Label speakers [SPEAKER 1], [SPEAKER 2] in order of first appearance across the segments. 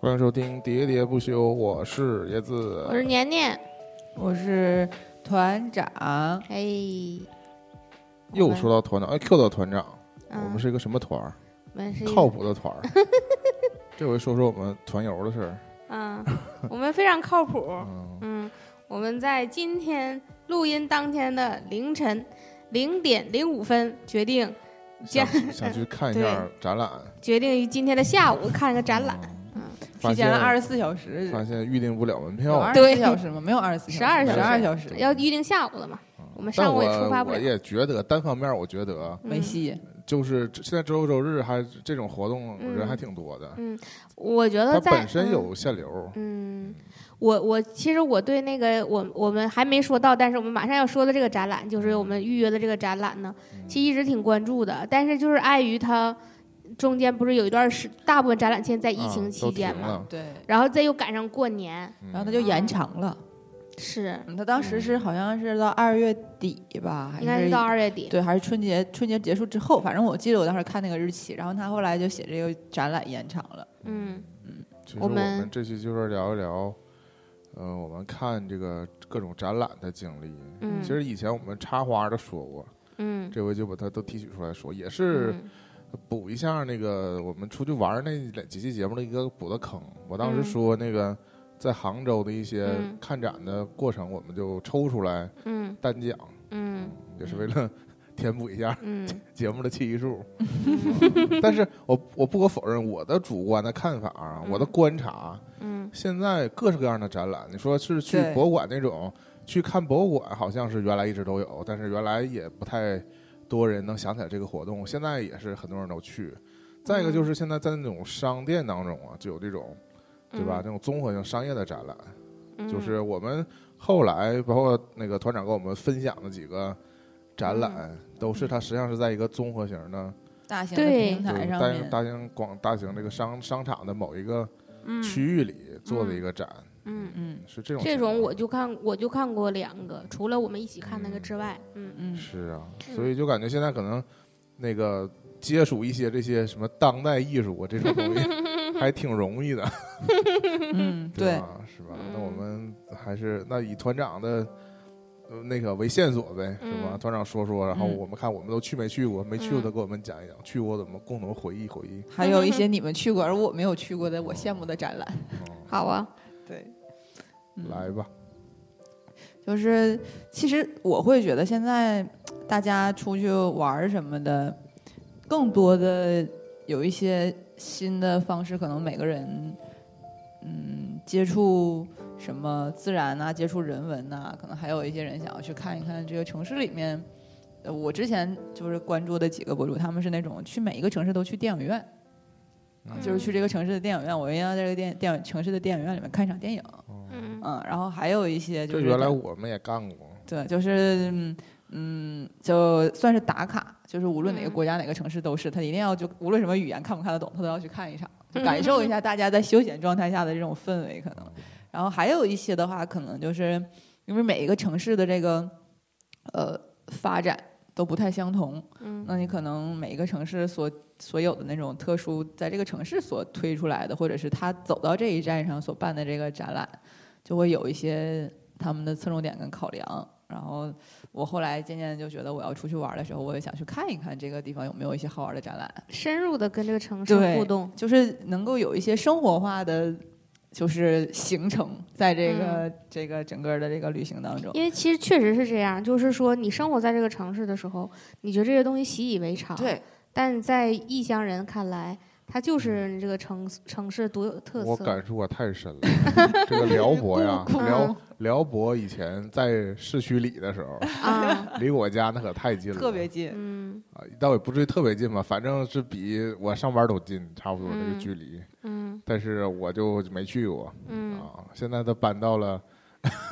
[SPEAKER 1] 欢迎收听《喋喋不休》，我是椰子
[SPEAKER 2] 我。是年年，
[SPEAKER 3] 我是团长，
[SPEAKER 2] 哎，
[SPEAKER 1] 又说到团长，哎，Q 到团长，
[SPEAKER 2] 嗯
[SPEAKER 1] 我们是一个什么团儿？
[SPEAKER 2] 我们是一
[SPEAKER 1] 靠，谱的团儿。 这回说说我们团游的事 儿。
[SPEAKER 2] 嗯，我们非常靠谱，
[SPEAKER 1] 嗯，
[SPEAKER 2] 嗯，我们在今天录音当天的凌晨零点零五分决定
[SPEAKER 1] 想想去看一下展览，
[SPEAKER 2] 决定于今天的下午看个展览，
[SPEAKER 1] 嗯。发
[SPEAKER 3] 提前了二
[SPEAKER 1] 现
[SPEAKER 3] 十四小时，
[SPEAKER 1] 嗯发现预定不了门
[SPEAKER 3] 有
[SPEAKER 1] 票
[SPEAKER 3] 二，
[SPEAKER 2] 对
[SPEAKER 3] 十四小时吗？没有二十四，
[SPEAKER 2] 12
[SPEAKER 1] 小时
[SPEAKER 3] 十二小时，
[SPEAKER 2] 要预定下午了嘛，我们
[SPEAKER 1] 嗯但
[SPEAKER 2] 上午
[SPEAKER 1] 我
[SPEAKER 2] 也出发不
[SPEAKER 1] 我
[SPEAKER 2] 了，
[SPEAKER 1] 也觉得单方面，我觉得
[SPEAKER 2] 嗯
[SPEAKER 3] 没戏。
[SPEAKER 1] 就是现在周六周日还这种活动
[SPEAKER 2] 嗯
[SPEAKER 1] 人还挺多的，
[SPEAKER 2] 嗯，我觉
[SPEAKER 1] 它
[SPEAKER 2] 得在
[SPEAKER 1] 本身
[SPEAKER 2] 嗯
[SPEAKER 1] 有限流，
[SPEAKER 2] 嗯，我我其实我对那个我我们还没说到，但是我们马上要说的这个展览，就是我
[SPEAKER 1] 嗯
[SPEAKER 2] 们预约的这个展览呢，其实一直挺关注的，但是就是碍于它中间不是有一段时，大部分展览现在在疫
[SPEAKER 1] 啊
[SPEAKER 2] 情期
[SPEAKER 1] 都停
[SPEAKER 2] 间嘛，
[SPEAKER 1] 了，
[SPEAKER 3] 对，
[SPEAKER 2] 然后再又赶上过年，
[SPEAKER 1] 嗯
[SPEAKER 3] 然后他就延长了。
[SPEAKER 1] 啊
[SPEAKER 2] 是
[SPEAKER 3] 嗯他当时是好像是到二月底吧，还
[SPEAKER 2] 应该是到二月底，
[SPEAKER 3] 对，还是春节春节结束之后，反正我记得我当时看那个日期，然后他后来就写这个展览延长了。
[SPEAKER 2] 嗯
[SPEAKER 1] 其实
[SPEAKER 2] 我
[SPEAKER 1] 我
[SPEAKER 2] 们
[SPEAKER 1] 们这期就是聊一聊，呃，我们看这个各种展览的经历。
[SPEAKER 2] 嗯，
[SPEAKER 1] 其实以前我们插花的说过，
[SPEAKER 2] 嗯
[SPEAKER 1] 这回就把它都提取出来说，也是
[SPEAKER 2] 嗯
[SPEAKER 1] 补一下那个我们出去玩儿那几期节目的一个补的坑。我当时
[SPEAKER 2] 嗯
[SPEAKER 1] 说那个在杭州的一些
[SPEAKER 2] 嗯
[SPEAKER 1] 看展的过程，我们就抽出来
[SPEAKER 2] 嗯
[SPEAKER 1] 单讲，
[SPEAKER 2] 嗯
[SPEAKER 1] 也是为了 填补一下
[SPEAKER 2] 嗯
[SPEAKER 1] 节目的期 数。
[SPEAKER 2] 嗯
[SPEAKER 1] 但是我我不可否认，我的主观的看法啊，我的
[SPEAKER 2] 嗯
[SPEAKER 1] 观察。
[SPEAKER 2] 嗯
[SPEAKER 1] 现在各式各样的展览，你说是去
[SPEAKER 3] 对
[SPEAKER 1] 博物馆那种去看博物馆，好像是原来一直都有，但是原来也不太多人能想起来这个活动，现在也是很多人都去。再一个
[SPEAKER 3] 嗯
[SPEAKER 1] 就是现在在那种商店当中啊，就有这种对
[SPEAKER 3] 嗯
[SPEAKER 1] 吧？？那种综合性商业的展览，
[SPEAKER 2] 嗯
[SPEAKER 1] 就是我们后来包括那个团长给我们分享的几个展览，
[SPEAKER 3] 嗯
[SPEAKER 1] 都是它实际上是在一个综合型的，
[SPEAKER 3] 大型的
[SPEAKER 2] 对
[SPEAKER 3] 平
[SPEAKER 1] 就是
[SPEAKER 3] 台上
[SPEAKER 1] 大型
[SPEAKER 3] 面，
[SPEAKER 1] 大型广大型这个商商场的某一个
[SPEAKER 2] 嗯
[SPEAKER 1] 区域里做的一个展。
[SPEAKER 2] 嗯。
[SPEAKER 3] 嗯
[SPEAKER 1] 是这种
[SPEAKER 2] 这
[SPEAKER 1] 情
[SPEAKER 2] 种
[SPEAKER 1] 况
[SPEAKER 2] 我就看我就看过两个，除了我们一起看那个之外，嗯
[SPEAKER 3] 嗯，
[SPEAKER 1] 是啊，
[SPEAKER 2] 嗯
[SPEAKER 1] 所以就感觉现在可能那个接触一些这些什么当代艺术啊这种东 西还挺容易的，
[SPEAKER 3] 嗯，对，
[SPEAKER 1] 吧？是吧？
[SPEAKER 2] 嗯
[SPEAKER 1] 那我们还是那以团长的。呃那个为线索呗，是吧？
[SPEAKER 2] 嗯
[SPEAKER 1] 团长说说，然后
[SPEAKER 3] 嗯
[SPEAKER 1] 我们看我们都去没去过，没去过的
[SPEAKER 2] 嗯
[SPEAKER 1] 给我们讲一讲，去过的我们共同回忆回忆。
[SPEAKER 3] 还有一些你们去过而我没有去过的，我羡慕的展览。
[SPEAKER 1] 嗯、
[SPEAKER 2] 好啊，
[SPEAKER 3] 对，嗯
[SPEAKER 1] 来吧，
[SPEAKER 3] 就是其实我会觉得现在大家出去玩儿什么的，更多的有一些新的方式，可能每个人嗯接触什么自然啊，接触人文呐、可能还有一些人想要去看一看这个城市里面。呃我之前就是关注的几个博主，他们是那种去每一个城市都去电影院，
[SPEAKER 1] 嗯
[SPEAKER 3] 就是去这个城市的电影院，我一定要在这个电电影城市的电影院里面看一场电影。
[SPEAKER 2] 嗯
[SPEAKER 3] 嗯，然后还有一些就
[SPEAKER 1] 这
[SPEAKER 3] 是
[SPEAKER 1] 原来我们也干过，
[SPEAKER 3] 对，就是嗯嗯，就算是打卡，就是无论哪个
[SPEAKER 2] 嗯
[SPEAKER 3] 国家、哪个城市都是，他一定要就无论什么语言看不看得懂，他都要去看一场，就感受一下大家在休闲状态下的这种氛围可能。然后还有一些的话，可能就是因为每一个城市的这个呃发展都不太相同，
[SPEAKER 2] 嗯
[SPEAKER 3] 那你可能每一个城市所所有的那种特殊，在这个城市所推出来的，或者是他走到这一站上所办的这个展览，就会有一些他们的侧重点跟考量。然后我后来渐渐就觉得，我要出去玩的时候，我也想去看一看这个地方有没有一些好玩的展览，
[SPEAKER 2] 深入的跟这个城市
[SPEAKER 3] 对
[SPEAKER 2] 互动，
[SPEAKER 3] 就是能够有一些生活化的，就是行程在这个、这个整个的这个旅行当中。
[SPEAKER 2] 因为其实确实是这样，就是说你生活在这个城市的时候，你觉得这些东西习以为常，，
[SPEAKER 3] 对，
[SPEAKER 2] 但在异乡人看来，它就是你这个城城市独有特
[SPEAKER 1] 我
[SPEAKER 2] 色，
[SPEAKER 1] 感触我太深了。这个辽博呀，
[SPEAKER 3] 故宫
[SPEAKER 1] 辽辽博以前在市区里的时候，
[SPEAKER 2] 啊，
[SPEAKER 1] 离我家那可太近了，
[SPEAKER 3] 特别近。
[SPEAKER 2] 嗯
[SPEAKER 1] 啊，倒也不至于特别近吧，反正是比我上班都近，差不多这个
[SPEAKER 2] 嗯
[SPEAKER 1] 距离。
[SPEAKER 2] 嗯
[SPEAKER 1] 但是我就没去过
[SPEAKER 2] 嗯，
[SPEAKER 1] 啊，现在都搬到了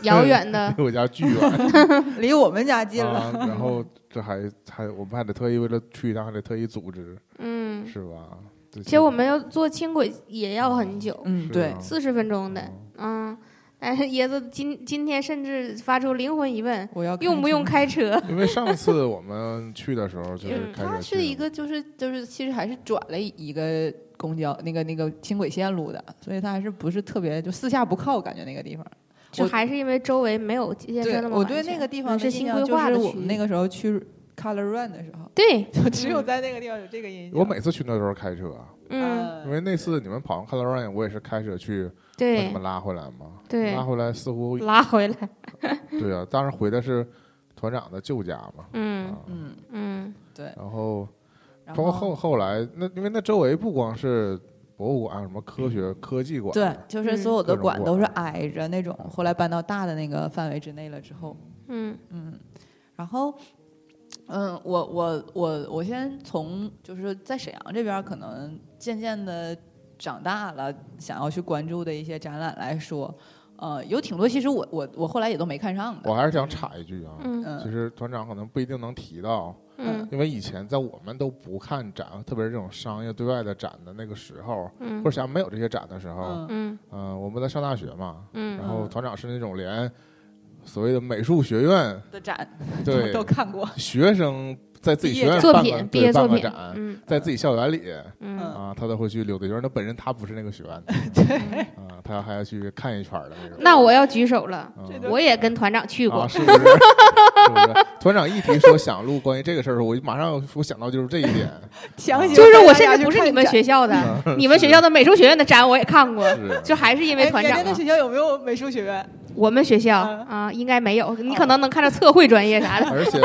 [SPEAKER 2] 遥远的，
[SPEAKER 1] 离我家巨远
[SPEAKER 3] 离我们家啊 近了。嗯
[SPEAKER 1] 啊，然后这还还我们还得特意为了去一趟，还得特意组织，
[SPEAKER 2] 嗯，
[SPEAKER 1] 是吧？其啊
[SPEAKER 2] 其实我们要坐轻轨也要很久，
[SPEAKER 3] 嗯，对，
[SPEAKER 2] 四十分钟的
[SPEAKER 1] 嗯，
[SPEAKER 2] 嗯，但是椰子今今天甚至发出灵魂疑问：
[SPEAKER 3] 我要
[SPEAKER 2] 用不用
[SPEAKER 3] 看
[SPEAKER 2] 开车？
[SPEAKER 1] 因为上次我们去的时候就是
[SPEAKER 2] 嗯
[SPEAKER 1] 开
[SPEAKER 3] 它
[SPEAKER 1] 车去
[SPEAKER 3] 是一个就是就是其实还是转了一个公交那个那个轻轨线路的，所以它还是不是特别就四下不靠，感觉那个地方。
[SPEAKER 2] 就
[SPEAKER 3] 我
[SPEAKER 2] 还是因为周围没有建设
[SPEAKER 3] 对，
[SPEAKER 2] 那么
[SPEAKER 3] 我
[SPEAKER 2] 完
[SPEAKER 3] 对
[SPEAKER 2] 全
[SPEAKER 3] 那个地方
[SPEAKER 2] 嗯
[SPEAKER 3] 的
[SPEAKER 2] 是
[SPEAKER 3] 印
[SPEAKER 2] 新
[SPEAKER 3] 象
[SPEAKER 2] 规
[SPEAKER 3] 就
[SPEAKER 2] 划
[SPEAKER 3] 是
[SPEAKER 2] 的
[SPEAKER 3] 我
[SPEAKER 2] 区
[SPEAKER 3] 们
[SPEAKER 2] 域
[SPEAKER 3] 那个时候去 Color Run 的时候，
[SPEAKER 2] 对，
[SPEAKER 3] 就只有在那个地方有这个印象。
[SPEAKER 1] 我每次去那时候开车，
[SPEAKER 3] 呃
[SPEAKER 2] 嗯，
[SPEAKER 1] 因为那次你们跑完看 o l 我也是开车去把你
[SPEAKER 2] 对
[SPEAKER 1] 们拉回来嘛。
[SPEAKER 2] 对
[SPEAKER 1] 拉回来似乎
[SPEAKER 2] 拉回来，
[SPEAKER 1] 对啊，当时回的是团长的旧家嘛。
[SPEAKER 2] 嗯
[SPEAKER 1] 啊，
[SPEAKER 3] 嗯，
[SPEAKER 2] 嗯，
[SPEAKER 3] 对，
[SPEAKER 1] 然后
[SPEAKER 3] 然
[SPEAKER 1] 包括后后来那因为那周围不光是博物馆，什么科学科技馆，
[SPEAKER 3] 嗯对，就是
[SPEAKER 2] 嗯
[SPEAKER 3] 所有
[SPEAKER 1] 各
[SPEAKER 3] 的
[SPEAKER 1] 种
[SPEAKER 3] 馆
[SPEAKER 1] 馆
[SPEAKER 3] 都是挨着那种，后来搬到大的那个范围之内了之后，
[SPEAKER 2] 嗯，
[SPEAKER 3] 嗯，然后，嗯，我我我我先从就是在沈阳这边儿可能渐渐的长大了，想要去关注的一些展览来说，呃，有挺多其实我我我后来也都没看上
[SPEAKER 1] 我
[SPEAKER 3] 的，
[SPEAKER 1] 还是想插一句啊，
[SPEAKER 2] 嗯，
[SPEAKER 1] 其
[SPEAKER 3] 嗯
[SPEAKER 1] 实团长可能不一定能提到，
[SPEAKER 2] 嗯，
[SPEAKER 1] 因为以前在我们都不看展，特别是这种商业对外的展的那个时候，
[SPEAKER 3] 呃
[SPEAKER 2] 嗯
[SPEAKER 1] 或者，沈阳没有这些展的时候，
[SPEAKER 3] 嗯
[SPEAKER 2] 嗯，
[SPEAKER 1] 嗯、我们在上大学嘛，然
[SPEAKER 2] 嗯，
[SPEAKER 1] 后团长是那种连所谓的美术学院
[SPEAKER 3] 的展
[SPEAKER 1] 对
[SPEAKER 3] 都看过，
[SPEAKER 1] 学生在自己学院
[SPEAKER 2] 作
[SPEAKER 1] 办个
[SPEAKER 2] 品，毕业
[SPEAKER 1] 对
[SPEAKER 2] 作
[SPEAKER 1] 办个
[SPEAKER 2] 品，
[SPEAKER 1] 展，
[SPEAKER 2] 嗯
[SPEAKER 1] 在自己校园里
[SPEAKER 3] 呃
[SPEAKER 2] 嗯，
[SPEAKER 1] 啊，他都会去溜达一圈。那本人他不是那个学院 的
[SPEAKER 2] 对，
[SPEAKER 1] 啊，他还要去看一圈的那种。
[SPEAKER 2] 嗯那我要举手了，
[SPEAKER 1] 啊
[SPEAKER 3] 这都
[SPEAKER 2] 我也跟团长去
[SPEAKER 1] 啊，
[SPEAKER 2] 过，
[SPEAKER 1] 是不是？是不是？团长一提说想录关于这个事儿的时候，我就马上我想到就是这一 点，
[SPEAKER 3] 强行
[SPEAKER 2] 就是我
[SPEAKER 3] 带大
[SPEAKER 2] 甚
[SPEAKER 3] 家
[SPEAKER 2] 至
[SPEAKER 3] 去
[SPEAKER 2] 不是
[SPEAKER 3] 看
[SPEAKER 2] 你们
[SPEAKER 3] 展。
[SPEAKER 2] 学校的，
[SPEAKER 1] 啊
[SPEAKER 2] 你们学校的美术学院的展我也看 过，
[SPEAKER 1] 是
[SPEAKER 2] 就还是因为
[SPEAKER 3] 哎
[SPEAKER 2] 团
[SPEAKER 3] 缅
[SPEAKER 2] 长啊
[SPEAKER 3] 甸的
[SPEAKER 2] 嘛。
[SPEAKER 3] 学校有没有美术学院？
[SPEAKER 2] 我们学校
[SPEAKER 3] 嗯
[SPEAKER 2] 啊，应该没有，你可能能看着测绘专业 啥的。
[SPEAKER 1] 而 且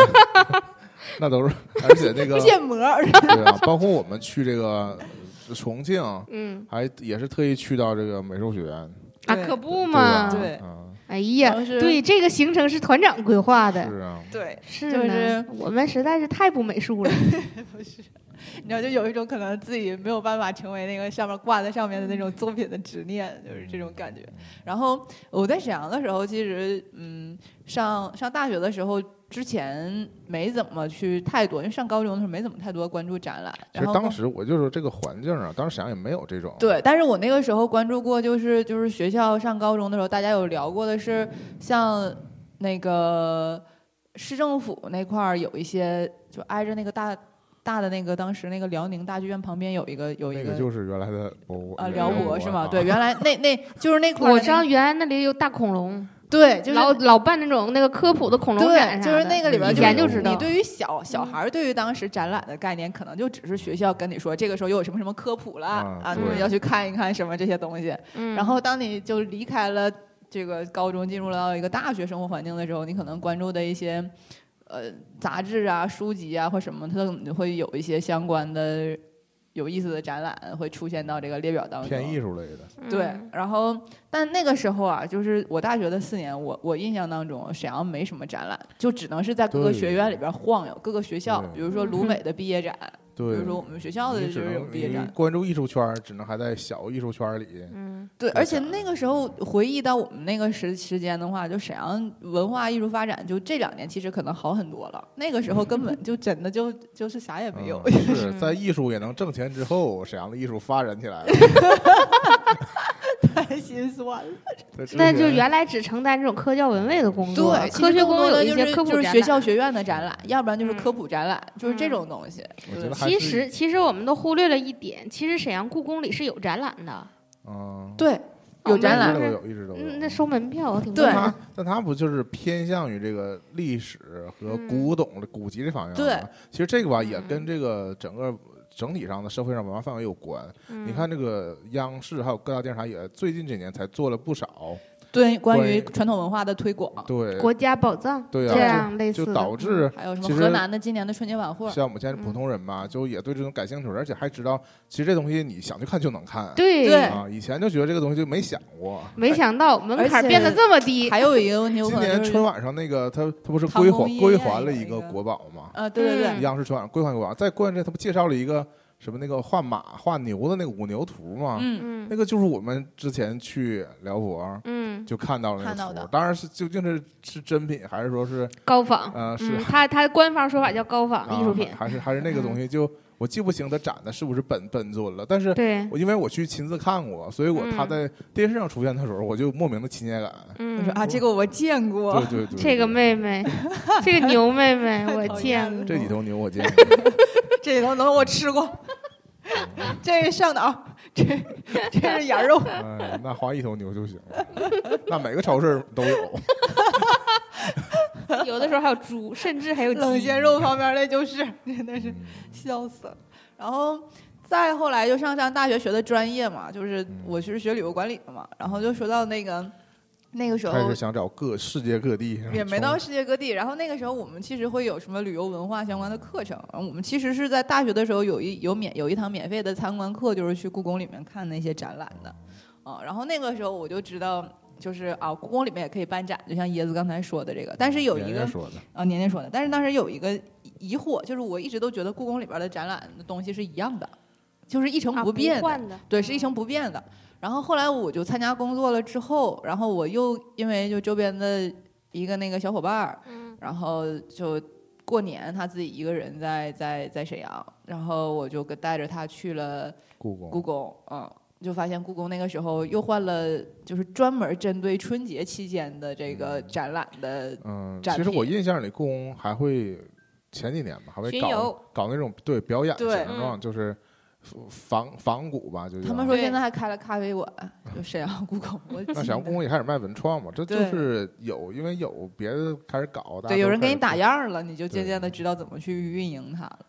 [SPEAKER 1] 那都是，而且那个
[SPEAKER 3] 建模儿，
[SPEAKER 1] 对啊，包括我们去这个呃重庆，
[SPEAKER 2] 嗯，
[SPEAKER 1] 还也是特意去到这个美术学院，
[SPEAKER 2] 啊，
[SPEAKER 3] 对
[SPEAKER 2] 可不
[SPEAKER 1] 对
[SPEAKER 2] 嘛
[SPEAKER 1] 吧？。
[SPEAKER 3] 对
[SPEAKER 1] 嗯，
[SPEAKER 2] 哎呀，
[SPEAKER 3] 当时
[SPEAKER 2] 对，这个行程是团长规划的，
[SPEAKER 1] 是啊，
[SPEAKER 3] 对，
[SPEAKER 2] 是
[SPEAKER 3] 就
[SPEAKER 2] 呢我们实在是太不美术了。
[SPEAKER 3] 不是，你知道，就有一种可能自己没有办法成为那个上面挂在上面的那种作品的执念，就是这种感觉。然后我在沈阳的时候，其实嗯，上上大学的时候之前没怎么去太多，因为上高中的时候没怎么太多关注展览。
[SPEAKER 1] 其实
[SPEAKER 3] 然后
[SPEAKER 1] 当时我就是这个环境啊，当时沈阳也没有这种，
[SPEAKER 3] 对，但是我那个时候关注过，就是就是学校上高中的时候，大家有聊过的是，像那个市政府那块儿有一些，就挨着那个大大的那个当时那个辽宁大剧院旁边有一个有一
[SPEAKER 1] 那
[SPEAKER 3] 个
[SPEAKER 1] 个就是原来的博物
[SPEAKER 3] 啊
[SPEAKER 1] 原
[SPEAKER 3] 辽
[SPEAKER 1] 博
[SPEAKER 3] 博
[SPEAKER 1] 啊
[SPEAKER 3] 是吗？对，，原来那那就是那块儿的那个，
[SPEAKER 2] 我知道原来那里有大恐龙，
[SPEAKER 3] 对，就是
[SPEAKER 2] 老老办那种那个科普的恐龙展
[SPEAKER 3] 对，
[SPEAKER 2] 啥
[SPEAKER 3] 就是
[SPEAKER 2] 的
[SPEAKER 3] 那个里边
[SPEAKER 2] 以
[SPEAKER 3] 儿
[SPEAKER 2] 前
[SPEAKER 1] 就
[SPEAKER 2] 就是知
[SPEAKER 3] 你
[SPEAKER 2] 道。
[SPEAKER 3] 对于小小孩儿对于当时展览的概念，可能就只是学校跟你说这个时候又有什么什么科普了
[SPEAKER 1] 啊
[SPEAKER 3] 啊，你
[SPEAKER 2] 对
[SPEAKER 3] 要去看一看什么这些东西。
[SPEAKER 2] 嗯
[SPEAKER 3] 然后当你就离开了这个高中，进入到一个大学生活环境的时候，你可能关注的一些呃杂志啊、书籍啊或什么，它可能会有一些相关的有意思的展览会出现到这个列表当中。
[SPEAKER 1] 偏艺术类的，
[SPEAKER 3] 对
[SPEAKER 2] 嗯，
[SPEAKER 3] 然后但那个时候啊，就是我大学的四年，我我印象当中沈阳没什么展览，就只能是在各个
[SPEAKER 1] 对
[SPEAKER 3] 学院里边晃悠，各个学校
[SPEAKER 1] 对，
[SPEAKER 3] 比如说
[SPEAKER 2] 嗯
[SPEAKER 3] 鲁美的毕业展，比
[SPEAKER 1] 对，
[SPEAKER 3] 如说我们学校的就
[SPEAKER 1] 你只
[SPEAKER 3] 是有
[SPEAKER 1] 能
[SPEAKER 3] 毕业
[SPEAKER 1] 你
[SPEAKER 3] 展，
[SPEAKER 1] 关注艺术圈儿，只能还在小艺术圈儿里，
[SPEAKER 2] 嗯
[SPEAKER 3] 对，
[SPEAKER 1] 对
[SPEAKER 3] 而且
[SPEAKER 1] 展
[SPEAKER 3] 那个时候回忆到我们那个时时间的话，就沈阳文化艺术发展就这两年其实可能好很多了，那个时候根 本就真的就就是啥也没有，
[SPEAKER 1] 嗯是在艺术也能挣钱之后，沈阳的艺术发展起来 了。
[SPEAKER 3] 太心酸了。
[SPEAKER 1] 在之
[SPEAKER 2] 但就
[SPEAKER 1] 前
[SPEAKER 2] 原来只承担这种科教文卫的工作，
[SPEAKER 3] 对，
[SPEAKER 2] 科学
[SPEAKER 3] 工
[SPEAKER 2] 工有一
[SPEAKER 3] 就
[SPEAKER 2] 些
[SPEAKER 3] 是
[SPEAKER 2] 科普
[SPEAKER 3] 就是
[SPEAKER 2] 展
[SPEAKER 3] 学
[SPEAKER 2] 览
[SPEAKER 3] 校学院的展览，要不然就是
[SPEAKER 2] 嗯
[SPEAKER 3] 科普展览，就是这种东西。
[SPEAKER 1] 我觉
[SPEAKER 3] 对
[SPEAKER 1] 得还
[SPEAKER 2] 其
[SPEAKER 1] 是
[SPEAKER 2] 实，其实我们都忽略了一点，其实沈阳故宫里是有展览的，
[SPEAKER 1] 嗯，
[SPEAKER 3] 对，有展
[SPEAKER 1] 一
[SPEAKER 3] 览
[SPEAKER 1] 直都
[SPEAKER 2] 是
[SPEAKER 1] 有，一直都有。
[SPEAKER 2] 嗯，那收门票挺
[SPEAKER 3] 对
[SPEAKER 2] 贵
[SPEAKER 1] 但
[SPEAKER 2] 的
[SPEAKER 1] 它但它不就是偏向于这个历史和古董、古籍这方面吗？
[SPEAKER 3] 对，
[SPEAKER 1] 其实这个吧也
[SPEAKER 2] 嗯
[SPEAKER 1] 跟这个整个整体上的社会上文化范围有关。你
[SPEAKER 2] 嗯
[SPEAKER 1] 看这个央视还有各大电视台也最近几年才做了不少，
[SPEAKER 3] 对关
[SPEAKER 1] 关
[SPEAKER 3] 于
[SPEAKER 1] 于
[SPEAKER 3] 传统文化的推广，
[SPEAKER 1] 对
[SPEAKER 2] 国家宝藏
[SPEAKER 1] 对
[SPEAKER 2] 这
[SPEAKER 1] 啊，
[SPEAKER 2] 样类
[SPEAKER 1] 就
[SPEAKER 2] 似
[SPEAKER 1] 就
[SPEAKER 2] 的，嗯
[SPEAKER 1] 导致
[SPEAKER 3] 还有什么
[SPEAKER 1] 其
[SPEAKER 3] 河
[SPEAKER 1] 实
[SPEAKER 3] 南的今年的春节晚会儿，
[SPEAKER 1] 像我们现在普通人吧，就也对这种感兴趣，而且还知道其实这东西你想去看就能看。
[SPEAKER 2] 对
[SPEAKER 3] 对
[SPEAKER 1] 啊，以前就觉得这个东西就没想过。
[SPEAKER 2] 没想到门槛
[SPEAKER 3] 而且
[SPEAKER 2] 变得这么低，
[SPEAKER 3] 还有一个问题，我
[SPEAKER 1] 今
[SPEAKER 3] 可能
[SPEAKER 1] 年
[SPEAKER 3] 就是
[SPEAKER 1] 春晚上那个，他他不是
[SPEAKER 3] 唐
[SPEAKER 1] 归
[SPEAKER 3] 宫
[SPEAKER 1] 还
[SPEAKER 3] 夜
[SPEAKER 1] 归
[SPEAKER 3] 宴
[SPEAKER 1] 还了
[SPEAKER 3] 有
[SPEAKER 1] 一
[SPEAKER 3] 一
[SPEAKER 1] 个
[SPEAKER 3] 个
[SPEAKER 1] 国宝嘛？
[SPEAKER 3] 呃，对对对，
[SPEAKER 2] 嗯
[SPEAKER 1] 央视春晚归还国宝，再过段时间他不介绍了一个什么那个画马画牛的那个舞牛图嘛？
[SPEAKER 3] 嗯，
[SPEAKER 2] 嗯
[SPEAKER 1] 那个就是我们之前去辽博
[SPEAKER 2] 嗯，
[SPEAKER 1] 就看到了那
[SPEAKER 3] 看到
[SPEAKER 1] 个
[SPEAKER 3] 的
[SPEAKER 1] 图，当然是究竟是是真品还是说是
[SPEAKER 2] 高仿，
[SPEAKER 3] 哦
[SPEAKER 1] 呃是
[SPEAKER 3] 啊嗯
[SPEAKER 1] 啊
[SPEAKER 2] 嗯，他他官方说法叫高仿艺术品
[SPEAKER 3] 嗯
[SPEAKER 1] 啊，还是还是那个东西就。我记不清他展的是不是本本尊了，但是
[SPEAKER 2] 对，
[SPEAKER 1] 我因为我去亲自看过，所以我
[SPEAKER 2] 嗯
[SPEAKER 1] 他在电视上出现的时候，我就莫名的亲切感。
[SPEAKER 3] 我
[SPEAKER 2] 嗯
[SPEAKER 3] 说，啊，这个我见过，
[SPEAKER 1] 对对对，
[SPEAKER 2] 这个
[SPEAKER 1] 对
[SPEAKER 2] 妹妹，这个牛 妹妹，我
[SPEAKER 3] 嗯讨
[SPEAKER 2] 见
[SPEAKER 3] 厌
[SPEAKER 2] 过
[SPEAKER 3] 了
[SPEAKER 1] 这几头牛我见过，
[SPEAKER 3] 这里头能我吃过， 这上哪儿？ 这这是羊 肉，
[SPEAKER 1] 哎，那花一头牛就行了。 那每个超市都有，
[SPEAKER 2] 有的时候还有猪，甚至 还有
[SPEAKER 3] 冷
[SPEAKER 2] 鸡。
[SPEAKER 3] 鲜肉旁边那就是，真的是
[SPEAKER 1] 嗯
[SPEAKER 3] 笑死了。然后再后来就上上大学学的专业嘛，就是
[SPEAKER 1] 嗯
[SPEAKER 3] 我是学旅游管理的嘛，然后就说到那个那个时
[SPEAKER 1] 开
[SPEAKER 3] 候
[SPEAKER 1] 始想找各世界各地，
[SPEAKER 3] 也没
[SPEAKER 1] 从
[SPEAKER 3] 到世界各地。然后那个时候我们其实会有什么旅游文化相关的课程。然后我们其实是在大学的时候有一有免有一堂免费的参观课，就是去故宫里面看那些展览的。啊，然后那个时候我就知道。就是啊，故宫里面也可以办展，就像椰子刚才说的这个。但是有一
[SPEAKER 1] 别
[SPEAKER 3] 个
[SPEAKER 1] 人说的，
[SPEAKER 3] 啊，年年说的，但是当时有一个疑惑，就是我一直都觉得故宫里边的展览的东西是一样的，就是一成
[SPEAKER 2] 啊
[SPEAKER 3] 不变的。
[SPEAKER 2] 换的，
[SPEAKER 3] 对，是一成不变的。然后后来我就参加工作了之后，然后我又因为就周边的一个那个小伙伴儿，
[SPEAKER 2] 嗯
[SPEAKER 3] 然后就过年他自己一个人在在在沈阳，然后我就跟带着他去了
[SPEAKER 1] 故宫，
[SPEAKER 3] 故宫，嗯，就发现故宫那个时候又换了，就是专门针对春节期间的这个展览的，
[SPEAKER 1] 嗯，
[SPEAKER 3] 展
[SPEAKER 1] 其实我
[SPEAKER 3] 品
[SPEAKER 1] 印象里故宫还会前几年吧，还会
[SPEAKER 2] 巡
[SPEAKER 1] 搞
[SPEAKER 2] 游
[SPEAKER 1] 搞那种对表演
[SPEAKER 3] 对嗯
[SPEAKER 1] 形状，就是仿仿古吧，就
[SPEAKER 3] 他们
[SPEAKER 1] 叫
[SPEAKER 3] 说
[SPEAKER 2] 对
[SPEAKER 3] 现在还开了咖啡馆，就沈阳故宫，我
[SPEAKER 1] 啊那沈阳故宫也开始卖文创嘛，这就
[SPEAKER 3] 对
[SPEAKER 1] 是有，因为有别的开始搞，大家
[SPEAKER 3] 对，有
[SPEAKER 1] 都
[SPEAKER 3] 人
[SPEAKER 1] 开
[SPEAKER 3] 给你
[SPEAKER 1] 始
[SPEAKER 3] 打
[SPEAKER 1] 做，
[SPEAKER 3] 样儿了，你就渐渐的知道怎么去运营它了。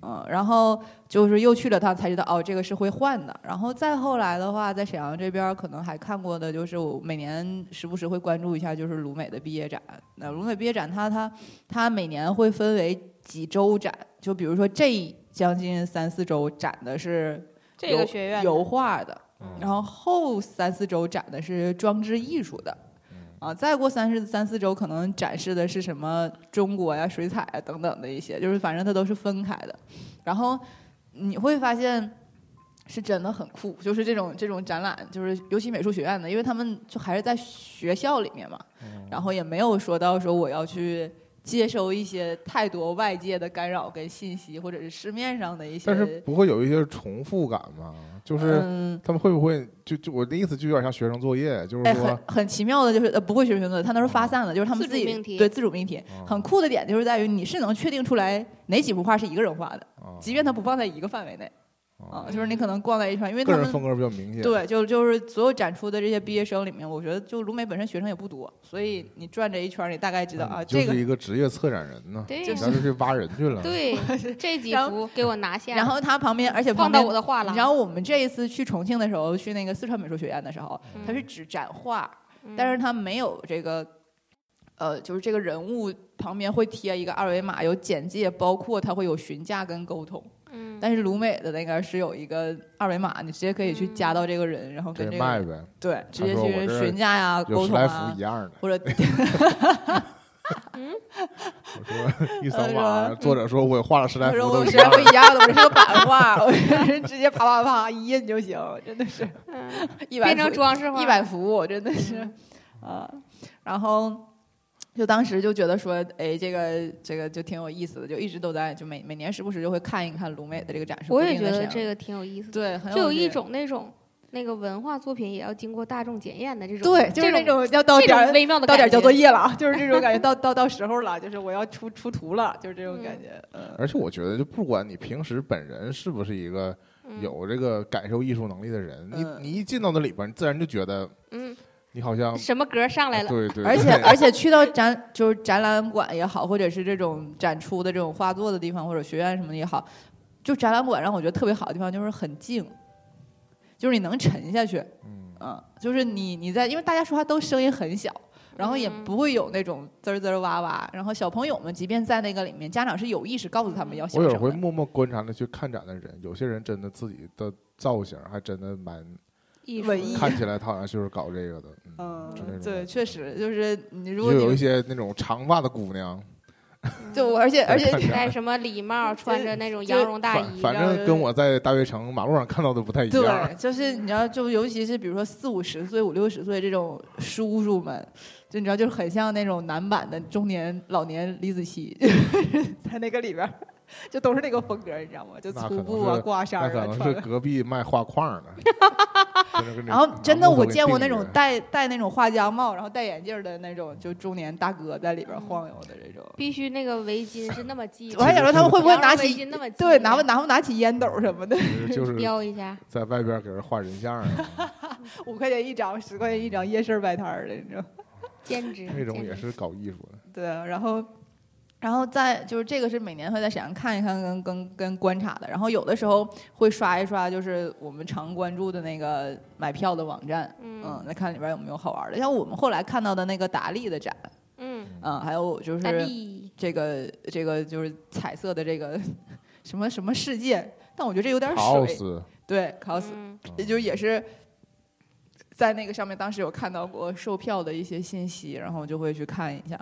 [SPEAKER 3] 嗯，然后就是又去了趟，才知道哦，这个是会换的。然后再后来的话，在沈阳这边儿可能还看过的，就是我每年时不时会关注一下，就是鲁美的毕业展。那鲁美毕业展它，它它每年会分为几周展，就比如说这将近三四周展的是
[SPEAKER 2] 这个学院的
[SPEAKER 3] 油画的，
[SPEAKER 1] 嗯
[SPEAKER 3] 然后后三四周展的是装置艺术的，
[SPEAKER 1] 嗯
[SPEAKER 3] 啊，再过三十三四周，可能展示的是什么中国呀、水彩啊等等的一些，就是反正它都是分开的。然后你会发现，是真的很酷，就是这种这种展览，就是尤其美术学院的，因为他们就还是在学校里面嘛，
[SPEAKER 1] 嗯
[SPEAKER 3] 然后也没有说到说我要去接收一些太多外界的干扰跟信息，或者是市面上的一些，
[SPEAKER 1] 但是不会有一些重复感吗？就是
[SPEAKER 3] 嗯。
[SPEAKER 1] 他们会不会就就我的意思就有点像学生作业，就是
[SPEAKER 3] 哎，很
[SPEAKER 1] 说
[SPEAKER 3] 很奇妙的就是，呃，不会学生作业，他那是发散的，就是他们
[SPEAKER 2] 自
[SPEAKER 3] 自己
[SPEAKER 2] 主命题
[SPEAKER 3] 对自主命题，
[SPEAKER 1] 哦
[SPEAKER 3] 很酷的点就是在于你是能确定出来哪几幅画是一个人画的，
[SPEAKER 1] 啊
[SPEAKER 3] 即便它不放在一个范围内
[SPEAKER 1] 啊
[SPEAKER 3] 啊，就是你可能逛在一圈，因为
[SPEAKER 1] 个
[SPEAKER 3] 他
[SPEAKER 1] 人风
[SPEAKER 3] 们
[SPEAKER 1] 格比较明显，
[SPEAKER 3] 对，就就是所有展出的这些毕业生里面，我觉得就鲁美本身学生也不多，所以你转这一圈儿，你大概知
[SPEAKER 1] 那
[SPEAKER 3] 道
[SPEAKER 1] 你
[SPEAKER 3] 啊，
[SPEAKER 1] 嗯就
[SPEAKER 3] 这个
[SPEAKER 1] 是一个职业策展人呢，
[SPEAKER 2] 对
[SPEAKER 1] 你
[SPEAKER 2] 呀
[SPEAKER 1] 要是去挖人去了，
[SPEAKER 2] 对，这几
[SPEAKER 3] 然
[SPEAKER 2] 幅给我拿下，
[SPEAKER 3] 然后它旁边，而且旁
[SPEAKER 2] 放到
[SPEAKER 3] 边
[SPEAKER 2] 我。的画
[SPEAKER 3] 你
[SPEAKER 2] 廊。
[SPEAKER 3] 知道我们这一次去重庆的时候，去那个四川美术学院的时候，它是只展画，
[SPEAKER 2] 嗯，
[SPEAKER 3] 但是它没有这个，呃，就是这个人物旁边会贴一个二维码，有简介，包括它会有询价跟沟通。
[SPEAKER 2] 嗯，
[SPEAKER 3] 但是鲁美的那个是有一个二维码，你直接可以去加到这个人，然后
[SPEAKER 1] 直
[SPEAKER 3] 跟
[SPEAKER 1] 接
[SPEAKER 3] 这
[SPEAKER 1] 卖
[SPEAKER 3] 个
[SPEAKER 1] 呗，
[SPEAKER 3] 对直接
[SPEAKER 1] 说我
[SPEAKER 3] 去
[SPEAKER 1] 这
[SPEAKER 3] 询价呀、
[SPEAKER 1] 有
[SPEAKER 3] 沟
[SPEAKER 1] 十
[SPEAKER 3] 通
[SPEAKER 1] 来幅
[SPEAKER 3] 啊
[SPEAKER 1] 一，样的。
[SPEAKER 3] 或者
[SPEAKER 1] 我 说一桑
[SPEAKER 3] 他
[SPEAKER 1] 娃，
[SPEAKER 3] 呃说
[SPEAKER 1] 作者说我画了十来
[SPEAKER 3] 他
[SPEAKER 1] 幅
[SPEAKER 3] 说
[SPEAKER 1] 都
[SPEAKER 3] 我
[SPEAKER 1] 一
[SPEAKER 3] 是
[SPEAKER 1] 样
[SPEAKER 3] 不一样的，我是个版画，我 是直接啪啪啪一印就行，真的是
[SPEAKER 2] 嗯
[SPEAKER 3] 一百
[SPEAKER 2] 变成装饰画，
[SPEAKER 3] 一百幅，我真的是
[SPEAKER 2] 嗯
[SPEAKER 3] 啊，然后。就当时就觉得说，哎，这个这个就挺有意思的，就一直都在，就每每年时不时就会看一看鲁美的这个展示。
[SPEAKER 2] 我也觉得
[SPEAKER 3] 个
[SPEAKER 2] 这个挺有意思的。
[SPEAKER 3] 对，很
[SPEAKER 2] 就有
[SPEAKER 3] 趣
[SPEAKER 2] 一种那种那个文化作品也要经过大众检验的这种，
[SPEAKER 3] 对，就是那
[SPEAKER 2] 这
[SPEAKER 3] 种要到
[SPEAKER 2] 这
[SPEAKER 3] 点儿
[SPEAKER 2] 种微妙的
[SPEAKER 3] 到点儿交作
[SPEAKER 2] 做
[SPEAKER 3] 业了啊， 就是这种感觉，到到到时候了，就是我要出出图了，就是这种
[SPEAKER 2] 嗯
[SPEAKER 3] 感觉。嗯，
[SPEAKER 1] 而且我觉得，就不管你平时本人是不是一个
[SPEAKER 2] 嗯
[SPEAKER 1] 有这个感受艺术能力的人，
[SPEAKER 3] 嗯
[SPEAKER 1] 你你一进到那里边，你自然就觉得
[SPEAKER 2] 嗯，
[SPEAKER 1] 你好像啊
[SPEAKER 2] 嗯什么歌上来了？
[SPEAKER 1] 对对，
[SPEAKER 3] 而 且
[SPEAKER 1] 对
[SPEAKER 3] 而且去到展就是展览馆也好，或者是这种展出的这种画作的地方，或者学院什么的也好，就展览馆让我觉得特别好的地方就是很静，就是你能沉下去，
[SPEAKER 1] 嗯
[SPEAKER 3] 嗯，就是你你在因为大家说话都声音很小。然后也
[SPEAKER 2] 嗯
[SPEAKER 3] 不会有那种滋儿滋儿哇哇，然后小朋友们即便在那个里面，家长是有意识告诉他们要小
[SPEAKER 1] 我有
[SPEAKER 3] 声
[SPEAKER 1] 回
[SPEAKER 3] 的。
[SPEAKER 1] 默默观察那去看展的人，有些人真的自己的造型还真的蛮
[SPEAKER 2] 艺术
[SPEAKER 3] 文艺
[SPEAKER 1] 看起来，他好像就是搞这个的，嗯，之类
[SPEAKER 3] 嗯，
[SPEAKER 1] 的
[SPEAKER 3] 对，确实就是你
[SPEAKER 1] 就
[SPEAKER 3] 如果你
[SPEAKER 1] 有一些那种长发的姑娘，
[SPEAKER 3] 就我，而且而且
[SPEAKER 1] 看展
[SPEAKER 2] 戴什么礼帽，穿着那种
[SPEAKER 3] 就
[SPEAKER 2] 羊绒大
[SPEAKER 1] 反
[SPEAKER 2] 衣，
[SPEAKER 1] 反
[SPEAKER 3] 然后
[SPEAKER 1] 正跟我在大悦城马路上看到的不太一样，
[SPEAKER 3] 对，就是你知道，就尤其是比如说四五十岁、五六十岁这种叔叔们，就你 知道，就是很像那种男版的中年老年李子柒，在那个里边儿，就都是那个风格，你知道吗？就
[SPEAKER 1] 那可
[SPEAKER 3] 粗
[SPEAKER 1] 能
[SPEAKER 3] 布啊、
[SPEAKER 1] 是
[SPEAKER 3] 挂衫
[SPEAKER 1] 那
[SPEAKER 3] 儿
[SPEAKER 1] 可
[SPEAKER 3] 啊
[SPEAKER 1] 能
[SPEAKER 3] 穿
[SPEAKER 1] 是
[SPEAKER 3] 的。
[SPEAKER 1] 隔壁卖画框 的，跟着跟着
[SPEAKER 3] 然后
[SPEAKER 1] 拿
[SPEAKER 3] 真的，
[SPEAKER 1] 木头
[SPEAKER 3] 我
[SPEAKER 1] 给
[SPEAKER 3] 见过
[SPEAKER 1] 钉
[SPEAKER 3] 那
[SPEAKER 1] 着
[SPEAKER 3] 种 戴戴那种画家帽，然后戴眼镜儿的那种，就中年大哥在里边儿晃悠的这种。
[SPEAKER 2] 必须那个围巾是那么系
[SPEAKER 3] 我还想说他们会不会拿
[SPEAKER 2] 围
[SPEAKER 3] 起
[SPEAKER 2] 巾那么系嗯
[SPEAKER 3] 对拿不拿不拿起烟斗什么的，
[SPEAKER 1] 就是就是
[SPEAKER 2] 标一下？
[SPEAKER 1] 在外边给人画人像儿 啊，
[SPEAKER 3] 五块钱一张，十块钱一张，夜市摆摊儿的，你知道吗。
[SPEAKER 2] 兼职
[SPEAKER 1] 那种
[SPEAKER 2] 兼
[SPEAKER 1] 也
[SPEAKER 2] 职
[SPEAKER 1] 是搞艺术的。
[SPEAKER 3] 对，然后，然后再就是这个是每年会在沈阳看一看跟跟跟观察的，然后有的时候会刷一刷，就是我们常关注的那个买票的网站，嗯
[SPEAKER 2] 嗯，
[SPEAKER 3] 那看里边有没有好玩的。像我们后来看到的那个达利的展，
[SPEAKER 2] 嗯，
[SPEAKER 3] 嗯，还有就
[SPEAKER 2] 大
[SPEAKER 3] 是
[SPEAKER 2] 力
[SPEAKER 3] 这个这个就是彩色的这个什么什么世界，但我觉得这有点
[SPEAKER 1] 陶
[SPEAKER 3] 水，
[SPEAKER 1] 斯，
[SPEAKER 3] 对，cos，
[SPEAKER 2] 嗯
[SPEAKER 1] 嗯
[SPEAKER 3] 也就也是在那个上面，当时有看到过售票的一些信息，然后就会去看一下，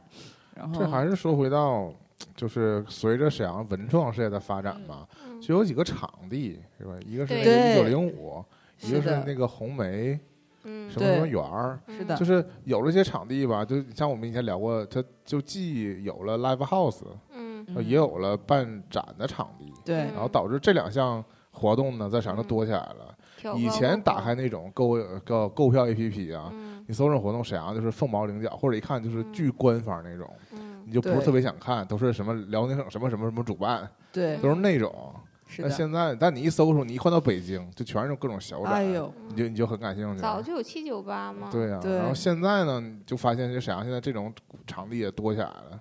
[SPEAKER 3] 然后
[SPEAKER 1] 这还是说回到，就是随着沈阳文创事业的发展嘛，
[SPEAKER 2] 嗯
[SPEAKER 1] 就有几个场地是吧？一个是
[SPEAKER 2] 对
[SPEAKER 1] 那个一九零五，一个
[SPEAKER 3] 是的
[SPEAKER 1] 那个红梅
[SPEAKER 2] 嗯
[SPEAKER 1] 什么什么园儿，
[SPEAKER 3] 是的
[SPEAKER 2] 嗯
[SPEAKER 1] 就是有了这些场地吧，就像我们以前聊过，它就既有了 live house，
[SPEAKER 2] 嗯
[SPEAKER 3] 嗯
[SPEAKER 1] 也有了办展的场地，
[SPEAKER 3] 对
[SPEAKER 2] 嗯
[SPEAKER 1] 然后导致这两项活动呢在沈阳就多起来了。
[SPEAKER 3] 嗯
[SPEAKER 2] 挑
[SPEAKER 1] 以
[SPEAKER 2] 高
[SPEAKER 1] 前
[SPEAKER 2] 高
[SPEAKER 1] 打
[SPEAKER 2] 高
[SPEAKER 1] 开那种购购购票 APP 啊，
[SPEAKER 2] 嗯
[SPEAKER 1] 你搜这种活动，沈阳就是凤毛麟角，或者一看就是
[SPEAKER 2] 嗯
[SPEAKER 1] 巨官方那种，
[SPEAKER 2] 嗯
[SPEAKER 1] 你就不是
[SPEAKER 3] 对
[SPEAKER 1] 特别想看，都是什么辽宁省什么什么什么主办，
[SPEAKER 3] 对，
[SPEAKER 1] 都是那种。
[SPEAKER 3] 是
[SPEAKER 1] 嗯那
[SPEAKER 3] 的。
[SPEAKER 1] 现在，但你一搜的时候，你一换到北京，就全是各种小
[SPEAKER 3] 哎
[SPEAKER 1] 展，
[SPEAKER 3] 呦，
[SPEAKER 1] 你就你就很感兴趣。
[SPEAKER 2] 嗯早就有七九八嘛，
[SPEAKER 1] 对呀、
[SPEAKER 3] 对
[SPEAKER 1] 然后现在呢，你就发现这沈阳现在这种场地也多起来了，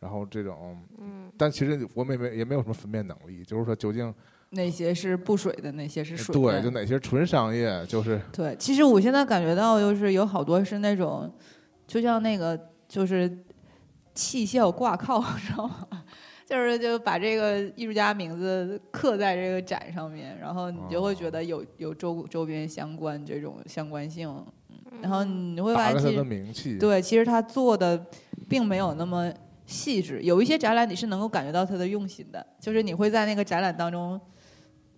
[SPEAKER 1] 然后这种，
[SPEAKER 2] 嗯
[SPEAKER 1] 但其实我们也没也没有什么分辨能力，就是说究竟
[SPEAKER 3] 那些是不水的，那些是水
[SPEAKER 1] 对，
[SPEAKER 3] 的。
[SPEAKER 1] 就哪些纯商业，就是
[SPEAKER 3] 对其实我现在感觉到，就是有好多是那种，就像那个就是气象挂靠， 知道吗？就是就把这个艺术家名字刻在这个展上面，然后你就会
[SPEAKER 1] 哦
[SPEAKER 3] 觉得有有周周边相关这种相关性，
[SPEAKER 2] 嗯
[SPEAKER 3] 然后你会
[SPEAKER 1] 打
[SPEAKER 3] 发现
[SPEAKER 1] 着
[SPEAKER 3] 其
[SPEAKER 1] 他
[SPEAKER 3] 实
[SPEAKER 1] 的名气。
[SPEAKER 3] 对，其实他做的并没有那么细致。有一些展览你是能够感觉到他的用心的，就是你会在那个展览当中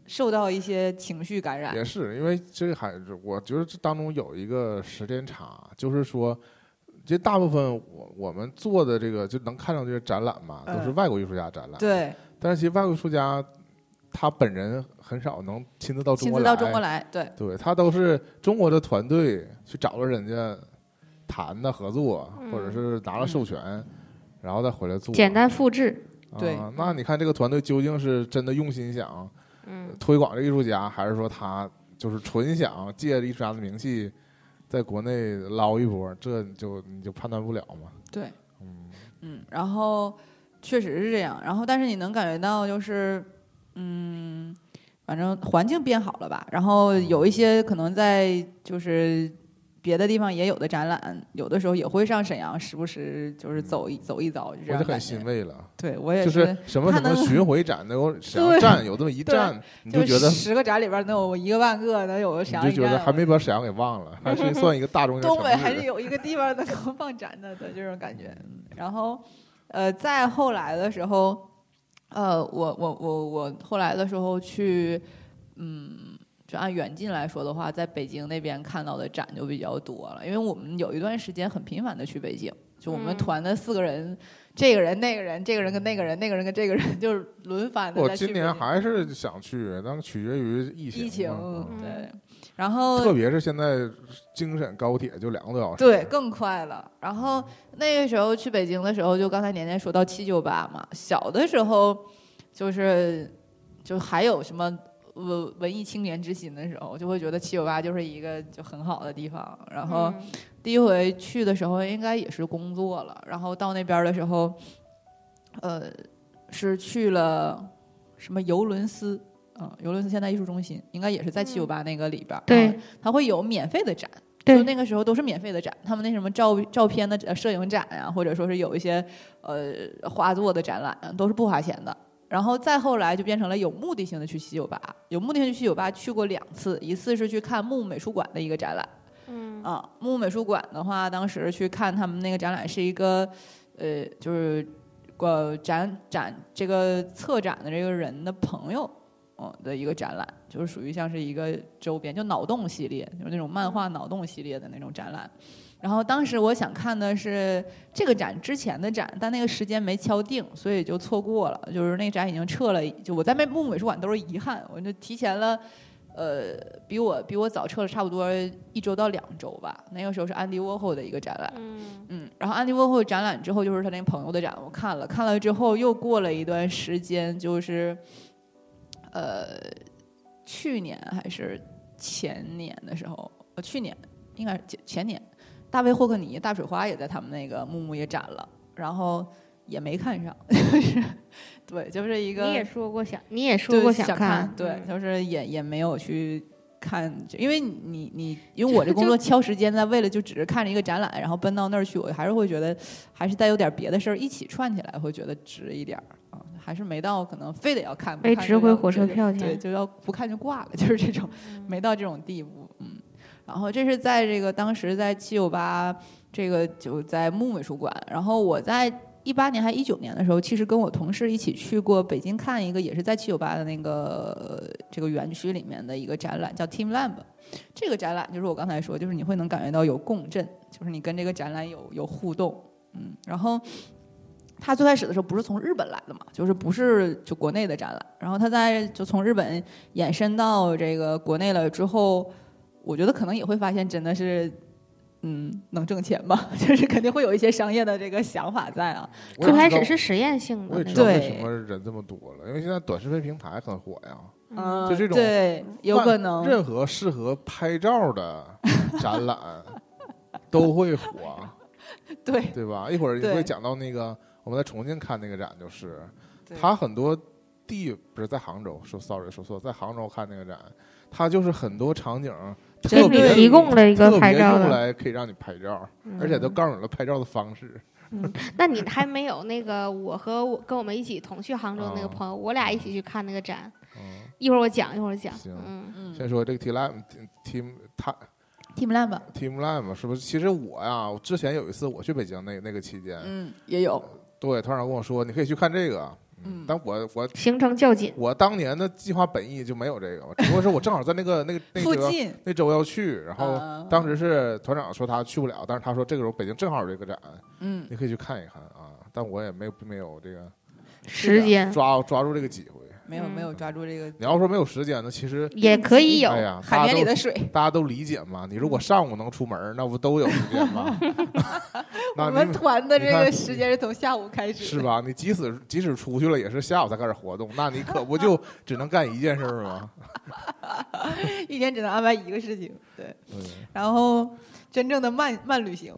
[SPEAKER 3] 受到一些情绪感染。
[SPEAKER 1] 也是，因为这还是我觉得这当中有一个时间差，就是说，这大部分我我们做的这个就能看到这个展览嘛，都是
[SPEAKER 3] 嗯
[SPEAKER 1] 外国艺术家展览。。
[SPEAKER 3] 对，
[SPEAKER 1] 但是其实外国艺术家他本人很少能亲自到中
[SPEAKER 3] 亲
[SPEAKER 1] 国
[SPEAKER 3] 自
[SPEAKER 1] 来，
[SPEAKER 3] 到中国来，对，
[SPEAKER 1] 对他都是中国的团队去找了人家谈的合作，或者
[SPEAKER 2] 嗯
[SPEAKER 1] 是拿了授权，
[SPEAKER 3] 嗯
[SPEAKER 1] 然后再回来做。
[SPEAKER 2] 简单复制，
[SPEAKER 1] 啊
[SPEAKER 3] 对
[SPEAKER 1] 那你看这个团队究竟是真的用心想
[SPEAKER 2] 嗯
[SPEAKER 1] 推广这个艺术家，还是说他就是纯想借着艺术家的名气，在国内捞一波？这你就你就判断不了嘛。
[SPEAKER 3] 对，
[SPEAKER 1] 嗯，
[SPEAKER 3] 嗯，然后确实是这样，然后但是你能感觉到就是，嗯，反正环境变好了吧，然后
[SPEAKER 1] 嗯
[SPEAKER 3] 有一些可能在就是。别的地方也有的展览，有的时候也会上沈阳，时不时就是走一走一遭，这
[SPEAKER 1] 嗯我
[SPEAKER 3] 样
[SPEAKER 1] 就很
[SPEAKER 3] 感觉
[SPEAKER 1] 欣慰了。
[SPEAKER 3] 对我也
[SPEAKER 1] 就是什么
[SPEAKER 3] 他
[SPEAKER 1] 什么
[SPEAKER 3] 能
[SPEAKER 1] 巡回展，能 有沈阳
[SPEAKER 3] 对
[SPEAKER 1] 站有这么一
[SPEAKER 3] 对
[SPEAKER 1] 站，你
[SPEAKER 3] 就
[SPEAKER 1] 觉得
[SPEAKER 3] 十个展里边能有一个半个能有沈阳
[SPEAKER 1] 你就
[SPEAKER 3] 一
[SPEAKER 1] 觉得
[SPEAKER 3] 站，
[SPEAKER 1] 还没把沈阳给忘了，还是算一个大 众
[SPEAKER 3] 东北还
[SPEAKER 1] 城
[SPEAKER 3] 是
[SPEAKER 1] 市。
[SPEAKER 3] 有一个地方能够放展的的这种感觉。嗯然后，呃，再后来的时候，呃，我我我我后来的时候去，嗯，就按远近来说的话，在北京那边看到的展就比较多了，因为我们有一段时间很频繁的去北京。就我们
[SPEAKER 2] 嗯
[SPEAKER 3] 团的四个人，这个人、那个人、这个人跟那个人、那个人跟这个人， 就是轮番的。
[SPEAKER 1] 我今年还是想去，但取决于疫情嘛。
[SPEAKER 3] 疫情
[SPEAKER 1] 嗯，
[SPEAKER 3] 对，然后
[SPEAKER 1] 特别是现在京沈高铁就两个多小时。
[SPEAKER 3] 对，更快了。然后那个时候去北京的时候，就刚才年年说到七九八嘛，小的时候就是就还有什么文文艺青年之心的时候，就会觉得七九八就是一个就很好的地方。然后
[SPEAKER 2] 嗯
[SPEAKER 3] 第一回去的时候，应该也是工作了。然后到那边的时候，呃，是去了什么尤伦斯。嗯，尤伦斯现代艺术中心应该也是在七九八那个里边儿，
[SPEAKER 2] 嗯对，
[SPEAKER 3] 它会有免费的展，
[SPEAKER 2] 对
[SPEAKER 3] 就那个时候都是免费的展，他们那什么照照片的呃摄影展呀、或者说是有一些呃画作的展览啊，都是不花钱的。然后再后来就变成了有目的性的去七九八，有目的性地去七九八去过两次，一次是去看木美术馆的一个展览
[SPEAKER 2] 嗯
[SPEAKER 3] 啊，木美术馆的话，当时去看他们那个展览是一个呃就是呃展展这个策展的这个人的朋友。嗯的一个展览，就是属于像是一个周边，就脑洞系列，就是那种漫画脑洞系列的那种展览。然后当时我想看的是这个展之前的展，但那个时间没敲定，所以就错过了。就是那个展已经撤了，就我在木木美术馆都是遗憾，我就提前了，呃，比我比我早撤了差不多一周到两周吧。那个时候是安迪沃霍的一个展览，
[SPEAKER 2] 嗯，
[SPEAKER 3] 嗯，然后安迪沃霍展览之后就是他那朋友的展，我看了，看了之后又过了一段时间，就是，呃，去年还是前年的时候，呃，去年应该是前前年，大卫霍克尼大水花也在他们那个木木也展了，然后也没看上， 就是对，就是一个
[SPEAKER 2] 你也说过想，你也说
[SPEAKER 3] 就
[SPEAKER 2] 过
[SPEAKER 3] 是想
[SPEAKER 2] 看，
[SPEAKER 3] 对，
[SPEAKER 2] 嗯
[SPEAKER 3] 就是也也没有去看，就因为你你因为我这工作敲时间在为了就只是看着一个展览，然后奔到那儿去，我还是会觉得还是带有点别的事儿一起串起来，会觉得值一点儿啊，还是没到可能非得要看，不
[SPEAKER 2] 为
[SPEAKER 3] 看
[SPEAKER 2] 值
[SPEAKER 3] 就
[SPEAKER 2] 回
[SPEAKER 3] 要
[SPEAKER 2] 火车
[SPEAKER 3] 就
[SPEAKER 2] 票
[SPEAKER 3] 就对，
[SPEAKER 2] 钱
[SPEAKER 3] 就要不看就挂了， 就是这种，
[SPEAKER 2] 嗯
[SPEAKER 3] 没到这种地步，嗯。然后这是在这个当时在七九八这个就在木美术馆，然后我在一八年还一九年的时候，其实跟我同事一起去过北京看一个，也是在七九八的那个呃这个园区里面的一个展览，叫 Team Lab。这个展览就是我刚才说，就是你会能感觉到有共振，就是你跟这个展览有有互动，嗯，然后。他最开始的时候不是从日本来的嘛，就是不是就国内的展览，然后他在就从日本延伸到这个国内了之后，我觉得可能也会发现真的是，嗯，能挣钱吧， 就是肯定会有一些商业的这个想法在啊，
[SPEAKER 1] 我
[SPEAKER 2] 最
[SPEAKER 1] 也
[SPEAKER 2] 开
[SPEAKER 1] 知道
[SPEAKER 2] 始是实验性
[SPEAKER 1] 我也
[SPEAKER 2] 的嗯那
[SPEAKER 1] 知道
[SPEAKER 2] 种，
[SPEAKER 1] 为
[SPEAKER 3] 对
[SPEAKER 1] 什么人这么多了，因为现在短视频平台很火呀。
[SPEAKER 2] 嗯，
[SPEAKER 3] 嗯，
[SPEAKER 1] 就这种
[SPEAKER 3] 对，有可能
[SPEAKER 1] 任何适合拍照 的展览都会火，
[SPEAKER 3] 对
[SPEAKER 1] 对吧？一会儿也
[SPEAKER 3] 对
[SPEAKER 1] 会讲到那个我们在重庆看那个展，就是
[SPEAKER 3] 对
[SPEAKER 1] 它很多地不是在杭州，说 sorry 说错，在杭州看那个展，它就是很多场景
[SPEAKER 2] 给
[SPEAKER 1] 特
[SPEAKER 3] 真
[SPEAKER 2] 你
[SPEAKER 1] 别
[SPEAKER 3] 的
[SPEAKER 2] 提供了一
[SPEAKER 1] 特
[SPEAKER 2] 个
[SPEAKER 1] 别
[SPEAKER 2] 拍照
[SPEAKER 1] 用
[SPEAKER 2] 的，
[SPEAKER 1] 来可以让你拍照，
[SPEAKER 2] 嗯
[SPEAKER 1] 而且都告诉你了拍照的方式。
[SPEAKER 2] 那你还没有那个我和我跟我们一起同去杭州的那个朋友，我俩一起去看那个展，
[SPEAKER 1] 嗯，
[SPEAKER 2] 一会儿我讲一会儿我讲，
[SPEAKER 1] 行
[SPEAKER 2] 嗯，
[SPEAKER 3] 嗯
[SPEAKER 1] 先说这个 team lab team 它
[SPEAKER 3] Team Lab，
[SPEAKER 1] team lab 是不是？其实我呀，我之前有一次我去北京那那个期间，
[SPEAKER 3] 嗯，也有，
[SPEAKER 1] 对，团长跟我说你可以去看这个，
[SPEAKER 3] 嗯
[SPEAKER 1] 但我我
[SPEAKER 2] 行程较紧，
[SPEAKER 1] 我当年的计划本意就没有这个，只不过是我正好在那个那个那
[SPEAKER 3] 附
[SPEAKER 1] 个
[SPEAKER 3] 近，
[SPEAKER 1] 那周要去，然后
[SPEAKER 3] 啊
[SPEAKER 1] 当时是团长说他去不了，但是他说这个时候北京正好有这个展，
[SPEAKER 3] 嗯，
[SPEAKER 1] 你可以去看一看啊，但我也没有没有这个
[SPEAKER 3] 是
[SPEAKER 2] 时
[SPEAKER 3] 的
[SPEAKER 2] 间
[SPEAKER 1] 抓抓住这个机会。
[SPEAKER 3] 没有
[SPEAKER 2] 嗯
[SPEAKER 3] 没有抓住这个
[SPEAKER 1] 你要说没有时间呢，其实
[SPEAKER 2] 也可以有
[SPEAKER 1] 哎，呀，
[SPEAKER 3] 海
[SPEAKER 1] 大家
[SPEAKER 3] 绵里
[SPEAKER 1] 都
[SPEAKER 3] 的嗯水，
[SPEAKER 1] 大家都理解嘛。你如果上午能出门，那不都有时间 吗？那
[SPEAKER 3] 我
[SPEAKER 1] 你
[SPEAKER 3] 们团的这
[SPEAKER 1] 你
[SPEAKER 3] 个
[SPEAKER 1] 看
[SPEAKER 3] 时间是从下午开始，
[SPEAKER 1] 是？吧？你即使即使出去了，也是下午才开始活动，那你可不 就只能干一件事儿吗？
[SPEAKER 3] 一天只能安排一个事情，对。
[SPEAKER 1] 对，
[SPEAKER 3] 然后真正的慢慢旅行。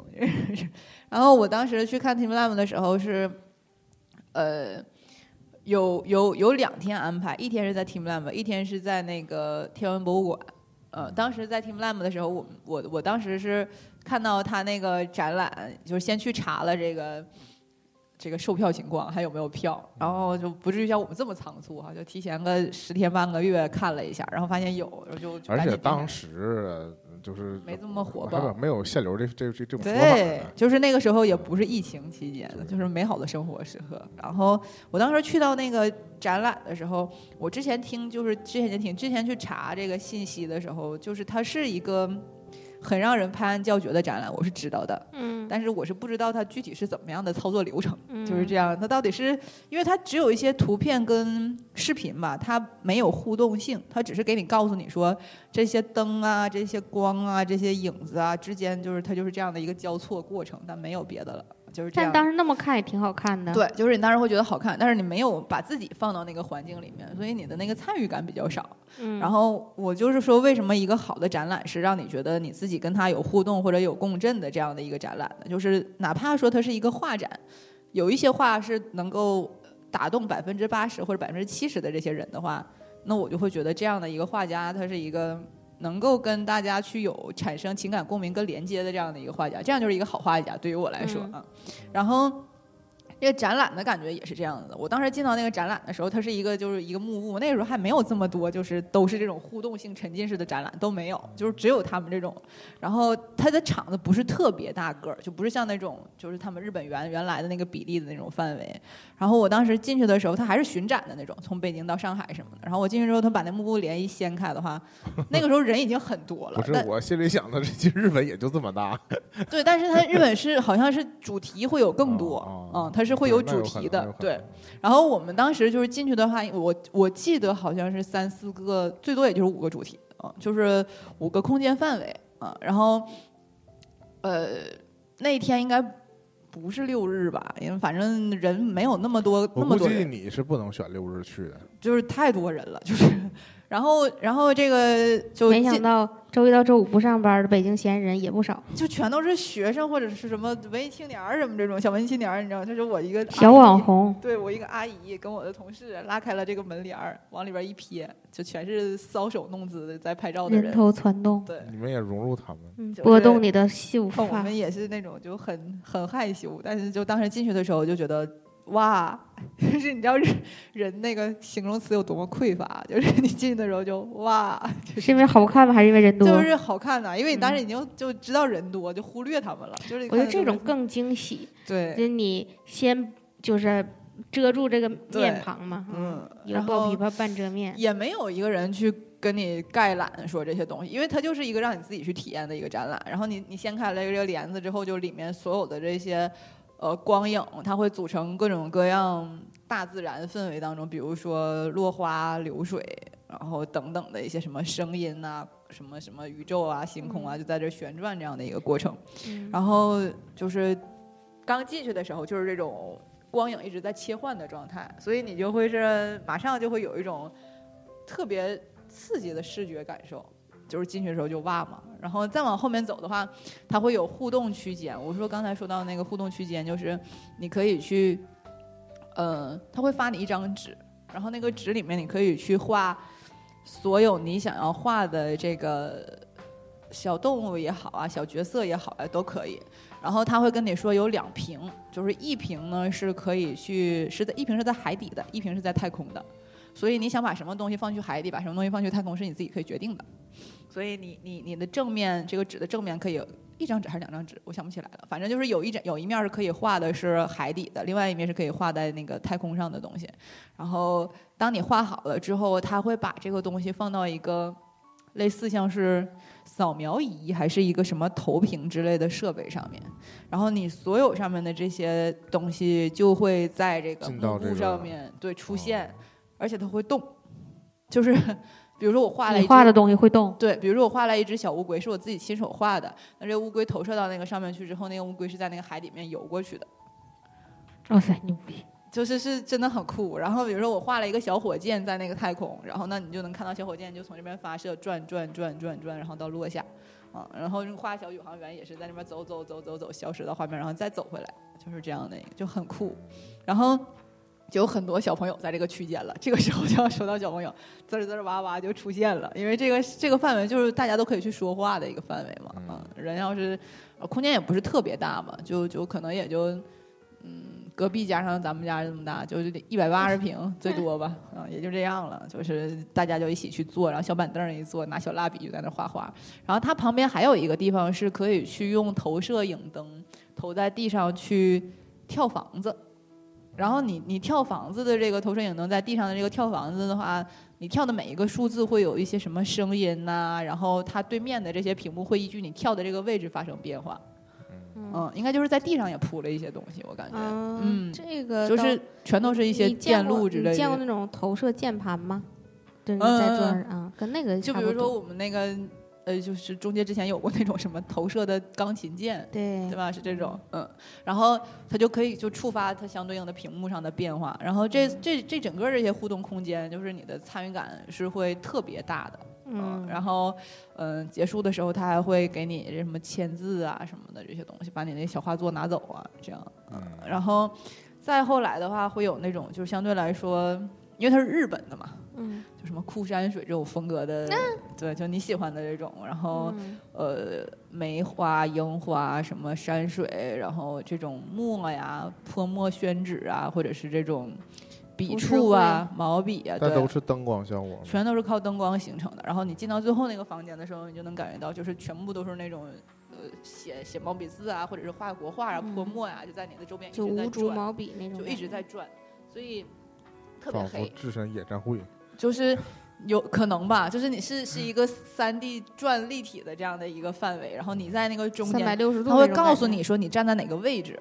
[SPEAKER 3] 然后我当时去看 Team Lab 的时候是，呃，有有有两天安排，一天是在 Team Lab，一天是在那个天文博物馆。呃，当时在 Team Lab 的时候，我们我我当时是看到他那个展览，就是先去查了这个。这个售票情况还有没有票？然后就不至于像我们这么仓促哈、就提前个十天半个月看了一下，然后发现有，然后就就
[SPEAKER 1] 而
[SPEAKER 3] 赶
[SPEAKER 1] 且
[SPEAKER 3] 紧订
[SPEAKER 1] 当时就是
[SPEAKER 3] 没这么火
[SPEAKER 1] 还
[SPEAKER 3] 爆
[SPEAKER 1] 有没有限流这这这这种说法
[SPEAKER 3] 对
[SPEAKER 1] 呢，。
[SPEAKER 3] 就是那个时候也不是疫情期间
[SPEAKER 1] 是，
[SPEAKER 3] 就是美好的生活时刻。然后我当时去到那个展览的时候，我之前听就是之前也听之前去查这个信息的时候，就是它是一个很让人拍案叫绝的展览，我是知道的，
[SPEAKER 2] 嗯，
[SPEAKER 3] 但是我是不知道它具体是怎么样的操作流程。
[SPEAKER 2] 嗯
[SPEAKER 3] 就是这样，它到底是因为它只有一些图片跟视频吧，它没有互动性，它只是给你告诉你说这些灯啊、这些光啊、这些影子啊之间，就是它就是这样的一个交错过程，但没有别的了，就是这
[SPEAKER 2] 但
[SPEAKER 3] 样。
[SPEAKER 2] 当时那么看也挺好看的，，
[SPEAKER 3] 对，就是你当时会觉得好看，但是你没有把自己放到那个环境里面，所以你的那个参与感比较少。
[SPEAKER 2] 嗯，
[SPEAKER 3] 然后我就是说，为什么一个好的展览是让你觉得你自己跟它有互动或者有共振的这样的一个展览呢？就是哪怕说它是一个画展，有一些画是能够打动百分之八十或者百分之七十的这些人的话，那我就会觉得这样的一个画家，他是一个能够跟大家去有产生情感共鸣跟连接的这样的一个画家，这样就是一个好画家，对于我来说
[SPEAKER 2] 嗯
[SPEAKER 3] 啊啊。然后这个展览的感觉也是这样子的。我当时进到那个展览的时候，它是一个就是一个幕布，那个时候还没有这么多，就是都是这种互动性沉浸式的展览都没有，就是只有他们这种。然后它的场子不是特别大个儿，就不是像那种就是他们日本原原来的那个比例的那种范围。然后我当时进去的时候，它还是巡展的那种，从北京到上海什么的。然后我进去之后，他把那幕布帘一掀开的话，那个时候人已经很多了。
[SPEAKER 1] 不是
[SPEAKER 3] 但
[SPEAKER 1] 我心里想的，这其实日本也就这么大，
[SPEAKER 3] 对，但是它日本是好像是主题会有更多，
[SPEAKER 1] 哦哦
[SPEAKER 3] 嗯，它是会有主题的，对。然后我们当时就是进去的话，我我记得好像是三四个，最多也就是五个主题啊、就是五个空间范围啊。然后，呃，那天应该不是六日吧，因为反正人没有那么多，那
[SPEAKER 1] 我
[SPEAKER 3] 么
[SPEAKER 1] 估
[SPEAKER 3] 多
[SPEAKER 1] 计
[SPEAKER 3] 人，
[SPEAKER 1] 你是不能选六日去的，
[SPEAKER 3] 就是太多人了，就是。然后，然后这个就啊
[SPEAKER 2] 没
[SPEAKER 3] 进
[SPEAKER 2] 想到周一到周五不上班的北京闲人也不少，
[SPEAKER 3] 就全都是学生或者是什么文艺青年儿什么这种小文艺青年儿，你知道吗，就是我一个
[SPEAKER 2] 小
[SPEAKER 3] 阿姨
[SPEAKER 2] 网红。
[SPEAKER 3] 对我一个阿姨跟我的同事拉开了这个门帘儿，往里边一瞥，就全是搔首弄姿的在拍照的
[SPEAKER 2] 人
[SPEAKER 3] 人。
[SPEAKER 2] 头攒动，
[SPEAKER 3] 对，
[SPEAKER 1] 你们也融入他们。
[SPEAKER 2] 嗯
[SPEAKER 3] 就是
[SPEAKER 2] 拨动你的秀
[SPEAKER 3] 我
[SPEAKER 2] 发。
[SPEAKER 3] 们也是那种就很很害羞，但是就当时进去的时候就觉得哇， 就是你知道人人那个形容词有多么匮乏，啊就是你进去的时候就哇，
[SPEAKER 2] 是因为好看吗？还是因为人多？
[SPEAKER 3] 就是好看呐、因为你当时
[SPEAKER 2] 嗯
[SPEAKER 3] 已经就知道人多，就忽略他们了。就是你
[SPEAKER 2] 我觉得
[SPEAKER 3] 看
[SPEAKER 2] 这
[SPEAKER 3] 到
[SPEAKER 2] 种
[SPEAKER 3] 他们
[SPEAKER 2] 更惊喜，
[SPEAKER 3] 对，
[SPEAKER 2] 就你先就是遮住这个
[SPEAKER 3] 对
[SPEAKER 2] 面庞嘛，
[SPEAKER 3] 嗯
[SPEAKER 2] 有
[SPEAKER 3] 然
[SPEAKER 2] 爆琵
[SPEAKER 3] 后
[SPEAKER 2] 琶半遮面，
[SPEAKER 3] 也没有一个人去跟你概览说这些东西，因为它就是一个让你自己去体验的一个展览。然后你你掀开了这个帘子之后，就里面所有的这些呃光影，它会组成各种各样大自然氛围当中，比如说落花流水，然后等等的一些什么声音呐、什么什么宇宙啊、星空啊，就在这旋转这样的一个过程。
[SPEAKER 2] 嗯
[SPEAKER 3] 然后就是刚进去的时候，就是这种光影一直在切换的状态，所以你就会是马上就会有一种特别刺激的视觉感受。就是进去的时候就哇嘛，然后再往后面走的话，它会有互动区间。我说刚才说到那个互动区间，就是你可以去，呃，他会发你一张纸，然后那个纸里面你可以去画所有你想要画的这个小动物也好啊，小角色也好啊，都可以。然后他会跟你说有两瓶，就是一瓶呢是可以去是在一瓶是在海底的，一瓶是在太空的。所以你想把什么东西放去海底，把什么东西放去太空，是你自己可以决定的。所以你你你的正面这个纸的正面可以一张纸还是两张纸，我想不起来了。反正就是有一张有一面是可以画的是海底的，另外一面是可以画在那个太空上的东西。然后当你画好了之后，他会把这个东西放到一个类似像是扫描仪还是一个什么投屏之类的设备上面，然后你所有上面的这些东西就会在这个
[SPEAKER 1] 进到
[SPEAKER 3] 幕
[SPEAKER 1] 这
[SPEAKER 3] 布
[SPEAKER 1] 个
[SPEAKER 3] 上面对出现，而且它会动，就是比如说我画了一
[SPEAKER 2] 你
[SPEAKER 3] 只
[SPEAKER 2] 画的东西会动，
[SPEAKER 3] 对，比如说我画了一只小乌龟，是我自己亲手画的。那这乌龟投射到那个上面去之后，那个乌龟是在那个海里面游过去的，
[SPEAKER 2] 哇塞，牛逼！
[SPEAKER 3] 就是是真的很酷。然后比如说我画了一个小火箭在那个太空，然后那你就能看到小火箭就从这边发射，转转转转转，然后到落下。啊，然后画小宇航员也是在那边走走走走走，消失到画面，然后再走回来，就是这样的一个，就很酷。然后就有很多小朋友在这个区间了，这个时候就要说到小朋友，滋儿滋儿哇哇就出现了，因为这个这个范围就是大家都可以去说话的一个范围嘛。
[SPEAKER 1] 嗯
[SPEAKER 3] 啊，人要是呃空间也不是特别大嘛，就就可能也就嗯隔壁加上咱们家这么大，就是一百八十平最多吧，啊也就这样了。就是大家就一起去坐，然后小板凳儿一坐，拿小蜡笔就在那儿画画。然后它旁边还有一个地方是可以去用投射影灯投在地上去跳房子。然后你你跳房子的这个投射影灯在地上的这个跳房子的话，你跳的每一个数字会有一些什么声音呐、然后它对面的这些屏幕会依据你跳的这个位置发生变化。嗯，应该就是在地上也铺了一些东西，我感觉，嗯
[SPEAKER 2] 啊这个
[SPEAKER 3] 就是全都是一
[SPEAKER 2] 一
[SPEAKER 3] 些电路之类的。
[SPEAKER 2] 你见过那种投射键盘吗？就是
[SPEAKER 3] 嗯
[SPEAKER 2] 在
[SPEAKER 3] 嗯
[SPEAKER 2] 桌上
[SPEAKER 3] 嗯
[SPEAKER 2] 啊，跟那个
[SPEAKER 3] 就
[SPEAKER 2] 差
[SPEAKER 3] 比
[SPEAKER 2] 不
[SPEAKER 3] 如说
[SPEAKER 2] 多
[SPEAKER 3] 我们那个呃，就是中介之前有过那种什么投射的钢琴键，
[SPEAKER 2] 对
[SPEAKER 3] 对吧？是这种，嗯，然后它就可以就触发它相对应的屏幕上的变化，然后
[SPEAKER 2] 嗯
[SPEAKER 3] 这这这整个这些互动空间，就是你的参与感是会特别大的，
[SPEAKER 2] 嗯，
[SPEAKER 3] 然后嗯、结束的时候他还会给你这什么签字啊什么的这些东西，把你那小画作拿走啊，这样，
[SPEAKER 1] 嗯，
[SPEAKER 3] 然后再后来的话，会有那种就是相对来说，因为它是日本的嘛，
[SPEAKER 2] 嗯
[SPEAKER 3] 就什么枯山水这种风格的，对，就你喜欢的这种，然后
[SPEAKER 2] 嗯
[SPEAKER 3] 呃，梅花、樱花，什么山水，然后这种墨呀、泼墨宣纸啊，或者是这种笔
[SPEAKER 2] 浮世
[SPEAKER 3] 触啊、毛笔啊，
[SPEAKER 1] 但
[SPEAKER 3] 对
[SPEAKER 1] 都，是灯光效果吗，
[SPEAKER 3] 全都是靠灯光形成的。然后你进到最后那个房间的时候，你就能感觉到，就是全部都是那种呃写写毛笔字啊，或者是画国画啊、
[SPEAKER 2] 嗯
[SPEAKER 3] 泼墨啊，就在你的周边一
[SPEAKER 2] 就
[SPEAKER 3] 直在
[SPEAKER 2] 无竹
[SPEAKER 3] 转，
[SPEAKER 2] 毛笔那种
[SPEAKER 3] 就
[SPEAKER 2] 感觉，
[SPEAKER 3] 一直在转，所以特别
[SPEAKER 1] 仿佛
[SPEAKER 3] 黑。
[SPEAKER 1] 置身野战会。
[SPEAKER 3] 就是有可能吧，就是你是是一个三 D 转立体的这样的一个范围，然后你在那个中
[SPEAKER 2] 三百
[SPEAKER 3] 间，
[SPEAKER 2] 六十度，
[SPEAKER 3] 他会告诉，你说你站在哪个位置。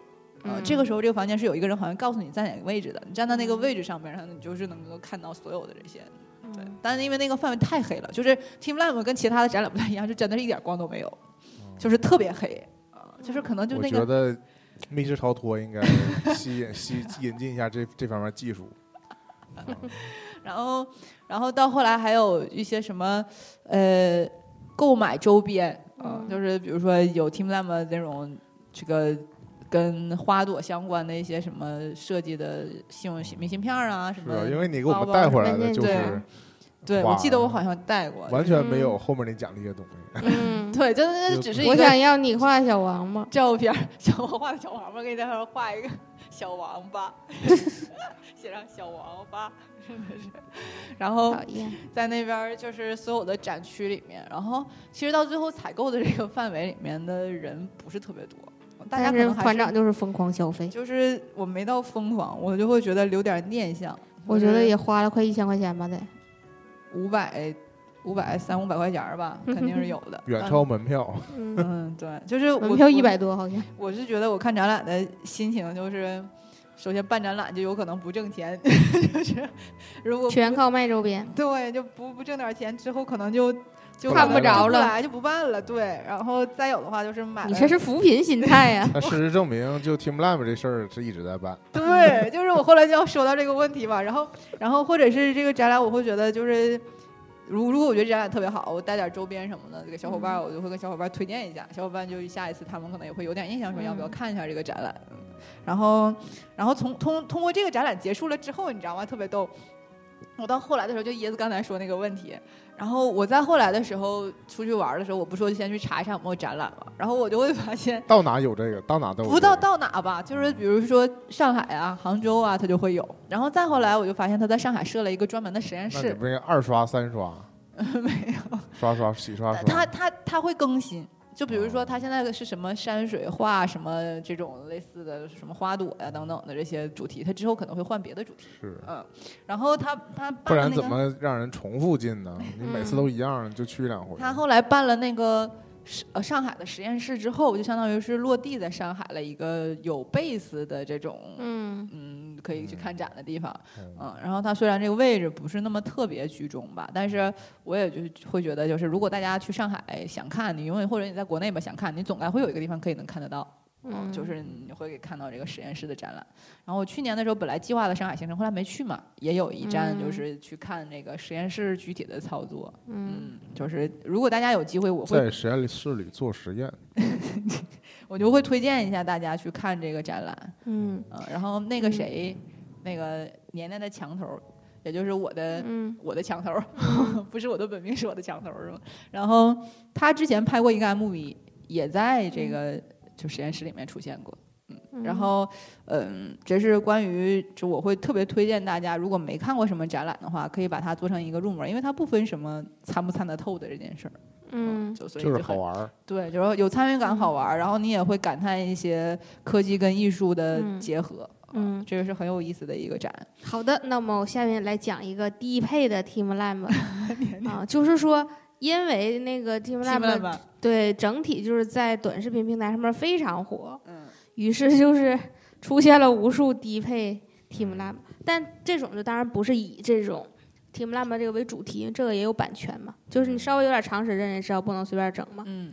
[SPEAKER 3] 啊、
[SPEAKER 2] 嗯
[SPEAKER 3] 这个时候这个房间是有一个人好像告诉你在哪个位置的，你站在那个位置上面，然后你就是能够看到所有的这些。
[SPEAKER 2] 嗯
[SPEAKER 3] 对，但是因为那个范围太黑了，就是 Team Lab 跟其他的展览不太一样，就真的是一点光都没有，
[SPEAKER 1] 嗯
[SPEAKER 3] 就是特别黑。啊，就是可能就
[SPEAKER 1] 我
[SPEAKER 3] 那
[SPEAKER 1] 觉
[SPEAKER 3] 个
[SPEAKER 1] 得 密室逃脱应 该吸引吸引进一下这这方面技术。啊
[SPEAKER 3] 然后，然后到后来还有一些什么，呃，购买周边，啊
[SPEAKER 2] 嗯
[SPEAKER 3] 就是比如说有 Team Lab 的那种这个跟花朵相关的一些什么设计的信用明信片儿啊什
[SPEAKER 1] 是
[SPEAKER 3] 么
[SPEAKER 1] 啊，。因为你给我
[SPEAKER 3] 包
[SPEAKER 1] 们
[SPEAKER 3] 包
[SPEAKER 1] 带
[SPEAKER 3] 什
[SPEAKER 1] 回
[SPEAKER 2] 么
[SPEAKER 1] 来的
[SPEAKER 2] 那
[SPEAKER 1] 就
[SPEAKER 3] 种
[SPEAKER 1] 是
[SPEAKER 3] 对，
[SPEAKER 1] 花
[SPEAKER 3] 我记得我好像带过。
[SPEAKER 1] 完
[SPEAKER 3] 就是
[SPEAKER 1] 全没有后面你讲这些东西。
[SPEAKER 2] 嗯，
[SPEAKER 3] 对，真的只是一
[SPEAKER 2] 我
[SPEAKER 3] 个
[SPEAKER 2] 想要你画小王八，
[SPEAKER 3] 照片儿，小我画的小王八，给你在那画一个小王八， 写上小王八，真的是。然后
[SPEAKER 2] 讨厌，
[SPEAKER 3] 在那边儿就是所有的展区里面，然后其实到最后采购的这个范围里面的人不是特别多，大家
[SPEAKER 2] 但
[SPEAKER 3] 可
[SPEAKER 2] 是
[SPEAKER 3] 能还嗯
[SPEAKER 2] 团长就是疯狂消费，
[SPEAKER 3] 就是我没到疯狂，我就会觉得留点念想。
[SPEAKER 2] 我觉得也花了快一千块钱吧得，
[SPEAKER 3] 五百、五百三五百块钱儿吧，肯 定是有的。
[SPEAKER 1] 远超门 票，
[SPEAKER 2] 嗯，
[SPEAKER 3] 嗯，对，就是我
[SPEAKER 2] 门票一。
[SPEAKER 3] 我
[SPEAKER 2] 百多好像，
[SPEAKER 3] 我是觉得我看展览的心情就是，首先办展览就有可能不挣钱， 就是如果
[SPEAKER 2] 全靠卖周边，
[SPEAKER 3] 对，就不不挣点钱之后，可能就就
[SPEAKER 1] 看不着
[SPEAKER 3] 就
[SPEAKER 2] 了
[SPEAKER 3] 来就不办了。对，然后再有的话就是买了，
[SPEAKER 2] 你这是扶贫心态呀、
[SPEAKER 1] 但事实证明，就 Team Lab 这事儿是一直在 办。
[SPEAKER 3] 对，就是我后来就要说到这个问题吧。然后，然后或者是这个展览，我会觉得就是。如如果我觉得展览特别好，我带点周边什么的给小伙伴儿，我就会跟小伙伴儿推荐一下，小伙伴就下一次他们可能也会有点印象，说要不要
[SPEAKER 2] 嗯
[SPEAKER 3] 看一下这个展览。嗯然后，然后从通通过这个展览结束了之后，你知道吗？特别逗。我到后来的时候，就椰子刚才说那个问题，然后我在后来的时候出去玩儿的时候，我不说先去查一下有没有展览嘛，然后我就会发现
[SPEAKER 1] 到哪有这个，到哪都有
[SPEAKER 3] 不
[SPEAKER 1] 这
[SPEAKER 3] 到
[SPEAKER 1] 个
[SPEAKER 3] 到哪吧，就是比如说上海啊、杭州啊，它就会有。然后再后来，我就发现他在上海设了一个专门的实验
[SPEAKER 1] 那你
[SPEAKER 3] 室，
[SPEAKER 1] 不应该二刷三刷，
[SPEAKER 3] 没有，
[SPEAKER 1] 刷刷洗刷
[SPEAKER 3] 他
[SPEAKER 1] 刷，
[SPEAKER 3] 他他会更新。就比如说，他现在是什么山水画，什么这种类似的，什么花朵呀、等等的这些主题，他之后可能会换别的主题，
[SPEAKER 1] 是，
[SPEAKER 3] 嗯。然后他他
[SPEAKER 1] 不
[SPEAKER 3] 办了
[SPEAKER 1] 然
[SPEAKER 3] 那
[SPEAKER 1] 怎
[SPEAKER 3] 个，
[SPEAKER 1] 么让人重复进 呢？你每次都一样，你就去两回。
[SPEAKER 3] 他后来办了那个实呃上海的实验室之后，就相当于是落地在上海了一个有贝斯的这种
[SPEAKER 2] 嗯，
[SPEAKER 3] 嗯，可以去看展的地方。
[SPEAKER 1] 嗯
[SPEAKER 3] 嗯，然后它虽然这个位置不是那么特别居中吧，但是我也就会觉得，就是如果大家去上海想看，你永远或者你在国内吧想看，你总该会有一个地方可以能看得到。
[SPEAKER 2] 嗯
[SPEAKER 3] 哦就是你会给看到这个实验室的展览。然后我去年的时候本来计划了上海行程，后来没去嘛，也有一站就是去看那个实验室具体的操作。
[SPEAKER 2] 嗯，
[SPEAKER 3] 嗯，就是如果大家有机会，我会
[SPEAKER 1] 在实验室里做实验，
[SPEAKER 3] 我就会推荐一下大家去看这个展览。
[SPEAKER 2] 嗯
[SPEAKER 3] 嗯，然后那个谁，那个年年的墙头儿，也就是我的、
[SPEAKER 2] 嗯
[SPEAKER 3] 我的墙头儿， 不是我的本命，是我的墙头儿是吗？然后他之前拍过一个 MV，也在这个就实验室里面出现过。
[SPEAKER 2] 嗯，
[SPEAKER 3] 然后，嗯，这是关于就我会特别推荐大家，如果没看过什么展览的话，可以把它做成一个入门儿，因为它不分什么参不参得透的这件事儿。
[SPEAKER 2] 嗯
[SPEAKER 3] 就所以
[SPEAKER 1] 就是
[SPEAKER 3] 很
[SPEAKER 1] 好玩儿。
[SPEAKER 3] 对，就是有参与感，好玩儿，然后你也会感叹一些科技跟艺术的
[SPEAKER 2] 嗯
[SPEAKER 3] 结合，啊
[SPEAKER 2] 嗯。
[SPEAKER 3] 这个是很有意思的一个展。
[SPEAKER 2] 好的，那么我下面来讲一个低配的 Team Lab 啊，就是说，因为那个 Team
[SPEAKER 3] 基本
[SPEAKER 2] Lab
[SPEAKER 3] 吧，
[SPEAKER 2] 对整体就是在短视频平台上面非常火，
[SPEAKER 3] 嗯，
[SPEAKER 2] 于是就是出现了无数低配 Team Lab，但这种就当然不是以这种 Team Lab 这个为主题，因为这个也有版权嘛，就是你稍微有点常识的人也知道不能随便整嘛，
[SPEAKER 3] 嗯，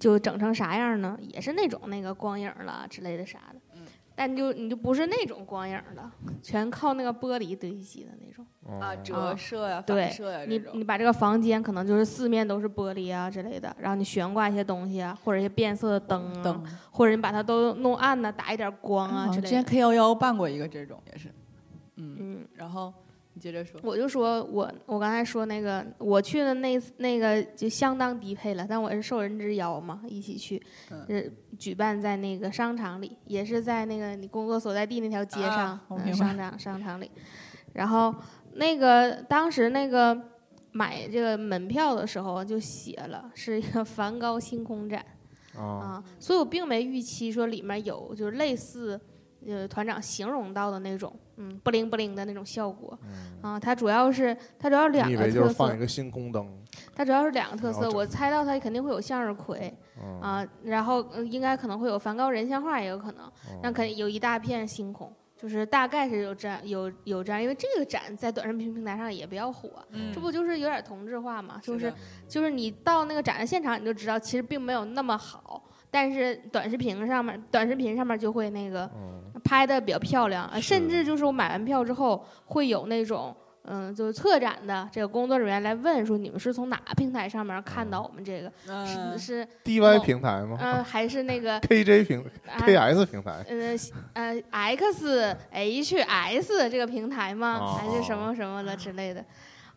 [SPEAKER 2] 就整成啥样呢？也是那种那个光影儿了之类的啥的，
[SPEAKER 3] 嗯
[SPEAKER 2] 但就你就不是那种光影儿了，全靠那个玻璃堆积的那种。
[SPEAKER 3] 啊，
[SPEAKER 1] 嗯
[SPEAKER 3] 折射呀、
[SPEAKER 2] 对
[SPEAKER 3] 反射呀这
[SPEAKER 2] 你
[SPEAKER 3] 种，
[SPEAKER 2] 你把这个房间可能就是四面都是玻璃啊之类的，然后你悬挂一些东西啊，或者一些变色的灯啊，
[SPEAKER 3] 灯
[SPEAKER 2] 或者你把它都弄暗呐，打一点光啊之
[SPEAKER 3] 哦之
[SPEAKER 2] 类
[SPEAKER 3] 前
[SPEAKER 2] 的。
[SPEAKER 3] K 幺幺办过一个这种也是，嗯，
[SPEAKER 2] 嗯，
[SPEAKER 3] 然后你接着说。
[SPEAKER 2] 我就说我我刚才说那个我去的那那个就相当低配了，但我是受人之邀嘛，一起去，
[SPEAKER 3] 嗯
[SPEAKER 2] 是举办在那个商场里，也是在那个你工作所在地那条街上，
[SPEAKER 3] 啊我
[SPEAKER 2] 嗯
[SPEAKER 3] 明白
[SPEAKER 2] 商场商场里。然后那个当时那个买这个门票的时候就写了是一个梵高星空展。
[SPEAKER 1] 啊，
[SPEAKER 2] 啊，所以我并没预期说里面有就是类似呃团长形容到的那种嗯不灵不灵的那种效果
[SPEAKER 1] 嗯
[SPEAKER 2] 啊，它主要是它主要两
[SPEAKER 1] 你以
[SPEAKER 2] 个
[SPEAKER 1] 为就
[SPEAKER 2] 特
[SPEAKER 1] 是放
[SPEAKER 2] 色
[SPEAKER 1] 一，个星空灯
[SPEAKER 2] 它主要是两个特
[SPEAKER 1] 然后
[SPEAKER 2] 色，
[SPEAKER 1] 整
[SPEAKER 2] 我猜到它肯定会有向日葵
[SPEAKER 1] 啊，
[SPEAKER 2] 啊，然后呃应该可能会有梵高人像画也有可
[SPEAKER 1] 哦
[SPEAKER 2] 能，那肯
[SPEAKER 1] 以
[SPEAKER 2] 定有一大片星空。就是大概是有这样有有这样，因为这个展在短视频平台上也比较火，
[SPEAKER 1] 嗯
[SPEAKER 2] 这不就是有点同质化嘛？就是是
[SPEAKER 3] 的
[SPEAKER 2] 就是你到那个展的现场，你就知道其实并没有那么好，但是短视频上面，短视频上面就会那个
[SPEAKER 1] 嗯
[SPEAKER 2] 拍的比较漂亮，呃
[SPEAKER 1] 是
[SPEAKER 2] 甚至就是我买完票之后，会有那种嗯，就是策展的这个工作人员来问说，你们是从哪个平台上面看到我们这个？是
[SPEAKER 3] 嗯，
[SPEAKER 2] 是
[SPEAKER 1] ，DY
[SPEAKER 2] 哦
[SPEAKER 1] 平台吗
[SPEAKER 2] 嗯，还是那个
[SPEAKER 1] ？KJ 平
[SPEAKER 2] 啊
[SPEAKER 1] KS 平台
[SPEAKER 2] 呃呃 X H S 这个平台吗？
[SPEAKER 1] 哦
[SPEAKER 2] 还是什么什么的之类的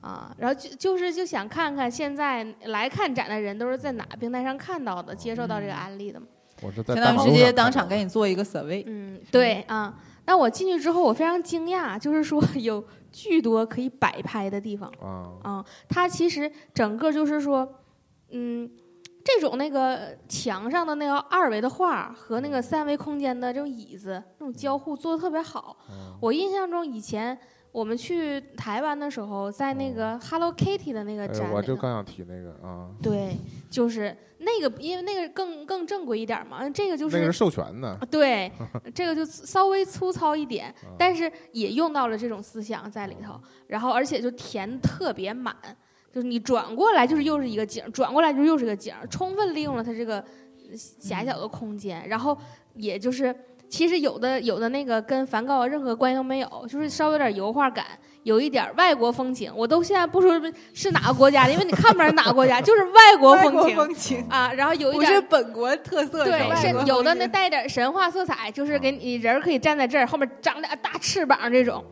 [SPEAKER 2] 啊？然后就就是就想看看现在来看展的人都是在哪平台上看到的，接受到这个案例的嘛？
[SPEAKER 1] 我是在
[SPEAKER 3] 相
[SPEAKER 1] 大
[SPEAKER 3] 当
[SPEAKER 1] 马
[SPEAKER 3] 于
[SPEAKER 1] 路
[SPEAKER 3] 直接
[SPEAKER 1] 上
[SPEAKER 3] 当
[SPEAKER 1] 看
[SPEAKER 3] 场
[SPEAKER 1] 到的
[SPEAKER 3] 给你做一个 survey，
[SPEAKER 2] 嗯，对啊。那我进去之后，我非常惊讶，就是说有巨多可以摆拍的地方
[SPEAKER 1] 啊，
[SPEAKER 2] 啊。它其实整个就是说，嗯。这种那个墙上的那个二维的画儿和那个三维空间的这种椅子，这种交互做的特别好，
[SPEAKER 1] 嗯
[SPEAKER 2] 我印象中以前我们去台湾的时候，在那个 Hello Kitty 的那个
[SPEAKER 1] 嗯哎
[SPEAKER 2] 展，
[SPEAKER 1] 我
[SPEAKER 2] 里
[SPEAKER 1] 就
[SPEAKER 2] 头，
[SPEAKER 1] 刚想提那个啊，
[SPEAKER 2] 对，就是那个，因为那个更更正规一点嘛，这个就
[SPEAKER 1] 那
[SPEAKER 2] 是
[SPEAKER 1] 个是授权的，
[SPEAKER 2] 对，这个就稍微粗糙一点，
[SPEAKER 1] 啊
[SPEAKER 2] 但是也用到了这种思想在里头，然后而且就填得特别满，就是你转过来就是又是一个景儿，转过来就是又是一个景儿，充分利用了它这个狭小的空间，然后也就是。其实有的有的那个跟梵高任何关系都没有，就是稍微有点油画感，有一点儿外国风情。我都现在不说是是哪个国家的，因为你看不出来是哪个国家，就是外国
[SPEAKER 3] 外
[SPEAKER 2] 风
[SPEAKER 3] 国
[SPEAKER 2] 情
[SPEAKER 3] 风 情，
[SPEAKER 2] 啊。然后有一
[SPEAKER 3] 不
[SPEAKER 2] 点儿
[SPEAKER 3] 是本国特色，是
[SPEAKER 2] 对，
[SPEAKER 3] 外
[SPEAKER 2] 甚
[SPEAKER 3] 国
[SPEAKER 2] 至有的
[SPEAKER 3] 风
[SPEAKER 2] 那
[SPEAKER 3] 情
[SPEAKER 2] 带点神话色彩，就是给你人儿可以站在这儿，后面长俩大翅膀这种，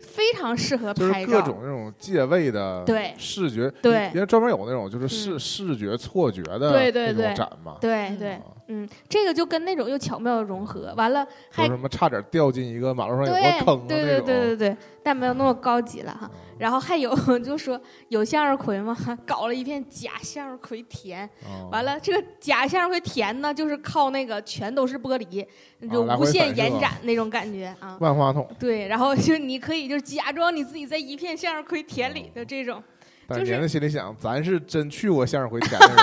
[SPEAKER 2] 非常适合
[SPEAKER 1] 就是
[SPEAKER 2] 拍
[SPEAKER 1] 各
[SPEAKER 2] 照
[SPEAKER 1] 种。那种借位的
[SPEAKER 2] 对
[SPEAKER 1] 视觉，
[SPEAKER 2] 对
[SPEAKER 1] 因为专门有那种就是视
[SPEAKER 2] 嗯
[SPEAKER 1] 视觉错觉的
[SPEAKER 2] 对对
[SPEAKER 1] 那种
[SPEAKER 2] 对
[SPEAKER 1] 展嘛，
[SPEAKER 2] 对
[SPEAKER 3] 嗯
[SPEAKER 2] 对
[SPEAKER 1] 啊，
[SPEAKER 2] 嗯，这个就跟那种又巧妙的融合，完了
[SPEAKER 1] 说
[SPEAKER 2] 还
[SPEAKER 1] 什么差点掉进一个马路上有
[SPEAKER 2] 对
[SPEAKER 1] 个坑的
[SPEAKER 2] 对
[SPEAKER 1] 那
[SPEAKER 2] 对对
[SPEAKER 1] 啊种，嗯
[SPEAKER 2] 对对，但没有那么高级了哈
[SPEAKER 1] 啊。
[SPEAKER 2] 然后还有 就说有向日葵吗？搞了一片假向日葵田，
[SPEAKER 1] 啊
[SPEAKER 2] 完了这个假向日葵田呢，就是靠那个全都是玻璃，就
[SPEAKER 1] 来
[SPEAKER 2] 无
[SPEAKER 1] 哦回
[SPEAKER 2] 限
[SPEAKER 1] 反射
[SPEAKER 2] 延展那种感觉啊。
[SPEAKER 1] 万花筒，
[SPEAKER 2] 对，然后就是你可以就是假装你自己在一片向日葵田里的这种，
[SPEAKER 1] 但
[SPEAKER 2] 就是
[SPEAKER 1] 别人心里想，咱是真去过向日葵田的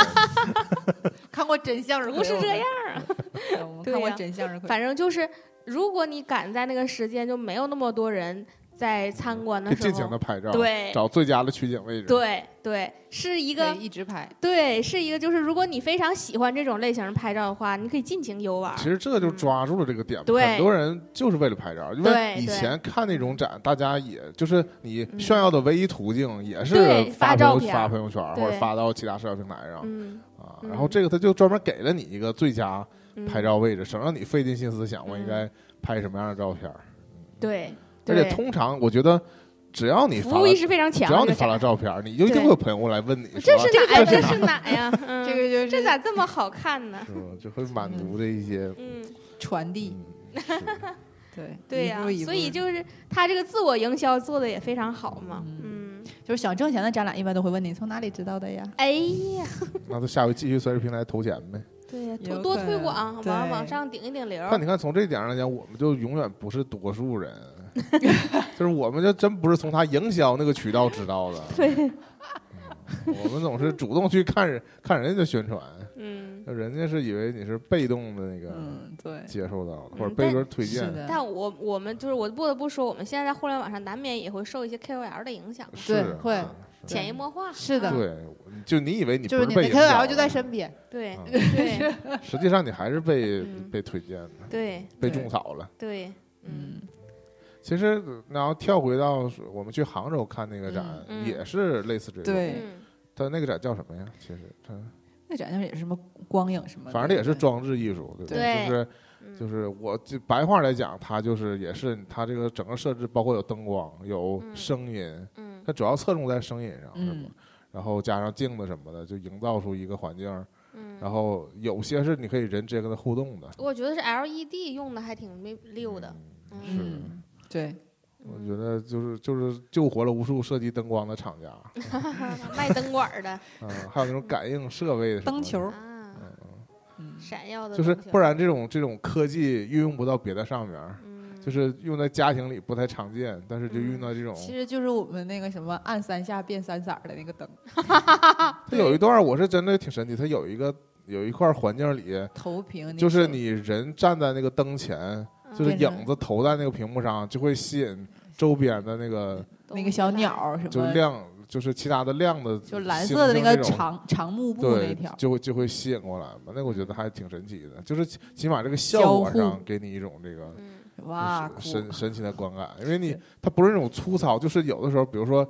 [SPEAKER 1] 人，
[SPEAKER 3] 看过真相是
[SPEAKER 2] 不是这样，
[SPEAKER 3] 我们
[SPEAKER 2] 对
[SPEAKER 3] 看过
[SPEAKER 2] 呀
[SPEAKER 3] 真相是
[SPEAKER 2] 反正就是如果你赶在那个时间，就没有那么多人在参观的
[SPEAKER 1] 就
[SPEAKER 2] 时
[SPEAKER 1] 尽情的
[SPEAKER 2] 候，
[SPEAKER 1] 拍照，
[SPEAKER 2] 对
[SPEAKER 1] 找最佳的取景位置，，
[SPEAKER 2] 对对，是一
[SPEAKER 3] 一个
[SPEAKER 2] 个
[SPEAKER 3] 一直拍，
[SPEAKER 2] 对是一个就是如果你非常喜欢这种类型拍照的话，你可以尽情游玩儿
[SPEAKER 1] 其。实这就抓住了这个点嘛，
[SPEAKER 2] 嗯对
[SPEAKER 1] 很多人就是为了拍照，因为
[SPEAKER 2] 对
[SPEAKER 1] 以
[SPEAKER 2] 对嗯
[SPEAKER 1] 前看那种展，大家也就是你炫耀的唯一途径也是
[SPEAKER 2] 对
[SPEAKER 1] 发
[SPEAKER 2] 发
[SPEAKER 1] 朋友
[SPEAKER 2] 照片
[SPEAKER 1] 发朋友圈或者
[SPEAKER 2] 对
[SPEAKER 1] 发到其他社交平台上
[SPEAKER 2] 嗯
[SPEAKER 1] 啊，
[SPEAKER 2] 嗯
[SPEAKER 1] 然后这个他就专门给了你一个最佳
[SPEAKER 2] 嗯，
[SPEAKER 1] 拍照位置，省让你费尽心思想我应
[SPEAKER 2] 嗯
[SPEAKER 1] 该拍什么样的照片儿，
[SPEAKER 2] 对
[SPEAKER 1] 而且
[SPEAKER 2] 对，
[SPEAKER 1] 通常我觉得只要你发
[SPEAKER 2] 服务
[SPEAKER 1] 了
[SPEAKER 2] 意识非常强
[SPEAKER 1] 只要
[SPEAKER 2] 这
[SPEAKER 1] 你
[SPEAKER 2] 个
[SPEAKER 1] 发
[SPEAKER 2] 展。
[SPEAKER 1] 了照片儿，你就一定
[SPEAKER 2] 对
[SPEAKER 1] 会有朋友来问你说，
[SPEAKER 2] 这是哪
[SPEAKER 1] 这
[SPEAKER 2] 呀？这
[SPEAKER 1] 是
[SPEAKER 2] 是哪呀？嗯，
[SPEAKER 3] 这个就是
[SPEAKER 2] 这咋这么好看 呢？
[SPEAKER 1] 是吧？嗯就会满足这一些。
[SPEAKER 2] 嗯。
[SPEAKER 3] 传递，
[SPEAKER 1] 嗯，是
[SPEAKER 3] 对
[SPEAKER 2] 对呀、所以就是他这个自我营销做的也非常好嘛。嗯，
[SPEAKER 3] 就是想挣钱的展览，一般都会问你从哪里知道的呀？
[SPEAKER 2] 哎呀，
[SPEAKER 1] 那就下回继续随着平台投钱呗。
[SPEAKER 2] 对呀，
[SPEAKER 3] 有
[SPEAKER 2] 多多
[SPEAKER 3] 可
[SPEAKER 2] 推
[SPEAKER 3] 能
[SPEAKER 2] 广，
[SPEAKER 3] 对
[SPEAKER 2] 往往上顶一顶流。
[SPEAKER 1] 但你看，从这一点上来讲，我们就永远不是多数 人，就是我们就真不是从他营销那个渠道知道的。对，我们总是主动去看人看人家的宣传，
[SPEAKER 2] 嗯，
[SPEAKER 1] 人家是以为你是被动的那个
[SPEAKER 3] 嗯，对，
[SPEAKER 1] 接受到的，
[SPEAKER 2] 嗯
[SPEAKER 1] 或者被别人推荐。
[SPEAKER 3] 的
[SPEAKER 2] 但我我们就是我不得不说，我们现在在互联网上难免也会受一些 KOL 的影响，
[SPEAKER 1] 是啊
[SPEAKER 3] 对会
[SPEAKER 1] 是
[SPEAKER 3] 对
[SPEAKER 2] 潜移默化。
[SPEAKER 3] 是的
[SPEAKER 2] 啊
[SPEAKER 1] 对，就你以为你不
[SPEAKER 3] 就是你的
[SPEAKER 1] 被营销的
[SPEAKER 3] KOL 就在身边，
[SPEAKER 2] 对
[SPEAKER 1] 啊
[SPEAKER 2] 对
[SPEAKER 1] 实际上你还是被、
[SPEAKER 2] 嗯
[SPEAKER 1] 被推荐 的，
[SPEAKER 2] 对
[SPEAKER 1] 被
[SPEAKER 3] 对
[SPEAKER 1] 种草了。
[SPEAKER 2] 对，嗯，
[SPEAKER 1] 其实，呃然后跳回到我们去杭州看那个展，
[SPEAKER 2] 嗯嗯
[SPEAKER 1] 也是类似这种。
[SPEAKER 3] 对
[SPEAKER 2] 嗯，
[SPEAKER 1] 他那个展叫什么呀？其实他
[SPEAKER 3] 那展厅也是什么光影什么的，
[SPEAKER 1] 反正也是装置艺术，对吧？
[SPEAKER 2] 对
[SPEAKER 1] 就是
[SPEAKER 2] 嗯
[SPEAKER 1] 就是我就白话来讲，它就是也是它这个整个设置，包括有灯光、有
[SPEAKER 2] 嗯
[SPEAKER 1] 声音，
[SPEAKER 2] 嗯
[SPEAKER 1] 它主要侧重在声音上，是吗
[SPEAKER 3] 嗯？
[SPEAKER 1] 然后加上镜子什么的，就营造出一个环境。
[SPEAKER 2] 嗯，
[SPEAKER 1] 然后有些是你可以人直接跟它互动的，
[SPEAKER 2] 我觉得是 LED 用的还挺溜溜的，
[SPEAKER 1] 嗯
[SPEAKER 2] 嗯
[SPEAKER 1] 是。
[SPEAKER 3] 嗯，对，
[SPEAKER 1] 我觉得就是就是救活了无数设计灯光的厂家，
[SPEAKER 2] 得啊卖灯管儿的
[SPEAKER 1] 嗯，还有那种感应设备的什么的
[SPEAKER 3] 灯球，
[SPEAKER 2] 啊，
[SPEAKER 3] 嗯，
[SPEAKER 2] 闪耀的
[SPEAKER 1] 就是
[SPEAKER 2] 东西
[SPEAKER 1] 不，然这种这种科技运用不到别的上面儿，
[SPEAKER 2] 嗯，
[SPEAKER 1] 就是用在家庭里不太常见，但是就用到这种。
[SPEAKER 3] 其实嗯就是我们那个什么按三下变三色儿的那个灯，
[SPEAKER 1] 它有一段儿我是真的挺神奇，它有一个有一块环境里，
[SPEAKER 3] 投屏，
[SPEAKER 1] 就是
[SPEAKER 3] 手
[SPEAKER 1] 你人站在那个灯前，
[SPEAKER 2] 嗯
[SPEAKER 1] 就是
[SPEAKER 3] 变成
[SPEAKER 1] 影子投在那个屏幕上，就会吸引周边的那个
[SPEAKER 3] 那个小鸟，儿什
[SPEAKER 1] 就
[SPEAKER 3] 么，
[SPEAKER 1] 亮，就是其他的亮的，
[SPEAKER 3] 就蓝色的那个。长长幕布那
[SPEAKER 1] 对
[SPEAKER 3] 条，，
[SPEAKER 1] 就会就会吸引过来嘛。那个我觉得还挺神奇的，就是起起码这个效果
[SPEAKER 3] 交
[SPEAKER 1] 上
[SPEAKER 3] 互
[SPEAKER 1] 给你一种这个
[SPEAKER 2] 嗯
[SPEAKER 3] 哇，
[SPEAKER 1] 就是
[SPEAKER 3] 酷
[SPEAKER 1] 神神奇的观感，因为你
[SPEAKER 3] 是
[SPEAKER 1] 它不是那种粗糙，就是有的时候，比如说，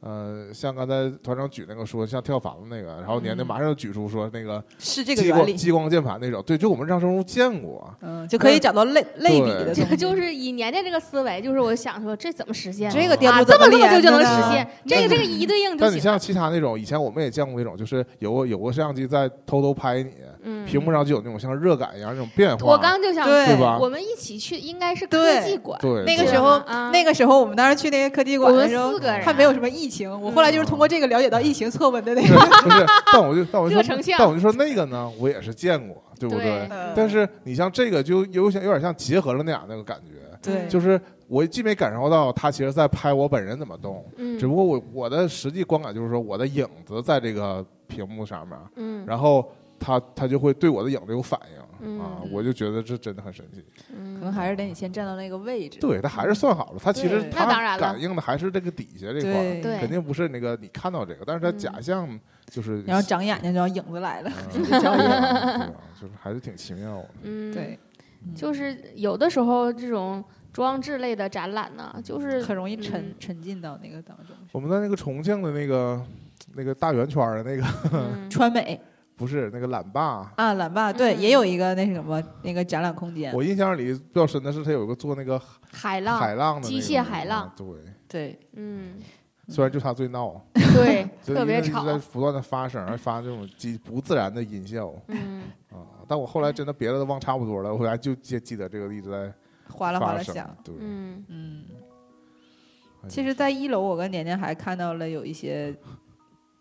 [SPEAKER 1] 呃，像刚才团长举那个说，像跳房子那个，然后年年
[SPEAKER 3] 嗯
[SPEAKER 1] 马上就举出说那个
[SPEAKER 3] 是这个
[SPEAKER 1] 激
[SPEAKER 3] 原
[SPEAKER 1] 光
[SPEAKER 3] 理，
[SPEAKER 1] 激光键盘那种，对，就我们日常生活中见过，啊
[SPEAKER 3] 嗯，就可以找到类类比
[SPEAKER 1] 对
[SPEAKER 3] 的东
[SPEAKER 2] 就
[SPEAKER 3] 西，
[SPEAKER 2] 就是以年年这个思维，就是我想说这怎么实现？
[SPEAKER 3] 这个电
[SPEAKER 2] 啊，
[SPEAKER 3] 路
[SPEAKER 2] 这么
[SPEAKER 3] 厉
[SPEAKER 2] 这么
[SPEAKER 3] 害
[SPEAKER 2] 就就能
[SPEAKER 3] 呢
[SPEAKER 2] 实现，这个这个一对应就
[SPEAKER 1] 但你
[SPEAKER 2] 行
[SPEAKER 1] 像
[SPEAKER 2] 了。
[SPEAKER 1] 其他那种，以前我们也见过那种，就是有个有个摄像机在偷偷拍你，
[SPEAKER 2] 嗯，
[SPEAKER 1] 屏幕上就有那种像热感一样那种变化，
[SPEAKER 2] 我刚就想说，
[SPEAKER 3] 对
[SPEAKER 1] 是吧
[SPEAKER 2] 我们一起去应该是科
[SPEAKER 3] 对
[SPEAKER 2] 技馆，
[SPEAKER 1] 对
[SPEAKER 3] 那个
[SPEAKER 1] 对
[SPEAKER 3] 时候
[SPEAKER 2] 啊，
[SPEAKER 3] 那个时候我们当时去那个科技
[SPEAKER 2] 我
[SPEAKER 3] 馆的
[SPEAKER 2] 们
[SPEAKER 3] 时候
[SPEAKER 2] 四，个人
[SPEAKER 3] 还没有什么疫情，我
[SPEAKER 2] 嗯
[SPEAKER 3] 后来就是通过这个了解到疫情错问的那
[SPEAKER 1] 对，
[SPEAKER 3] 个，
[SPEAKER 1] 不是，但我就但我就说
[SPEAKER 2] 热成像
[SPEAKER 1] 但我就说那个呢，我也是见过，对不
[SPEAKER 2] 对
[SPEAKER 3] 嗯
[SPEAKER 1] 但是你像这个就有点有点像结合了那俩那个感觉，
[SPEAKER 3] 对，
[SPEAKER 1] 就是我既没感受到他其实在拍我本人怎么动，
[SPEAKER 2] 嗯
[SPEAKER 1] 只不过我我的实际观感就是说我的影子在这个屏幕上面，
[SPEAKER 2] 嗯
[SPEAKER 1] 然后他他就会对我的影子有反应、
[SPEAKER 2] 嗯
[SPEAKER 1] 啊，我就觉得这真的很神奇。
[SPEAKER 2] 嗯
[SPEAKER 3] 可能还是得你先站到那个位置，
[SPEAKER 1] 对他还是算好了，他其实
[SPEAKER 3] 对
[SPEAKER 1] 他
[SPEAKER 2] 那当然了
[SPEAKER 1] 感应的还是这个底下这块儿，
[SPEAKER 3] 对
[SPEAKER 2] 对
[SPEAKER 1] 肯定不是那个你看到这个，但是他
[SPEAKER 2] 嗯
[SPEAKER 1] 假象就是
[SPEAKER 3] 然后长眼睛就要影子来了，
[SPEAKER 1] 嗯对啊对啊 就是还是挺奇妙的。
[SPEAKER 2] 嗯，
[SPEAKER 3] 对，
[SPEAKER 2] 就是有的时候这种装置类的展览呢， 就是
[SPEAKER 3] 很容易沉
[SPEAKER 2] 嗯
[SPEAKER 3] 沉浸到那个当中。
[SPEAKER 1] 我们在那个重庆的那个那个大圆圈儿的那个
[SPEAKER 2] 嗯
[SPEAKER 3] 川美
[SPEAKER 1] 不是那个懒坝，
[SPEAKER 3] 啊，蓝爸对，
[SPEAKER 2] 嗯
[SPEAKER 3] 也有一个那是什么那个展览空间，
[SPEAKER 1] 我印象里比较深的是他有一个做那个
[SPEAKER 2] 海
[SPEAKER 1] 海
[SPEAKER 2] 浪，
[SPEAKER 1] 浪的那
[SPEAKER 2] 机
[SPEAKER 1] 个
[SPEAKER 2] 械
[SPEAKER 1] 地
[SPEAKER 2] 海
[SPEAKER 1] 方
[SPEAKER 2] 浪，
[SPEAKER 1] 对，
[SPEAKER 3] 对，
[SPEAKER 2] 嗯，
[SPEAKER 1] 虽然就他最闹，
[SPEAKER 2] 对，
[SPEAKER 1] 就
[SPEAKER 2] 特
[SPEAKER 1] 因
[SPEAKER 2] 别
[SPEAKER 1] 为一直
[SPEAKER 2] 吵，
[SPEAKER 1] 在不断的发声，还发这种机不自然的音效
[SPEAKER 2] 嗯，
[SPEAKER 1] 啊。但我后来真的别的都忘差不多了，我后来就记记得这个一直在
[SPEAKER 3] 哗啦哗
[SPEAKER 1] 发
[SPEAKER 3] 啦
[SPEAKER 1] 声
[SPEAKER 3] 响，，
[SPEAKER 1] 对，
[SPEAKER 2] 嗯，
[SPEAKER 3] 嗯
[SPEAKER 1] 哎。
[SPEAKER 3] 其实，在一楼，我跟年年还看到了有一些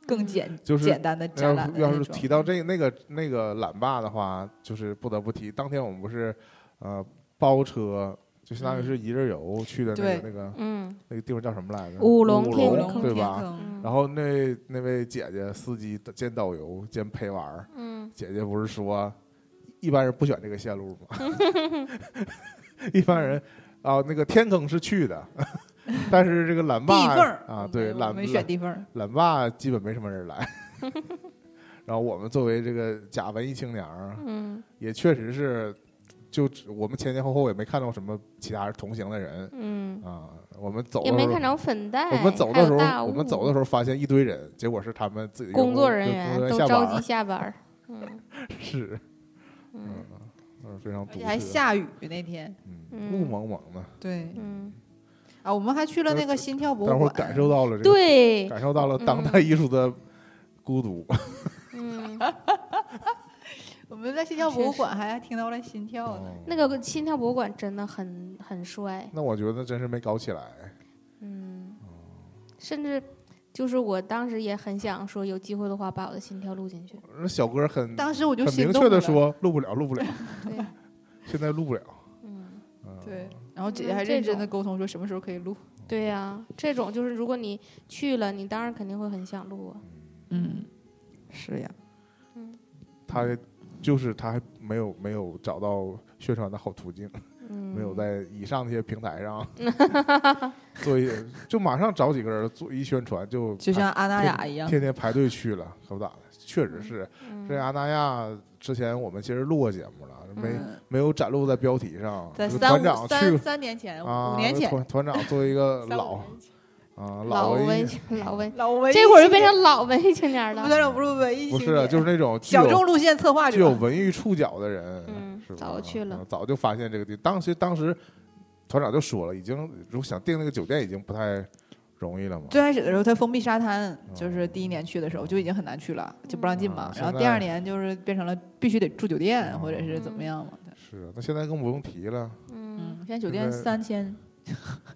[SPEAKER 3] 更简
[SPEAKER 1] 就是
[SPEAKER 3] 简单的展
[SPEAKER 1] 要
[SPEAKER 3] 览
[SPEAKER 1] 是
[SPEAKER 3] 的
[SPEAKER 1] 要
[SPEAKER 3] 那
[SPEAKER 1] 是
[SPEAKER 3] 种
[SPEAKER 1] 提到这
[SPEAKER 2] 嗯
[SPEAKER 1] 那个那个懒爸的话，就是不得不提，当天我们不是呃包车，就相当于是一日游去的那个、
[SPEAKER 3] 对
[SPEAKER 1] 那个
[SPEAKER 2] 嗯，
[SPEAKER 1] 那个地方叫什么来着？
[SPEAKER 2] 乌龙
[SPEAKER 3] 乌
[SPEAKER 2] 天
[SPEAKER 3] 龙
[SPEAKER 1] 对
[SPEAKER 3] 天
[SPEAKER 1] 吧？
[SPEAKER 3] 坑，
[SPEAKER 2] 嗯，
[SPEAKER 1] 然后那那位姐姐司机兼导游兼陪玩儿，
[SPEAKER 2] 嗯，
[SPEAKER 1] 姐姐不是说一般人不选这个线路吗？ 一般人啊、那个天坑是去 的，但是这个懒
[SPEAKER 3] 地
[SPEAKER 1] 坝
[SPEAKER 3] 缝儿
[SPEAKER 1] 啊，对
[SPEAKER 3] 我
[SPEAKER 1] 懒
[SPEAKER 3] 们选地缝儿，
[SPEAKER 1] 懒爸基本没什么人 来。然后我们作为这个假文艺青年儿，
[SPEAKER 2] 嗯，
[SPEAKER 1] 也确实是，就只我们前前后后也没看到什么其他同行的人
[SPEAKER 2] 嗯，
[SPEAKER 1] 啊。我们走的
[SPEAKER 2] 也
[SPEAKER 1] 时
[SPEAKER 2] 没
[SPEAKER 1] 候，
[SPEAKER 2] 看着粉黛，
[SPEAKER 1] 我们走的时候，我们走的
[SPEAKER 2] 时
[SPEAKER 1] 时候发现一堆人，结果是他们自己
[SPEAKER 2] 工作人
[SPEAKER 1] 员
[SPEAKER 2] 员都
[SPEAKER 1] 下班
[SPEAKER 2] 着
[SPEAKER 1] 儿
[SPEAKER 2] 急下班儿，嗯
[SPEAKER 1] 是，嗯
[SPEAKER 2] 嗯，
[SPEAKER 1] 嗯，非常
[SPEAKER 3] 而
[SPEAKER 1] 独
[SPEAKER 3] 且还
[SPEAKER 1] 特
[SPEAKER 3] 下雨那天，
[SPEAKER 1] 嗯，
[SPEAKER 2] 嗯
[SPEAKER 1] 雾蒙蒙的，
[SPEAKER 3] 对
[SPEAKER 2] 嗯，
[SPEAKER 3] 啊，我们还去了那个心跳博
[SPEAKER 1] 但是
[SPEAKER 3] 物
[SPEAKER 1] 我
[SPEAKER 3] 馆，
[SPEAKER 1] 感受到了这个，
[SPEAKER 2] 对，
[SPEAKER 1] 感受到了当代艺术的孤独。
[SPEAKER 2] 嗯，
[SPEAKER 3] 我们在心
[SPEAKER 2] 啊
[SPEAKER 3] 跳博物馆还听到了心跳
[SPEAKER 1] 哦
[SPEAKER 3] 呢。
[SPEAKER 2] 哦那个心跳博物馆真的很很帅，
[SPEAKER 1] 嗯那我觉得真是没搞起来。
[SPEAKER 2] 嗯，甚至就是我当时也很想说，有机会的话把我的心跳录进去。
[SPEAKER 1] 那小哥很
[SPEAKER 3] 当时我就
[SPEAKER 1] 很
[SPEAKER 3] 心
[SPEAKER 1] 明
[SPEAKER 3] 动
[SPEAKER 1] 确的
[SPEAKER 3] 了，
[SPEAKER 1] 说录不了，录不了，
[SPEAKER 2] 对，
[SPEAKER 1] 现在录不了。
[SPEAKER 2] 嗯，
[SPEAKER 1] 嗯，
[SPEAKER 3] 对，然后姐姐
[SPEAKER 2] 嗯
[SPEAKER 3] 还
[SPEAKER 2] 这
[SPEAKER 3] 认真
[SPEAKER 2] 种
[SPEAKER 3] 的沟通说什么时候可以录，
[SPEAKER 2] 对呀、这种就是如果你去了，你当然肯定会很想录啊。
[SPEAKER 3] 嗯，是呀，
[SPEAKER 1] 他就是他还没有没有找到宣传的好途径，
[SPEAKER 2] 嗯，
[SPEAKER 1] 没有在以上那些平台 上做一些，就马上找几个人做一宣传就
[SPEAKER 3] 就像阿那
[SPEAKER 1] 天
[SPEAKER 3] 亚一样，
[SPEAKER 1] 天天排队去了，可不咋的。确实是，
[SPEAKER 2] 嗯，
[SPEAKER 1] 这阿那亚之前我们其实录过节目了，没、
[SPEAKER 3] 嗯，
[SPEAKER 1] 没有展露在标题上。
[SPEAKER 3] 在
[SPEAKER 1] 就是
[SPEAKER 3] 三
[SPEAKER 1] 团长
[SPEAKER 3] 五三
[SPEAKER 1] 去
[SPEAKER 3] 三年前，
[SPEAKER 1] 啊，
[SPEAKER 3] 五年前，
[SPEAKER 1] 团团长作为一个
[SPEAKER 3] 三五
[SPEAKER 1] 老
[SPEAKER 3] 年前
[SPEAKER 1] 啊，
[SPEAKER 2] 老
[SPEAKER 1] 文
[SPEAKER 2] 文
[SPEAKER 1] 艺
[SPEAKER 2] 老文，
[SPEAKER 3] 老文
[SPEAKER 2] 这会儿就变成老文艺青年
[SPEAKER 3] 不
[SPEAKER 2] 了。
[SPEAKER 3] 对，不是文艺
[SPEAKER 1] 不
[SPEAKER 3] 青
[SPEAKER 1] 是啊
[SPEAKER 3] 年
[SPEAKER 1] 就是那种具
[SPEAKER 3] 小
[SPEAKER 1] 有
[SPEAKER 3] 众路线策划
[SPEAKER 1] 具有
[SPEAKER 3] 者，
[SPEAKER 1] 文艺触角的人，
[SPEAKER 2] 嗯
[SPEAKER 1] 是吧
[SPEAKER 2] 早去了
[SPEAKER 1] 啊早就发现这个地。当时当时团长就说了，已经如果想订那个酒店已经不太容易了嘛。
[SPEAKER 3] 最开始的时候，它封闭沙滩，
[SPEAKER 1] 嗯
[SPEAKER 3] 就是第一年去的时候就已经很难去了，就不让进嘛
[SPEAKER 1] 嗯。
[SPEAKER 3] 然
[SPEAKER 1] 现
[SPEAKER 3] 后
[SPEAKER 1] 在
[SPEAKER 3] 第二年就是变成了必须得住酒店
[SPEAKER 1] 嗯
[SPEAKER 3] 或者是怎么样嘛。对
[SPEAKER 1] 是，啊那现在更不用提了，
[SPEAKER 2] 嗯
[SPEAKER 3] 嗯，，现在酒店
[SPEAKER 1] 现在
[SPEAKER 3] 三千，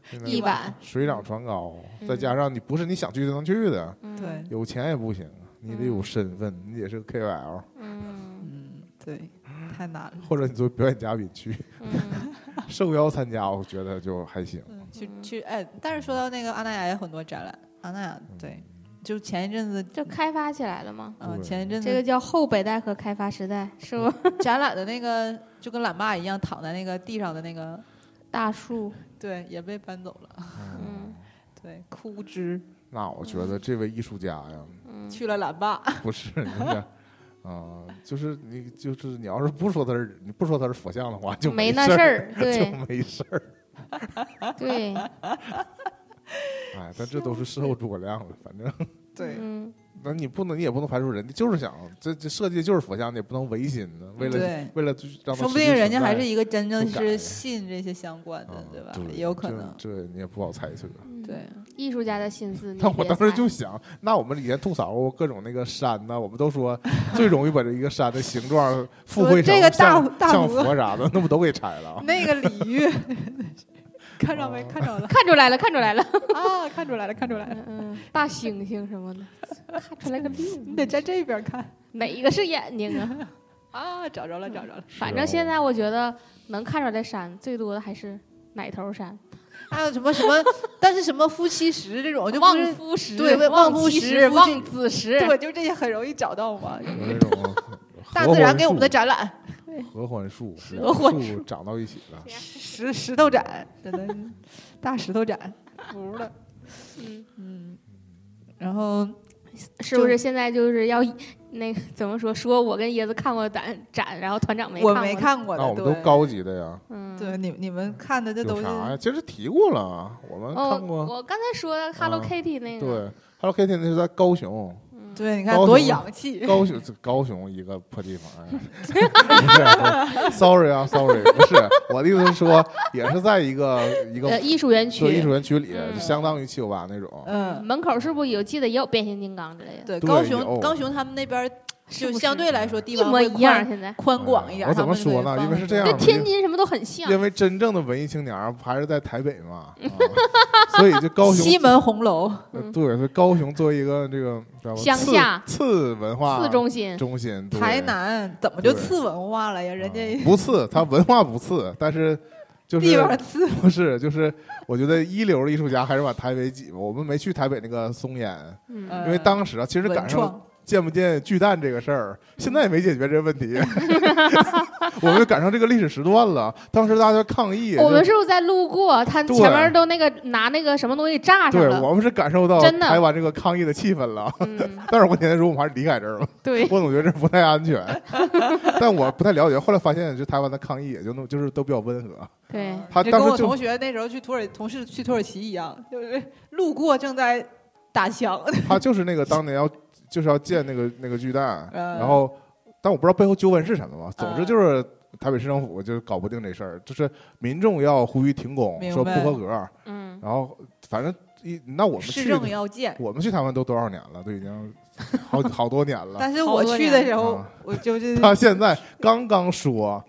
[SPEAKER 1] 现在
[SPEAKER 2] 一晚，
[SPEAKER 1] 水涨船高，
[SPEAKER 2] 嗯
[SPEAKER 1] 再加上你不是你想去就能去的，
[SPEAKER 2] 嗯
[SPEAKER 3] 对，
[SPEAKER 1] 有钱也不行，你得有身份，你得是个 KOL，
[SPEAKER 2] 嗯
[SPEAKER 3] 嗯，对，太难了。
[SPEAKER 1] 或者你作为表演嘉宾去
[SPEAKER 2] 嗯
[SPEAKER 1] 受邀参加，我觉得就还行。
[SPEAKER 3] 嗯，去
[SPEAKER 2] 嗯
[SPEAKER 3] 去哎，但是说到那个阿那亚有很多展览，阿那亚对，就前一阵子，
[SPEAKER 2] 这开发起来了 吗？
[SPEAKER 3] 嗯、
[SPEAKER 1] 对
[SPEAKER 3] 前一阵
[SPEAKER 2] 这个
[SPEAKER 3] 子
[SPEAKER 2] 叫后北戴河开发时代，是不？
[SPEAKER 3] 展览的那个就跟懒爸一样躺在那个地上的那个，
[SPEAKER 2] 大树，
[SPEAKER 3] 对，也被搬走了，
[SPEAKER 2] 嗯
[SPEAKER 3] 对，枯枝
[SPEAKER 1] 那我觉得这位艺术家呀，
[SPEAKER 2] 嗯，
[SPEAKER 3] 去了懒爸，
[SPEAKER 1] 不是人家啊、就是你就是你要是不说他是你不说他是佛像的话，就没
[SPEAKER 2] 没那
[SPEAKER 1] 事
[SPEAKER 2] 事，儿，
[SPEAKER 1] 就
[SPEAKER 2] 对
[SPEAKER 1] 没事儿。
[SPEAKER 2] 对，
[SPEAKER 1] 哎，但这都是事后诸葛亮了，反正
[SPEAKER 3] 对，
[SPEAKER 2] 嗯
[SPEAKER 1] 那你不能你也不能排除人家就是想这这设计就是佛像，你也不能违心呢。为了
[SPEAKER 3] 对，
[SPEAKER 1] 为了就是让他
[SPEAKER 3] 说不定人家还是一个真正
[SPEAKER 1] 就改
[SPEAKER 3] 是信这些相关的，对吧？也有可能，
[SPEAKER 1] 啊嗯这这你也不好猜测。
[SPEAKER 2] 嗯
[SPEAKER 3] 对，
[SPEAKER 2] 艺术家的心思，你
[SPEAKER 1] 但我
[SPEAKER 2] 别
[SPEAKER 1] 当时
[SPEAKER 2] 猜
[SPEAKER 1] 就想，那我们以前吐槽过各种那个山呐，我们都说最容易把这一个山的形状复绘成
[SPEAKER 3] 这个大
[SPEAKER 1] 像
[SPEAKER 3] 大
[SPEAKER 1] 像
[SPEAKER 3] 鹅
[SPEAKER 1] 佛啥的，那不都给拆了啊？
[SPEAKER 3] 那个鲤鱼，看着没？看着了
[SPEAKER 2] 看出来了，看出来了，
[SPEAKER 3] 啊，看出来了，看出来了，
[SPEAKER 2] 嗯嗯， 大猩猩什 么的，看出来个
[SPEAKER 3] 你
[SPEAKER 2] 病，
[SPEAKER 3] 得在这边看
[SPEAKER 2] 哪个是眼睛啊？
[SPEAKER 3] 啊，找着了，找着了。
[SPEAKER 2] 反正现在我觉得能看出来的山，最多的还是哪头山，
[SPEAKER 3] 还有什么什么，但是什么夫妻石这种，就不
[SPEAKER 2] 望
[SPEAKER 3] 是
[SPEAKER 2] 夫石，
[SPEAKER 3] 对望
[SPEAKER 2] 望
[SPEAKER 3] 夫
[SPEAKER 2] 妻
[SPEAKER 3] 石
[SPEAKER 2] 石，
[SPEAKER 3] 夫
[SPEAKER 2] 望
[SPEAKER 3] 妻
[SPEAKER 2] 子石，
[SPEAKER 3] 对，就这些很容易找到 嘛。
[SPEAKER 1] 有那种
[SPEAKER 3] 大
[SPEAKER 1] 合
[SPEAKER 3] 自然
[SPEAKER 1] 欢
[SPEAKER 3] 给我们的
[SPEAKER 1] 树
[SPEAKER 3] 展览，
[SPEAKER 1] 合欢树，
[SPEAKER 3] 合欢
[SPEAKER 1] 树长到一起啊了。
[SPEAKER 3] 石石 头展，真的是大石头展，服了。
[SPEAKER 2] 嗯，
[SPEAKER 3] 嗯，然后
[SPEAKER 2] 是不是现在就是要那个怎么说？说我跟椰子看过展展，然后团长没
[SPEAKER 3] 我
[SPEAKER 2] 看过，
[SPEAKER 3] 没看过
[SPEAKER 1] 那我
[SPEAKER 3] 的，
[SPEAKER 1] 们都
[SPEAKER 3] 对，
[SPEAKER 1] 高级的呀，
[SPEAKER 2] 嗯，
[SPEAKER 3] 对，你你们看的这都
[SPEAKER 1] 有
[SPEAKER 3] 是
[SPEAKER 1] 啥呀？其实提过了，啊我们
[SPEAKER 2] 哦，
[SPEAKER 1] 看过。
[SPEAKER 2] 我刚才说的 Hello
[SPEAKER 1] 啊
[SPEAKER 2] Kitty 那个，
[SPEAKER 1] 对，Hello Kitty 那是在高 雄，
[SPEAKER 2] 嗯，
[SPEAKER 3] 对，你看
[SPEAKER 1] 高
[SPEAKER 3] 多
[SPEAKER 1] 雄
[SPEAKER 3] 洋气。
[SPEAKER 1] 高雄这高雄一个破地方。哎不是不 是，sorry 啊，sorry，不是我的意思是说，也是在一个一个
[SPEAKER 2] 呃，艺术园区
[SPEAKER 1] 对艺术园区里，
[SPEAKER 2] 嗯
[SPEAKER 1] 就相当于七九八那种。
[SPEAKER 3] 嗯，
[SPEAKER 2] 门口是不是有记得也有变形金刚之类的？
[SPEAKER 3] 对，
[SPEAKER 1] 对
[SPEAKER 3] 高
[SPEAKER 1] 有
[SPEAKER 3] 雄高雄他们那边儿
[SPEAKER 2] 是
[SPEAKER 3] 就
[SPEAKER 2] 不
[SPEAKER 3] 相
[SPEAKER 2] 是
[SPEAKER 3] 对来说地
[SPEAKER 2] 一
[SPEAKER 3] 方
[SPEAKER 2] 模
[SPEAKER 3] 会
[SPEAKER 2] 一样，
[SPEAKER 3] 宽
[SPEAKER 2] 现在
[SPEAKER 3] 宽广一点。
[SPEAKER 1] 哎我怎么
[SPEAKER 3] 他们
[SPEAKER 1] 说
[SPEAKER 3] 会
[SPEAKER 1] 呢
[SPEAKER 3] 放
[SPEAKER 1] 因为是
[SPEAKER 3] 很
[SPEAKER 1] 这样
[SPEAKER 3] 多
[SPEAKER 2] 跟
[SPEAKER 1] 的
[SPEAKER 2] 天津什么都很像。
[SPEAKER 1] 因为真正的文艺青年儿还是在台北嘛，啊所以就高雄
[SPEAKER 3] 嗯西门红楼，
[SPEAKER 1] 呃
[SPEAKER 2] 嗯
[SPEAKER 1] 对，所以高雄作为一个这个知道吧
[SPEAKER 2] 乡下
[SPEAKER 1] 次次文化
[SPEAKER 2] 次中心，
[SPEAKER 1] 中心，对
[SPEAKER 3] 台南怎么就
[SPEAKER 1] 对
[SPEAKER 3] 次文化了呀？人家
[SPEAKER 1] 啊不次，它文化不次，但是就是
[SPEAKER 3] 地方次，
[SPEAKER 1] 不是就是，我觉得一流的艺术家还是往台北挤吧。我们没去台北那个松烟，
[SPEAKER 2] 嗯
[SPEAKER 3] 呃
[SPEAKER 1] 因为当时啊，其实
[SPEAKER 3] 文
[SPEAKER 1] 赶上
[SPEAKER 3] 创，
[SPEAKER 1] 见不见巨蛋这个事儿，现在也没解决这个问 题。我们赶上这个历史时段了，当时大家抗议，
[SPEAKER 2] 我们
[SPEAKER 1] 就是
[SPEAKER 2] 不是在路过，他
[SPEAKER 1] 对
[SPEAKER 2] 前面都那个拿那个什么东西炸上
[SPEAKER 1] 对，
[SPEAKER 2] 了？
[SPEAKER 1] 我们是感受到
[SPEAKER 2] 真的
[SPEAKER 1] 台湾这个抗议的气氛了。
[SPEAKER 2] 嗯，
[SPEAKER 1] 但是我年的时候，我们还是离开这儿了。
[SPEAKER 2] 对，
[SPEAKER 1] 我总觉得这不太安全， 但我不太了解。后来发现，就台湾的抗议也就那么，就是都比较温和。
[SPEAKER 2] 对
[SPEAKER 1] 他
[SPEAKER 3] 啊就
[SPEAKER 1] 当
[SPEAKER 3] 跟
[SPEAKER 1] 时
[SPEAKER 3] 我
[SPEAKER 1] 就
[SPEAKER 3] 同学那时候去土耳同事去土耳其一样，就是路过正在打枪，
[SPEAKER 1] 他就是那个当年要就是要建那个那个巨蛋，
[SPEAKER 3] 嗯
[SPEAKER 1] 然后但我不知道背后纠纷是什么嘛。总之就是台北市政府就是搞不定这事儿，就是民众要呼吁停工，
[SPEAKER 3] 明
[SPEAKER 1] 说不
[SPEAKER 3] 白
[SPEAKER 1] 合格，
[SPEAKER 2] 嗯，
[SPEAKER 1] 然后反正一那我们
[SPEAKER 3] 市
[SPEAKER 1] 去
[SPEAKER 3] 政要建。
[SPEAKER 1] 我们去台湾都多少年了，都已经 好好多年了。
[SPEAKER 3] 但是
[SPEAKER 2] 好
[SPEAKER 3] 我
[SPEAKER 2] 多
[SPEAKER 3] 去
[SPEAKER 2] 年
[SPEAKER 3] 的时候
[SPEAKER 1] 啊，
[SPEAKER 3] 我 就是
[SPEAKER 1] 他现在刚刚说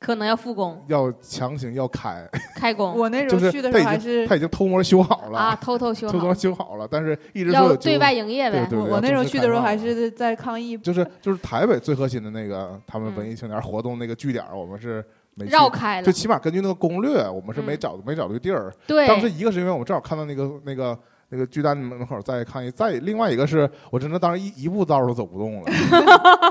[SPEAKER 2] 可能要复工
[SPEAKER 1] 要强行要开，
[SPEAKER 2] 开工
[SPEAKER 3] 我那时
[SPEAKER 1] 就
[SPEAKER 3] 候
[SPEAKER 1] 是
[SPEAKER 3] 去的
[SPEAKER 1] 他
[SPEAKER 3] 时
[SPEAKER 1] 已
[SPEAKER 3] 候还是
[SPEAKER 1] 他已经偷摸修好了，
[SPEAKER 2] 啊，偷偷修
[SPEAKER 1] 偷
[SPEAKER 2] 好
[SPEAKER 1] 摸，修好了，但是一直说
[SPEAKER 2] 要
[SPEAKER 1] 有纠
[SPEAKER 2] 对外营业呗
[SPEAKER 1] 对。对
[SPEAKER 3] 我
[SPEAKER 1] 对
[SPEAKER 3] 我那时候
[SPEAKER 1] 正式
[SPEAKER 3] 去的时候
[SPEAKER 1] 开放
[SPEAKER 3] 还是在抗议，
[SPEAKER 1] 就是就是台北最核心的那个他们文
[SPEAKER 2] 嗯
[SPEAKER 1] 艺青年活动那个据点儿，我们是没去
[SPEAKER 2] 绕开了
[SPEAKER 1] 就，起码根据那个攻略，我们是没
[SPEAKER 2] 嗯
[SPEAKER 1] 找、没找对地儿。
[SPEAKER 2] 对，。
[SPEAKER 1] 当时一个是因为我们正好看到那个那个那个巨蛋门口在抗议，再另外一个是我真的当时一一步道都走不动了。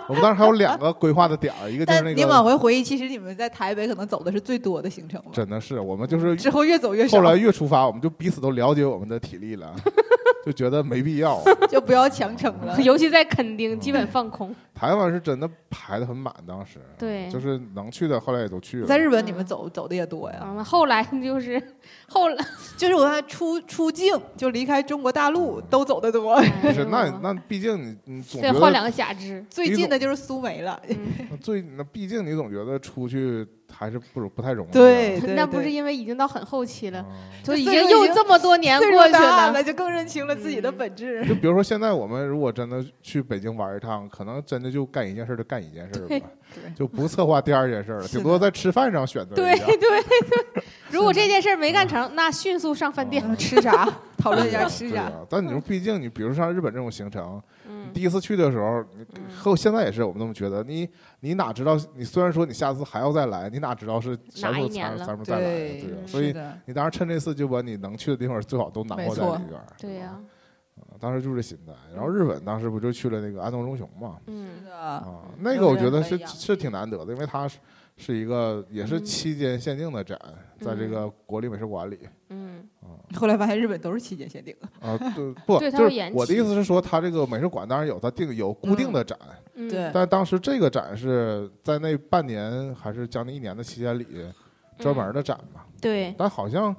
[SPEAKER 1] 我们当时还有两个规划的点儿，一个就是
[SPEAKER 3] 但
[SPEAKER 1] 那
[SPEAKER 3] 你往
[SPEAKER 1] 个
[SPEAKER 3] 回回忆，其实你们在台北可能走的是最多的行程吧。
[SPEAKER 1] 真的是我们就是
[SPEAKER 3] 之后越走越少。
[SPEAKER 1] 后来越出发，我们就彼此都了解我们的体力了。就觉得没必要。
[SPEAKER 3] 就不要强撑了
[SPEAKER 2] 尤其在垦
[SPEAKER 1] 嗯
[SPEAKER 2] 丁，基本放空。
[SPEAKER 1] 台湾是真的排的很满，当时
[SPEAKER 2] 对，
[SPEAKER 1] 就是能去的后来也都去了。
[SPEAKER 3] 哎在日本，你
[SPEAKER 1] 嗯
[SPEAKER 3] 们走走的也多呀，
[SPEAKER 2] 嗯，后来就是后来，
[SPEAKER 3] 就是我看出出境就离开中国大陆都走的多，
[SPEAKER 1] 不是，那那毕竟你你总
[SPEAKER 2] 哎对
[SPEAKER 1] 觉
[SPEAKER 2] 换
[SPEAKER 1] 得
[SPEAKER 2] 两个假肢，
[SPEAKER 3] 最近的就是苏梅了。
[SPEAKER 2] 嗯
[SPEAKER 1] 最那毕竟你总觉得出去还是不不太容易啊。
[SPEAKER 3] 对，对
[SPEAKER 2] 那不
[SPEAKER 3] 对
[SPEAKER 2] 是因为已经到很后期了，
[SPEAKER 1] 嗯
[SPEAKER 2] 就已
[SPEAKER 3] 岁
[SPEAKER 2] 经
[SPEAKER 3] 数已
[SPEAKER 2] 又
[SPEAKER 3] 经
[SPEAKER 2] 这么多年
[SPEAKER 3] 岁数
[SPEAKER 2] 过去
[SPEAKER 3] 大
[SPEAKER 2] 了，
[SPEAKER 3] 了，就更认清了自己的本质。
[SPEAKER 1] 就比如说现在我们如果真的去北京玩一趟，可能真的就干一件事儿就干一件事儿吧，
[SPEAKER 3] 对
[SPEAKER 1] 就不策划第二件事儿了，
[SPEAKER 3] 是的
[SPEAKER 1] 顶多在吃饭上选择
[SPEAKER 2] 对
[SPEAKER 1] 一 下
[SPEAKER 2] 对。对， 如果这件事儿没干
[SPEAKER 1] 嗯
[SPEAKER 2] 成，那迅速上饭店。
[SPEAKER 3] 嗯 吃啥？讨论
[SPEAKER 1] 对
[SPEAKER 3] 一下
[SPEAKER 1] 啊
[SPEAKER 3] 吃
[SPEAKER 1] 对
[SPEAKER 3] 啥。
[SPEAKER 1] 啊但你说，毕竟你比如像日本这种行程，
[SPEAKER 2] 嗯
[SPEAKER 1] 第一次去的时候，你
[SPEAKER 2] 嗯
[SPEAKER 1] 和现在也是我们这么觉得。你你哪知道？你虽然说你下次还要再来，你哪知道是啥时
[SPEAKER 2] 哪
[SPEAKER 1] 候
[SPEAKER 2] 一
[SPEAKER 1] 才
[SPEAKER 2] 年了
[SPEAKER 1] 咱们再来啊？对啊，
[SPEAKER 2] 嗯
[SPEAKER 1] 所
[SPEAKER 3] 是
[SPEAKER 1] 以
[SPEAKER 3] 的，
[SPEAKER 1] 你当时趁这次就把你能去的地方最好都囊括在里边儿。
[SPEAKER 2] 对呀、
[SPEAKER 1] 啊当时就是这心态。然后日本当时不就去了那个安东忠雄嘛？
[SPEAKER 3] 是
[SPEAKER 2] 嗯，
[SPEAKER 3] 的，
[SPEAKER 1] 啊，那个我觉得
[SPEAKER 3] 有
[SPEAKER 1] 是
[SPEAKER 3] 点不一样
[SPEAKER 1] 是挺难得的，因为它是是一个也是
[SPEAKER 2] 嗯
[SPEAKER 1] 期间限定的展，在这
[SPEAKER 2] 嗯
[SPEAKER 1] 个国立美术馆里。
[SPEAKER 2] 嗯，
[SPEAKER 1] 啊
[SPEAKER 3] 后来发现日本都是期间限定，
[SPEAKER 1] 啊，对，不，
[SPEAKER 2] 对它
[SPEAKER 1] 就
[SPEAKER 2] 有
[SPEAKER 1] 是
[SPEAKER 2] 延
[SPEAKER 1] 我的
[SPEAKER 2] 期
[SPEAKER 1] 意思是说，它这个美术馆当然有它定有固定的展，
[SPEAKER 2] 嗯
[SPEAKER 3] 对
[SPEAKER 1] 但当时这个展是在那半年还是将近一年的期间里
[SPEAKER 2] 嗯
[SPEAKER 1] 专门的展嘛。
[SPEAKER 2] 对，
[SPEAKER 1] 但好像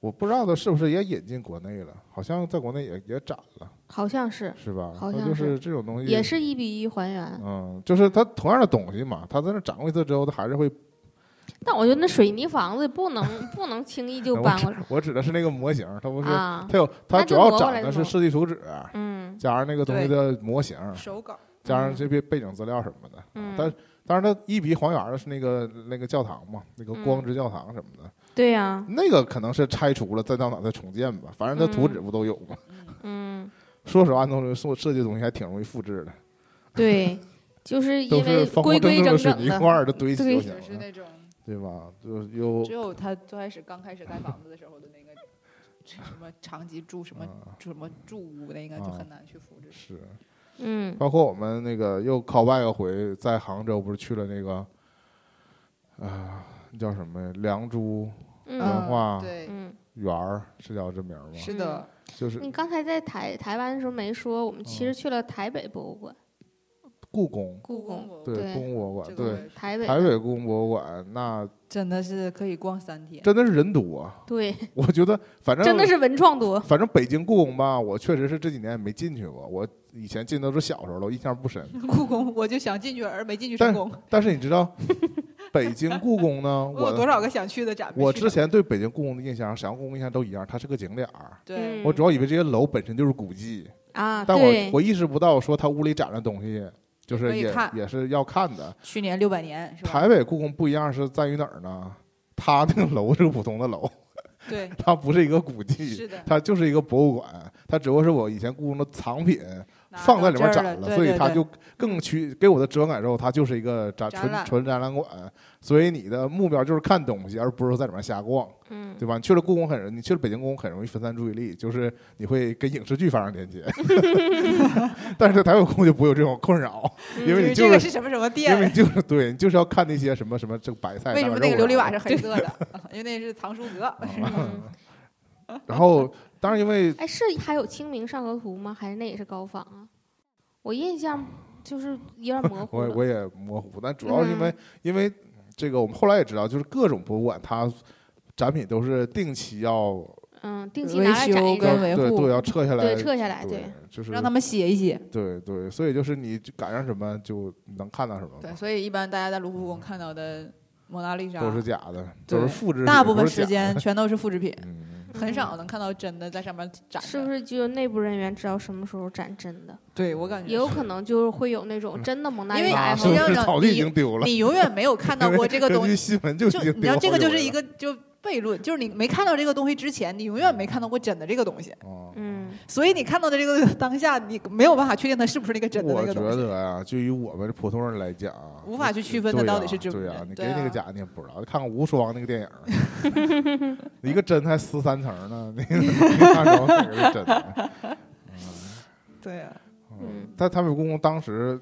[SPEAKER 1] 我不知道它是不是也引进国内了，好像在国内也也展了，
[SPEAKER 2] 好像是，
[SPEAKER 1] 是吧？
[SPEAKER 2] 好
[SPEAKER 1] 它
[SPEAKER 2] 像
[SPEAKER 1] 就是这种东西
[SPEAKER 2] 也是一比一还原。
[SPEAKER 1] 嗯，就是它同样的东西嘛，它在那展过一次之后，它还是会。
[SPEAKER 2] 但我觉得那水泥房子不能不能轻易就
[SPEAKER 1] 哎我
[SPEAKER 2] 搬
[SPEAKER 1] 指
[SPEAKER 2] 过来
[SPEAKER 1] 我指的是那个模型，它不是，
[SPEAKER 2] 啊。
[SPEAKER 1] 它有它
[SPEAKER 2] 那
[SPEAKER 1] 主
[SPEAKER 2] 就
[SPEAKER 1] 要
[SPEAKER 2] 挪过
[SPEAKER 1] 展
[SPEAKER 2] 来
[SPEAKER 1] 的
[SPEAKER 2] 就是挪
[SPEAKER 1] 设计图纸，啊
[SPEAKER 2] 嗯
[SPEAKER 1] 加上那个东西的模型，
[SPEAKER 3] 手稿
[SPEAKER 1] 加上
[SPEAKER 2] 嗯
[SPEAKER 1] 这些背景资料什么的。
[SPEAKER 2] 嗯
[SPEAKER 1] 但当然，它一比一还原的是那个那个教堂嘛，那个
[SPEAKER 2] 嗯
[SPEAKER 1] 光之教堂什么的，
[SPEAKER 2] 对呀、
[SPEAKER 1] 那个可能是拆除了，再到哪再重建吧。反正它图纸不都有嘛。
[SPEAKER 2] 嗯，
[SPEAKER 1] 说实话，那种设设计的东西还挺容易复制的，
[SPEAKER 2] 对，就是
[SPEAKER 1] 都
[SPEAKER 2] 因
[SPEAKER 1] 是
[SPEAKER 2] 为
[SPEAKER 1] 方
[SPEAKER 2] 规
[SPEAKER 1] 方正
[SPEAKER 2] 规
[SPEAKER 1] 正
[SPEAKER 2] 整
[SPEAKER 1] 的水
[SPEAKER 2] 整
[SPEAKER 1] 泥
[SPEAKER 2] 的，
[SPEAKER 1] 块儿的堆起
[SPEAKER 2] 对
[SPEAKER 1] 就行啊
[SPEAKER 3] 就是
[SPEAKER 1] 了，
[SPEAKER 3] 那种，
[SPEAKER 1] 对吧？就是有
[SPEAKER 3] 只有他最开始刚开始盖房子的时候的那个什么长期住什么
[SPEAKER 1] 啊
[SPEAKER 3] 住什么住屋那个就很难去复制。
[SPEAKER 1] 是。
[SPEAKER 2] 嗯
[SPEAKER 1] 包括我们那个又 callback 回在杭州，不是去了那个啊、那叫什么呀？良渚
[SPEAKER 2] 嗯
[SPEAKER 1] 文化
[SPEAKER 3] 对，
[SPEAKER 2] 嗯。
[SPEAKER 1] 园儿是叫这名儿吗？
[SPEAKER 3] 是的，
[SPEAKER 1] 就是
[SPEAKER 2] 你刚才在台台湾的时候没说，我们
[SPEAKER 1] 嗯
[SPEAKER 2] 其实去了台北博物馆、
[SPEAKER 1] 故宫，
[SPEAKER 2] 故宫、
[SPEAKER 3] 宫
[SPEAKER 1] 对
[SPEAKER 2] 对
[SPEAKER 1] 故宫博物
[SPEAKER 3] 这
[SPEAKER 1] 馆，
[SPEAKER 3] 个
[SPEAKER 1] 对
[SPEAKER 2] 台北
[SPEAKER 1] 台北故宫博物馆，那
[SPEAKER 3] 真的是可以逛三天。
[SPEAKER 1] 真的是人多啊。
[SPEAKER 2] 对，
[SPEAKER 1] 我觉得反正
[SPEAKER 2] 真的是文创多。
[SPEAKER 1] 反正北京故宫吧，我确实是这几年也没进去过，我以前进的都是小时候了，我印象不 深。
[SPEAKER 3] 故宫我就想进去，而没进去
[SPEAKER 1] 但
[SPEAKER 3] 成功。
[SPEAKER 1] 但是你知道，北京故宫呢，
[SPEAKER 3] 我有多
[SPEAKER 1] 我
[SPEAKER 3] 少个想去的展？没
[SPEAKER 1] 我
[SPEAKER 3] 去
[SPEAKER 1] 之前对北京故宫的印象、沈阳故宫印象都一样，它是个景点儿。
[SPEAKER 3] 对，
[SPEAKER 2] 嗯
[SPEAKER 1] 我主要以为这些楼本身就是古迹，
[SPEAKER 2] 啊，
[SPEAKER 1] 但我
[SPEAKER 2] 对，
[SPEAKER 1] 我意识不到说它屋里展的东西就是
[SPEAKER 3] 可以
[SPEAKER 1] 也
[SPEAKER 3] 看
[SPEAKER 1] 也是要看的。
[SPEAKER 3] 去年六百年是吧？
[SPEAKER 1] 台北故宫不一样是在于哪儿呢？它那个楼是个普通的 楼，
[SPEAKER 3] 对，
[SPEAKER 1] 它不是一个古迹，
[SPEAKER 3] 是的，
[SPEAKER 1] 它就是一个博物馆，它只不过是我以前故宫的藏品放在里面
[SPEAKER 3] 拿到这儿
[SPEAKER 1] 展
[SPEAKER 3] 了，对
[SPEAKER 1] 所以
[SPEAKER 3] 对
[SPEAKER 1] 它
[SPEAKER 3] 对
[SPEAKER 1] 就更趋给我的直观感受，它就是一个展
[SPEAKER 3] 展
[SPEAKER 1] 纯
[SPEAKER 3] 览
[SPEAKER 1] 纯展览馆。所以你的目标就是看东西，而不是说在里面瞎逛，
[SPEAKER 2] 嗯，
[SPEAKER 1] 对吧？你去了故宫很容易，你去了北京故宫很容易分散注意力，就是你会跟影视剧发生连 接。但是在台北故宫就不会有这种困扰，因
[SPEAKER 3] 就
[SPEAKER 1] 为
[SPEAKER 3] 是
[SPEAKER 1] 你
[SPEAKER 3] 这
[SPEAKER 1] 就是
[SPEAKER 3] 个是什么什么
[SPEAKER 1] 因为
[SPEAKER 3] 店？
[SPEAKER 1] 就是对，你就是要看那些什么什么这个白菜。
[SPEAKER 3] 为什么
[SPEAKER 1] 大
[SPEAKER 3] 那
[SPEAKER 1] 肉
[SPEAKER 3] 个琉
[SPEAKER 1] 啊
[SPEAKER 3] 璃瓦是黑色的？ 因为那是藏书阁。
[SPEAKER 2] 嗯
[SPEAKER 1] 然后，当然因为
[SPEAKER 2] 哎，是还有《清明上河图》吗？还是那也是高仿啊？我印象就是有点 模糊
[SPEAKER 1] 我
[SPEAKER 3] 嗯
[SPEAKER 2] 了。
[SPEAKER 1] 我也模糊，但主要是因为、因为这个我们后来也知道，就是各种博物馆它展品都是定期要
[SPEAKER 2] 嗯，定期
[SPEAKER 3] 维
[SPEAKER 2] 拿来展
[SPEAKER 3] 修
[SPEAKER 2] 一
[SPEAKER 3] 跟
[SPEAKER 2] 展，
[SPEAKER 3] 维
[SPEAKER 1] 对
[SPEAKER 3] 护
[SPEAKER 1] 对要撤下来，
[SPEAKER 2] 对，撤下来，
[SPEAKER 1] 对
[SPEAKER 2] 对，，
[SPEAKER 1] 就是
[SPEAKER 3] 让他们歇一歇。
[SPEAKER 1] 对对，所以就是你就赶上什么就能看到什么
[SPEAKER 3] 对，
[SPEAKER 1] 嘛，
[SPEAKER 3] 所以一般大家在卢浮宫看到的蒙娜丽莎，
[SPEAKER 1] 嗯都是假的，都是
[SPEAKER 3] 对
[SPEAKER 1] 复制品，
[SPEAKER 3] 大部
[SPEAKER 1] 都
[SPEAKER 3] 分
[SPEAKER 1] 是假
[SPEAKER 3] 时
[SPEAKER 1] 的
[SPEAKER 3] 间全都是复制品，
[SPEAKER 1] 嗯，
[SPEAKER 2] 嗯
[SPEAKER 3] 很少能看到真的在上面展
[SPEAKER 2] 是不
[SPEAKER 3] 是？
[SPEAKER 2] 是只有内部人员知道什么时候展真的？
[SPEAKER 3] 对我感
[SPEAKER 2] 也
[SPEAKER 3] 觉
[SPEAKER 2] 有可能就是会有那种真的蒙娜
[SPEAKER 3] 因
[SPEAKER 2] 丽
[SPEAKER 3] 为
[SPEAKER 2] 莎爱
[SPEAKER 1] 那嗯啊
[SPEAKER 2] 好
[SPEAKER 1] 是
[SPEAKER 3] 实
[SPEAKER 1] 不
[SPEAKER 3] 际
[SPEAKER 2] 者。
[SPEAKER 1] 是
[SPEAKER 3] 上你
[SPEAKER 1] 早就已经丢了？
[SPEAKER 3] 你永远没有看到
[SPEAKER 1] 因
[SPEAKER 3] 过
[SPEAKER 1] 为
[SPEAKER 3] 这 个
[SPEAKER 1] 根
[SPEAKER 3] 东
[SPEAKER 1] 据
[SPEAKER 3] 西。
[SPEAKER 1] 新闻就已
[SPEAKER 3] 就
[SPEAKER 1] 经
[SPEAKER 3] 你知道，
[SPEAKER 1] 丢
[SPEAKER 3] 这
[SPEAKER 1] 好
[SPEAKER 3] 个就
[SPEAKER 1] 几回
[SPEAKER 3] 是一
[SPEAKER 1] 了
[SPEAKER 3] 个就悖论，就是你没看到这个东西之前，你永远没看到过真的这个东西，
[SPEAKER 1] 哦
[SPEAKER 2] 嗯
[SPEAKER 3] 所以你看到的这个 当下，你没有办法确定它是不是那个真的那
[SPEAKER 1] 我
[SPEAKER 3] 个
[SPEAKER 1] 觉
[SPEAKER 3] 东西，
[SPEAKER 1] 得啊，就以我们普通人来讲啊，
[SPEAKER 3] 无法去区分
[SPEAKER 1] 对
[SPEAKER 3] 它
[SPEAKER 1] 呀
[SPEAKER 3] 到底是真不
[SPEAKER 1] 对
[SPEAKER 3] 真
[SPEAKER 1] 呀、。你给
[SPEAKER 3] 对
[SPEAKER 1] 那个
[SPEAKER 3] 啊，
[SPEAKER 1] 假你也不知道，看看《无双》那个电影儿， 一个真还撕三层呢，你 你看着哪个是真的？
[SPEAKER 3] 对啊，
[SPEAKER 1] 嗯
[SPEAKER 2] 嗯
[SPEAKER 1] 但他们故宫当时。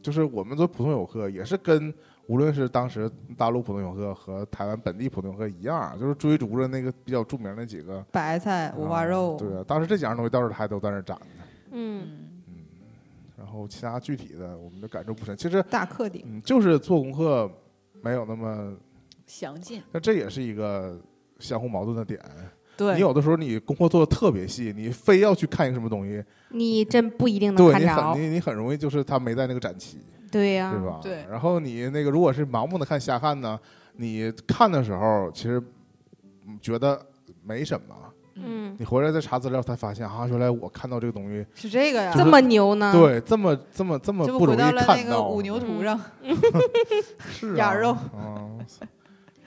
[SPEAKER 1] 就是我们做普通游客也是跟无论是当时大陆普通游客和台湾本地普通游客一样，啊就是追逐着那个比较著名的几个
[SPEAKER 3] 白菜、五花肉，
[SPEAKER 1] 对啊，当时这几样东西倒是还都在那儿展呢。
[SPEAKER 2] 嗯，
[SPEAKER 3] 嗯，
[SPEAKER 1] 嗯，然后其他具体的我们的感受不深。其实，
[SPEAKER 3] 大客顶
[SPEAKER 1] 嗯，就是做功课没有那么，
[SPEAKER 3] 详尽，
[SPEAKER 1] 那这也是一个相互矛盾的点。你
[SPEAKER 3] 对，
[SPEAKER 1] 有的时候你功课做的特别细，你非要去看一个什么东西，
[SPEAKER 2] 你真不一定能
[SPEAKER 1] 对
[SPEAKER 2] 看
[SPEAKER 1] 你很
[SPEAKER 2] 着，
[SPEAKER 1] 你你很容易就是它没在那个展期，
[SPEAKER 2] 对呀、
[SPEAKER 1] 对吧？
[SPEAKER 3] 啊对
[SPEAKER 1] 然后你那个如果是盲目的看瞎看呢，你看的时候其实嗯觉得没什么，
[SPEAKER 2] 嗯，
[SPEAKER 1] 你回来再查资料才发现啊，原来我看到这个东西，
[SPEAKER 3] 是这个呀
[SPEAKER 1] 就，
[SPEAKER 2] 这么牛呢？，
[SPEAKER 1] 对，这么这么这么
[SPEAKER 3] 这
[SPEAKER 1] 不容
[SPEAKER 3] 嗯回
[SPEAKER 1] 易
[SPEAKER 3] 到
[SPEAKER 1] 看
[SPEAKER 3] 了那个五牛
[SPEAKER 2] 嗯
[SPEAKER 3] 图上，
[SPEAKER 1] 是
[SPEAKER 3] 眼
[SPEAKER 1] 啊，
[SPEAKER 3] 儿肉
[SPEAKER 1] 啊，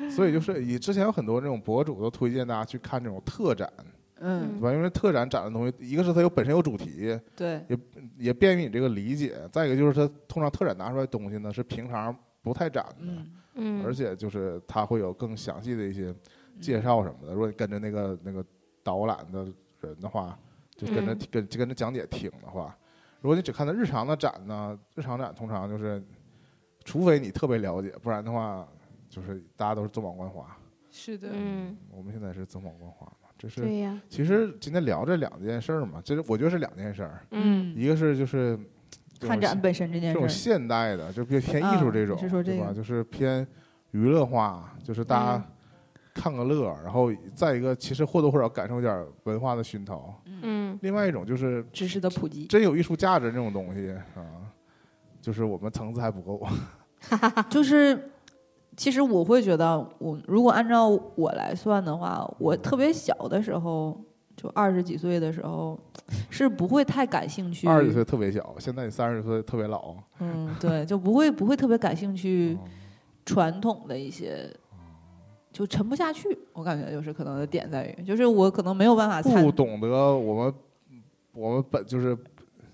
[SPEAKER 1] 所以就是以之前有很多这种博主都推荐大家去看这种特展，对
[SPEAKER 3] 嗯，
[SPEAKER 1] 吧？因为特展展的东西，一个是它有本身有主题，
[SPEAKER 3] 对，
[SPEAKER 1] 也便于你这个理解；再一个就是它通常特展拿出来的东西呢是平常不太展的，
[SPEAKER 3] 嗯，
[SPEAKER 2] 嗯，
[SPEAKER 1] 而且就是它会有更详细的一些介绍什么的。如果你跟着那个那个导览的人的话，就跟着
[SPEAKER 2] 嗯
[SPEAKER 1] 跟就跟着讲解听的话，如果你只看它日常的展呢，日常展通常就是，除非你特别了解，不然的话就是大家都是增广观花。
[SPEAKER 3] 是的，
[SPEAKER 2] 嗯，
[SPEAKER 1] 我们现在是增广观花嘛，这是
[SPEAKER 2] 对呀、
[SPEAKER 1] 其实今天聊这两件事儿嘛，其实我觉得是两件事儿，
[SPEAKER 2] 嗯，
[SPEAKER 1] 一个是就是这种
[SPEAKER 3] 看展本身这
[SPEAKER 1] 这
[SPEAKER 3] 件
[SPEAKER 1] 种
[SPEAKER 3] 事
[SPEAKER 1] 现代的，就比较偏艺术
[SPEAKER 3] 啊
[SPEAKER 1] 这种，
[SPEAKER 3] 你是说这
[SPEAKER 1] 对
[SPEAKER 3] 个嗯
[SPEAKER 1] 吧？就是偏娱乐化，就是大家看个乐儿，然后再一个其实或多或少感受一点儿文化的熏陶。
[SPEAKER 2] 嗯，
[SPEAKER 1] 另外一种就是
[SPEAKER 3] 知识的普及，
[SPEAKER 1] 真有艺术价值这种东西啊，就是我们层次还不够。
[SPEAKER 3] 嗯啊就是，其实我会觉得我，如果按照我来算的话，我特别小的时候，就二十几岁的时候，是不会太感兴趣。
[SPEAKER 1] 二十岁特别小，现在你三十岁特别老。
[SPEAKER 3] 嗯，对，就不会不会特别感兴趣
[SPEAKER 1] 嗯
[SPEAKER 3] 传统的一些，就沉不下去。我感觉就是可能的点在于，就是我可能没有办法参
[SPEAKER 1] 不，懂得我们我们本就是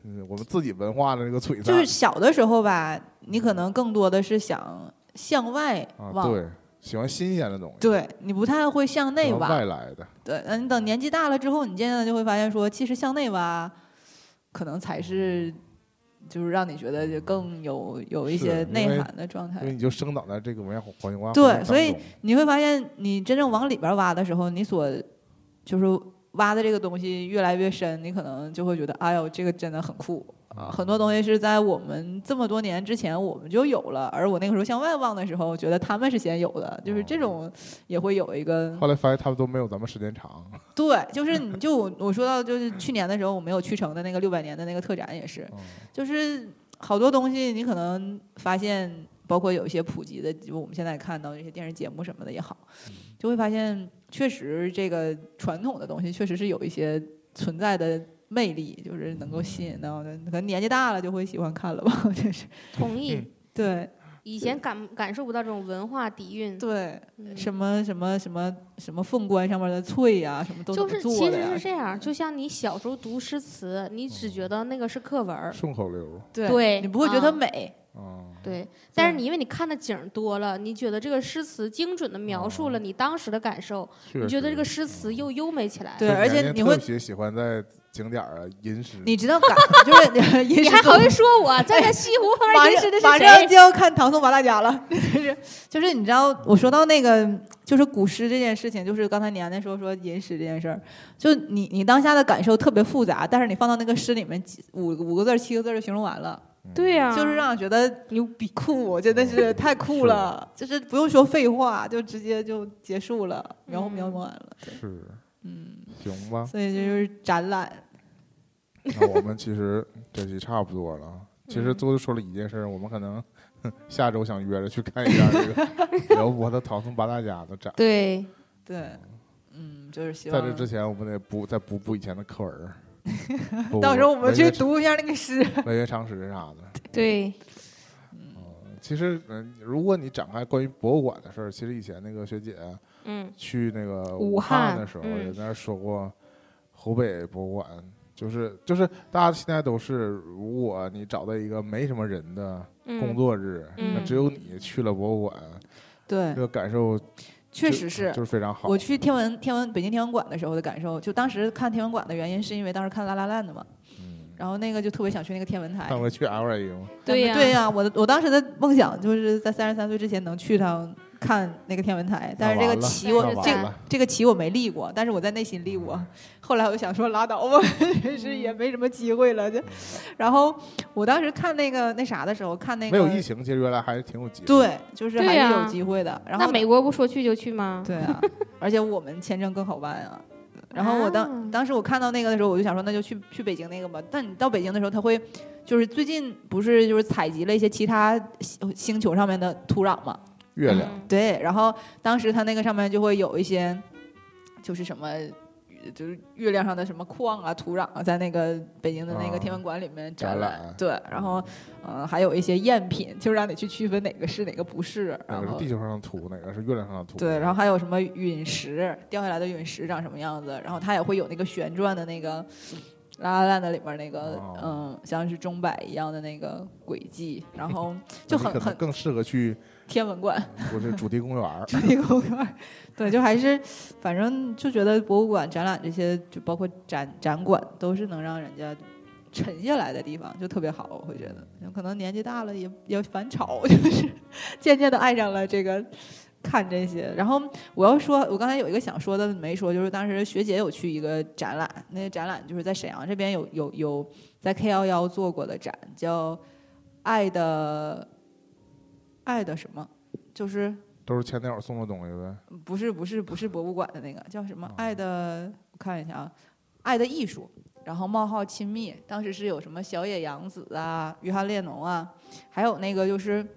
[SPEAKER 1] 嗯我们自己文化的那个璀
[SPEAKER 3] 就
[SPEAKER 1] 璨
[SPEAKER 3] 是小的时候吧，你可能更多的是想向外
[SPEAKER 1] 嗯啊，
[SPEAKER 3] 望，
[SPEAKER 1] 对，喜欢新鲜的东西，
[SPEAKER 3] 对你不太会向内
[SPEAKER 1] 喜欢
[SPEAKER 3] 挖。
[SPEAKER 1] 外来的。
[SPEAKER 3] 对，嗯，你等年纪大了之后，你渐渐的就会发现说，其实向内挖，可能才是就是让你觉得就更有有一
[SPEAKER 1] 嗯是
[SPEAKER 3] 些
[SPEAKER 1] 因
[SPEAKER 3] 内
[SPEAKER 1] 为
[SPEAKER 3] 涵的状
[SPEAKER 1] 因为
[SPEAKER 3] 态。
[SPEAKER 1] 你就生长在这个文化环境化
[SPEAKER 3] 对
[SPEAKER 1] 环境
[SPEAKER 3] 所以
[SPEAKER 1] 当中
[SPEAKER 3] 你会发现，你真正往里边挖的时候，你所就是挖的这个东西越来越深，你可能就会觉得，哎呦，这个真的很酷。啊，很多东西是在我们这么多年之前我们就有了，而我那个时候向外望的时候，觉得他们是先有的，就是
[SPEAKER 1] 哦
[SPEAKER 3] 这种也会有一个
[SPEAKER 1] 后来发现他们都没有咱们时间长，
[SPEAKER 3] 对，就是你就我我说到就是去年的时候，我没有去成的那个六百年的那个特展也是，
[SPEAKER 1] 嗯
[SPEAKER 3] 就是好多东西你可能发现，包括有一些普及的，就我们现在看到的一些电视节目什么的也好，
[SPEAKER 2] 嗯
[SPEAKER 3] 就会发现确实这个传统的东西确实是有一些存在的魅力，就是能够吸
[SPEAKER 2] 嗯
[SPEAKER 3] 引到的。可能年纪大了就会喜欢看了吧， 就是
[SPEAKER 2] 同意。
[SPEAKER 1] 嗯
[SPEAKER 3] 对
[SPEAKER 2] 以前感感受不到这种文化底蕴，
[SPEAKER 3] 对，
[SPEAKER 2] 嗯
[SPEAKER 3] 什么什么什么什么凤冠上面的翠呀、什么都
[SPEAKER 2] 就
[SPEAKER 3] 怎么
[SPEAKER 2] 是
[SPEAKER 3] 做
[SPEAKER 2] 其
[SPEAKER 3] 的
[SPEAKER 2] 实
[SPEAKER 3] 呀嗯哦
[SPEAKER 2] 是这样，就像你小时候读诗词，你只觉得那个是课文儿，
[SPEAKER 1] 顺口溜
[SPEAKER 3] 对
[SPEAKER 2] 对
[SPEAKER 3] 你不会觉得它
[SPEAKER 2] 啊
[SPEAKER 3] 美，
[SPEAKER 1] 啊，
[SPEAKER 2] 对。但是你因为你看的景儿多了，你觉得这个诗词精准的描述
[SPEAKER 3] 哦
[SPEAKER 2] 了你当时的感受，
[SPEAKER 1] 确
[SPEAKER 2] 你觉得
[SPEAKER 1] 实
[SPEAKER 2] 这个诗词又优美起来了。
[SPEAKER 3] 对
[SPEAKER 1] 就
[SPEAKER 3] 而且
[SPEAKER 1] 人家
[SPEAKER 3] 你会
[SPEAKER 1] 特别喜欢在景点儿啊吟诗，
[SPEAKER 3] 你知道感就是 你
[SPEAKER 2] 你
[SPEAKER 3] 也
[SPEAKER 2] 还
[SPEAKER 3] 是
[SPEAKER 2] 好意说我站在西湖旁
[SPEAKER 3] 马
[SPEAKER 2] 边吟
[SPEAKER 3] 上
[SPEAKER 2] 诗的
[SPEAKER 3] 马
[SPEAKER 2] 是
[SPEAKER 3] 上
[SPEAKER 2] 谁？
[SPEAKER 3] 就要看唐宋八大家了， 就是就是你知道我说到那个就是古诗这件事情，就是刚才娘娘说说吟诗这件事儿，就你你当下的感受特别复杂，但是你放到那个诗里面几五五个字儿七个字儿就形容完了，
[SPEAKER 1] 嗯
[SPEAKER 2] 对呀、
[SPEAKER 3] 就是让人觉得牛逼酷，真的是太酷了，就是不用说废话，就直接就结束了，描
[SPEAKER 2] 嗯
[SPEAKER 3] 描摹完了，对
[SPEAKER 1] 是
[SPEAKER 3] 嗯，？
[SPEAKER 1] 行吧
[SPEAKER 3] 所以这就是展览，
[SPEAKER 1] 那我们其 实这期差不多了。其实
[SPEAKER 2] 嗯
[SPEAKER 1] 多说了一件事儿，我们可能 哼下周想约着去看一下这个 辽博的唐宋八大家的 展。
[SPEAKER 2] 对，
[SPEAKER 3] 对，嗯，就是希
[SPEAKER 1] 在
[SPEAKER 3] 望
[SPEAKER 1] 这之前，我们得补再补补以前 的课文儿，补
[SPEAKER 3] 到时候我们
[SPEAKER 1] 文学
[SPEAKER 3] 去读一下那 个诗。
[SPEAKER 1] 文学常识啥的。
[SPEAKER 2] 对，
[SPEAKER 1] 其实，嗯，如果你展开关于博物馆的事儿，其实以前那个学姐啊
[SPEAKER 2] 嗯，
[SPEAKER 1] 去那个
[SPEAKER 2] 武
[SPEAKER 1] 武汉
[SPEAKER 2] 汉
[SPEAKER 1] 的时候，
[SPEAKER 2] 嗯
[SPEAKER 1] 也在那儿说过湖北博物馆，就是就是大家现在都是，如果你找到一个没什么人的工
[SPEAKER 2] 嗯，
[SPEAKER 1] 作日，那
[SPEAKER 2] 嗯
[SPEAKER 1] 只有你去了博物馆，
[SPEAKER 3] 对
[SPEAKER 1] 这，个感受
[SPEAKER 3] 确实是
[SPEAKER 1] 就。是非常好。
[SPEAKER 3] 我去天文天文北京天文馆的时候的感受，就当时看天文馆的原因是因为当时看《拉拉烂》的嘛，
[SPEAKER 1] 嗯
[SPEAKER 3] 然后那个就特别想去那个天文台
[SPEAKER 1] 上。回去 L A 吗？
[SPEAKER 2] 对呀
[SPEAKER 3] 对呀、我的我当时的梦想就是在三十三岁之前能去趟看那个天文台，但是这个
[SPEAKER 1] 完了
[SPEAKER 3] 棋
[SPEAKER 2] 那
[SPEAKER 3] 我
[SPEAKER 1] 那
[SPEAKER 2] 个
[SPEAKER 3] 这
[SPEAKER 1] 完
[SPEAKER 2] 个
[SPEAKER 1] 了，
[SPEAKER 3] 这个棋我没立过，但是我在内心立
[SPEAKER 1] 嗯
[SPEAKER 3] 过。 后来我就想说拉 倒吧，真是也没什么机会了。就，然后我当时看那个那啥的时候，看那
[SPEAKER 1] 没有
[SPEAKER 3] 个
[SPEAKER 1] 疫情，其实原来还是挺有机会。，
[SPEAKER 3] 对，就是还
[SPEAKER 2] 对
[SPEAKER 3] 是
[SPEAKER 2] 呀
[SPEAKER 3] 有机会的。然后
[SPEAKER 2] 那美国不说去就去吗？
[SPEAKER 3] 对啊，而且我们签证更好办啊。然后我当
[SPEAKER 2] 啊
[SPEAKER 3] 当时我看到那个的时候，我就想说，那就去去北京那个吧。但你到北京的时候，他会就是最近不是就是采集了一些其他星星球上面的土壤嘛？
[SPEAKER 1] 月亮
[SPEAKER 2] 嗯
[SPEAKER 3] 对，然后当时它那个上面就会有一些，就是什么，就是月亮上的什么矿啊、土壤啊，在那个北京的那
[SPEAKER 1] 啊
[SPEAKER 3] 个天文馆里面
[SPEAKER 1] 展
[SPEAKER 3] 览。
[SPEAKER 1] 览
[SPEAKER 3] 对，然后嗯、呃还有一些赝品，就让你去区分哪个是哪个不是。
[SPEAKER 1] 哪
[SPEAKER 3] 然
[SPEAKER 1] 个是
[SPEAKER 3] 后
[SPEAKER 1] 地球上的土，哪个是月亮上的土？
[SPEAKER 3] 对，然后还有什么陨石掉下来的陨石长什么样子，然后它也会有那个旋转的那个。拉拉烂的里面那个，
[SPEAKER 1] 哦
[SPEAKER 3] 嗯，像是钟摆一样的那个轨迹， 然后
[SPEAKER 1] 那
[SPEAKER 3] 就
[SPEAKER 1] 你
[SPEAKER 3] 很
[SPEAKER 1] 可能
[SPEAKER 3] 很
[SPEAKER 1] 更适合去
[SPEAKER 3] 天文馆，
[SPEAKER 1] 不是主题公园 儿。
[SPEAKER 3] 主题公园儿，对，就还是反正就觉得博物馆、展览这些，就包括展展馆，都是能让人家沉下来的地方，就特别好。我会觉得，可能年纪大了也也烦吵， 就是渐渐的爱上了这个看这些。然后我要说，我刚才有一个想说的没说，就是当时学姐有去一个展览，那个展览就是在沈阳这边有有有在 K 幺幺做过的展，叫《爱的爱的什么》，就是。
[SPEAKER 1] 都是前男友送的东西呗。
[SPEAKER 3] 不是不是不是博物馆的那个叫什么
[SPEAKER 1] 哦？
[SPEAKER 3] 爱的，我看一下啊，爱的艺术，然后冒号亲密，当时是有什么小野洋子啊、约翰列侬啊，还有那个就是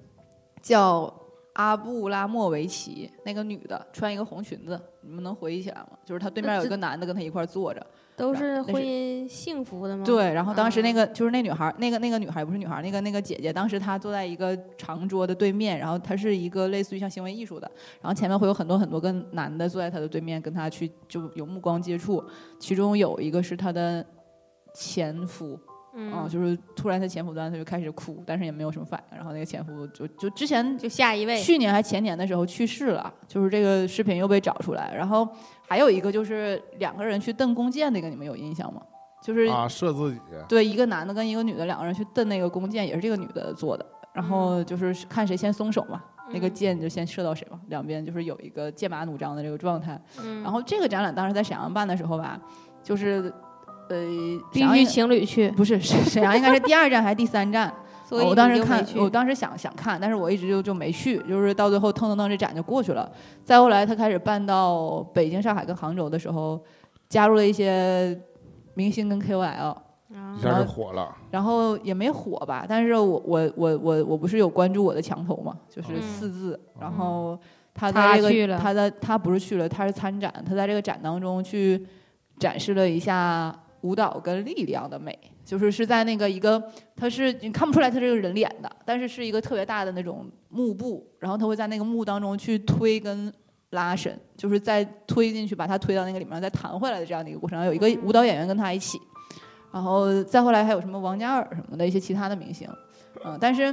[SPEAKER 3] 叫阿布拉莫维奇那个女的，穿一个红裙子，你们能回忆起来吗？就是她对面有一个男的跟她一块儿坐着，
[SPEAKER 2] 都是
[SPEAKER 3] 那是
[SPEAKER 2] 婚姻幸福的吗？
[SPEAKER 3] 对，然后当时那
[SPEAKER 2] 啊
[SPEAKER 3] 个就是那女孩儿，那个那个女孩儿不是女孩儿，那个那个姐姐，当时她坐在一个长桌的对面，然后她是一个类似于像行为艺术的，然后前面会有很多很多个男的坐在她的对面，跟她去就有目光接触，其中有一个是她的前夫，嗯，
[SPEAKER 2] 嗯，
[SPEAKER 3] 就是突然她前夫端她就开始哭，但是也没有什么反应，然后那个前夫就就之前
[SPEAKER 2] 就下一位，
[SPEAKER 3] 去年还前年的时候去世了，就是这个视频又被找出来，然后还有一个就是两个人去蹬弓箭那个，你们有印象吗？就是嗯
[SPEAKER 1] 啊，射自己，
[SPEAKER 3] 对，一个男的跟一个女的两个人去蹬那个弓箭，也是这个女的做的。然后就是看谁先松手嘛，那个
[SPEAKER 2] 嗯
[SPEAKER 3] 箭就先射到谁嘛，两边就是有一个剑拔弩张的这个状态。
[SPEAKER 2] 嗯
[SPEAKER 3] 然后这个展览当时在沈阳办的时候吧，就是呃，沈
[SPEAKER 2] 必
[SPEAKER 3] 阳
[SPEAKER 2] 须
[SPEAKER 3] 应
[SPEAKER 2] 情侣去，哦
[SPEAKER 3] 不是沈沈阳应该是第二站还是第三站？
[SPEAKER 2] 所以
[SPEAKER 3] 我当
[SPEAKER 2] 你
[SPEAKER 3] 时
[SPEAKER 2] 就
[SPEAKER 3] 看
[SPEAKER 2] 没，去
[SPEAKER 3] 我当时想想看，但是我一直就就没去，就是到最后腾腾腾这展就过去了。再后来，他开始办到北京、上海跟杭州的时候，加入了一些明星跟 KOL。
[SPEAKER 2] 啊
[SPEAKER 1] 一下就火了。
[SPEAKER 3] 然后也没火吧，但是我我我我我不是有关注我的墙头嘛，就是
[SPEAKER 2] 嗯
[SPEAKER 3] 四字，
[SPEAKER 1] 嗯
[SPEAKER 3] 然后他
[SPEAKER 2] 他
[SPEAKER 3] 在这
[SPEAKER 2] 去
[SPEAKER 3] 个
[SPEAKER 2] 了
[SPEAKER 3] 他在他不是去了，他是参展，他在这个展当中去展示了一下舞蹈跟力量的美，就是是在那个一个他是你看不出来他这个人脸的，但是是一个特别大的那种幕布，然后他会在那个幕当中去推跟。拉伸，就是再推进去，把他推到那个里面，再弹回来的这样的一个过程。然后有一个舞蹈演员跟他一起，然后再后来还有什么王嘉尔什么的一些其他的明星，嗯，但是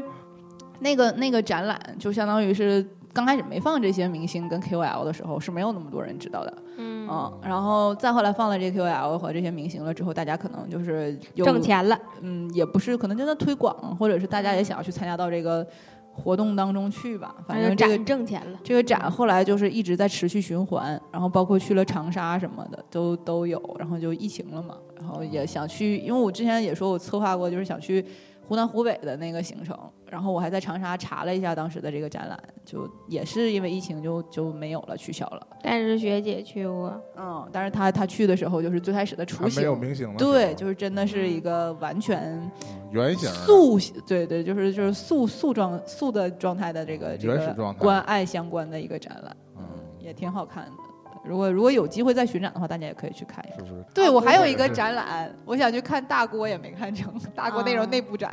[SPEAKER 3] 那个那个展览就相当于是刚开始没放这些明星跟 KOL 的时候是没有那么多人知道的，
[SPEAKER 2] 嗯，
[SPEAKER 3] 嗯，然后再后来放了这些 KOL 和这些明星了之后，大家可能就是有
[SPEAKER 2] 挣，钱了，
[SPEAKER 3] 嗯，也不是可能真的推广，或者是大家也想要去参加到这个活动当中去吧，反
[SPEAKER 2] 那就
[SPEAKER 3] 正这个
[SPEAKER 2] 展挣钱了，
[SPEAKER 3] 这个展后来就是一直在持续循环，然后包括去了长沙什么的都都有，然后就疫情了嘛，然后也想去，因为我之前也说我策划过，就是想去湖南湖北的那个行程，然后我还在长沙查了一下当时的这个展览，就也是因为疫情就就没有了，取消了。
[SPEAKER 2] 但是学姐去过，
[SPEAKER 3] 嗯，但是他他去的时候就是最开始的雏
[SPEAKER 1] 还啊没有
[SPEAKER 3] 形，
[SPEAKER 1] 明星呢。
[SPEAKER 3] 对，
[SPEAKER 1] 是
[SPEAKER 3] 就是真的是一个完全
[SPEAKER 1] 吧嗯原型的
[SPEAKER 3] 素，对对，就是就是素素状素的状态的这个这
[SPEAKER 1] 嗯原始
[SPEAKER 3] 个
[SPEAKER 1] 状态
[SPEAKER 3] 关爱相关的一个展览。嗯，
[SPEAKER 1] 嗯，
[SPEAKER 3] 也挺好看的。如果如果有机会再巡展的话，大家也可以去看一看。
[SPEAKER 1] 是不是？
[SPEAKER 3] 对，我还有一个
[SPEAKER 1] 是
[SPEAKER 3] 展览，我想去看大锅，也没看成。大锅那时候
[SPEAKER 2] 啊
[SPEAKER 3] 内部展，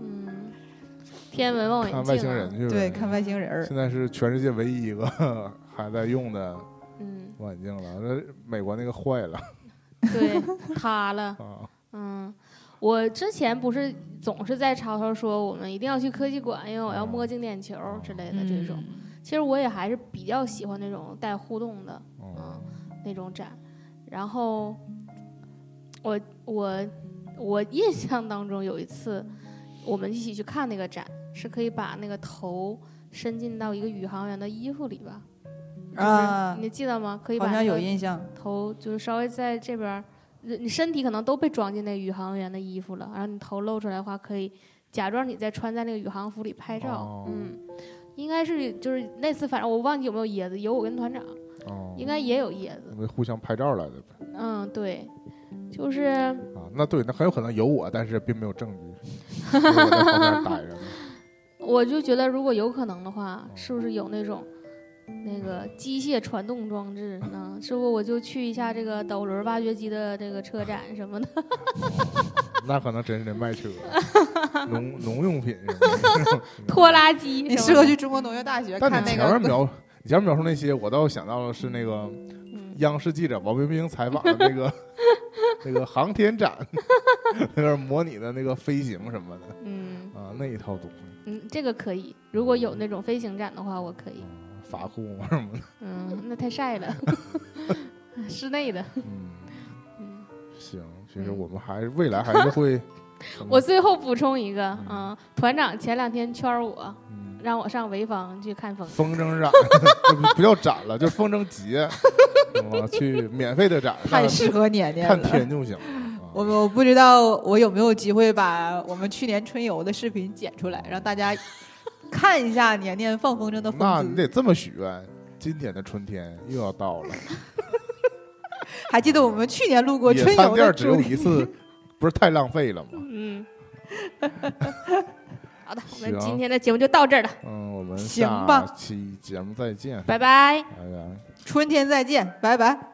[SPEAKER 2] 嗯，天文望远镜
[SPEAKER 1] 看
[SPEAKER 2] 啊，
[SPEAKER 1] 外星人去呗。
[SPEAKER 3] 对，看外星人儿。
[SPEAKER 1] 现在是全世界唯一一个 还在用的
[SPEAKER 2] 嗯，
[SPEAKER 1] 望远镜了。那美国那个坏了
[SPEAKER 2] 对，塌了。
[SPEAKER 1] 啊，
[SPEAKER 2] 嗯，我之前不是总是在潮头说我们一定要去科技馆，因为我要
[SPEAKER 1] 嗯
[SPEAKER 2] 摸静电球之类的这种。其实我也还是比较喜欢那种带互动的
[SPEAKER 1] 嗯
[SPEAKER 2] 嗯那种展。然后我我我印象当中有一次，我们一起去看那个展，是可以把那个头伸进到一个宇航员的衣服里吧？就是
[SPEAKER 3] 啊，
[SPEAKER 2] 你记得吗？可以把
[SPEAKER 3] 好像有
[SPEAKER 2] 那个
[SPEAKER 3] 印象。
[SPEAKER 2] 头就是稍微在这边儿，呃你身体可能都被装进那宇航员的衣服了，然后你头露出来的话，可以假装你在穿在那个宇航服里拍照。
[SPEAKER 1] 哦
[SPEAKER 2] 嗯，应该是就是那次，反正我忘记有没有椰子，有我跟团长，
[SPEAKER 1] 哦，
[SPEAKER 2] 应该也有椰
[SPEAKER 1] 我
[SPEAKER 2] 子。
[SPEAKER 1] 们互相拍照来的呗。
[SPEAKER 2] 嗯，对，就是
[SPEAKER 1] 啊，那对，那很有可能有我，但是并没有证 据，所以我在旁边待着呢。
[SPEAKER 2] 我就觉得如果有可能的话，是不是有那种？那个机械传动装置呢？是不是我就去一下这个导轮挖掘机的这个车展什么的？
[SPEAKER 1] 那可能真是得卖车，农农用品什么的
[SPEAKER 2] 拖。拉机什么的？
[SPEAKER 3] 你适合去中国农业大学
[SPEAKER 1] 但
[SPEAKER 3] 看
[SPEAKER 1] 你
[SPEAKER 3] 那
[SPEAKER 1] 前面
[SPEAKER 3] 个，
[SPEAKER 1] 描，你前面描述那些，我倒想到的是那个
[SPEAKER 2] 嗯
[SPEAKER 1] 央视记者王冰冰采访的那 个那个航天展， 那个模拟的那个飞行什么的
[SPEAKER 2] 嗯。
[SPEAKER 1] 啊，那一套东西，
[SPEAKER 2] 嗯，这个可以。如果有那种飞行展的话，我可以。
[SPEAKER 1] 法库啊什 么的，
[SPEAKER 2] 嗯，那太晒了， 室内的。
[SPEAKER 1] 嗯，
[SPEAKER 2] 嗯，
[SPEAKER 1] 行，其实我们还是未来还是 会什么，
[SPEAKER 2] 我最后补充一个，
[SPEAKER 1] 嗯
[SPEAKER 2] 嗯，团长前两天圈儿我，
[SPEAKER 1] 嗯
[SPEAKER 2] 让我上潍坊去看风筝。
[SPEAKER 1] 风筝展， 这不不叫展了，就是风筝节，我 去免费的展，
[SPEAKER 3] 太
[SPEAKER 1] 看
[SPEAKER 3] 适合年年
[SPEAKER 1] 嗯看
[SPEAKER 3] 了。
[SPEAKER 1] 天就行了。啊
[SPEAKER 3] 我我不知道我有没有机会把我们去年春游的视频剪出来，让大家看一下年年放风筝的
[SPEAKER 1] 啊那
[SPEAKER 3] 风
[SPEAKER 1] 你
[SPEAKER 3] 姿。
[SPEAKER 1] 得这么许愿，今天的春天又要到了，
[SPEAKER 3] 还记得我们去年路过
[SPEAKER 1] 野
[SPEAKER 3] 春
[SPEAKER 1] 餐
[SPEAKER 3] 游
[SPEAKER 1] 垫
[SPEAKER 3] 的
[SPEAKER 1] 儿只有
[SPEAKER 3] 主题
[SPEAKER 1] 一 次，不是太浪费了吗？
[SPEAKER 2] 嗯， 好的，我
[SPEAKER 1] 行
[SPEAKER 2] 们今天的节目就到这儿了，
[SPEAKER 1] 嗯，我们
[SPEAKER 3] 行
[SPEAKER 1] 下
[SPEAKER 3] 吧
[SPEAKER 1] 期节目再见，
[SPEAKER 2] 拜拜。
[SPEAKER 1] 拜拜。
[SPEAKER 3] 春天再见，拜拜。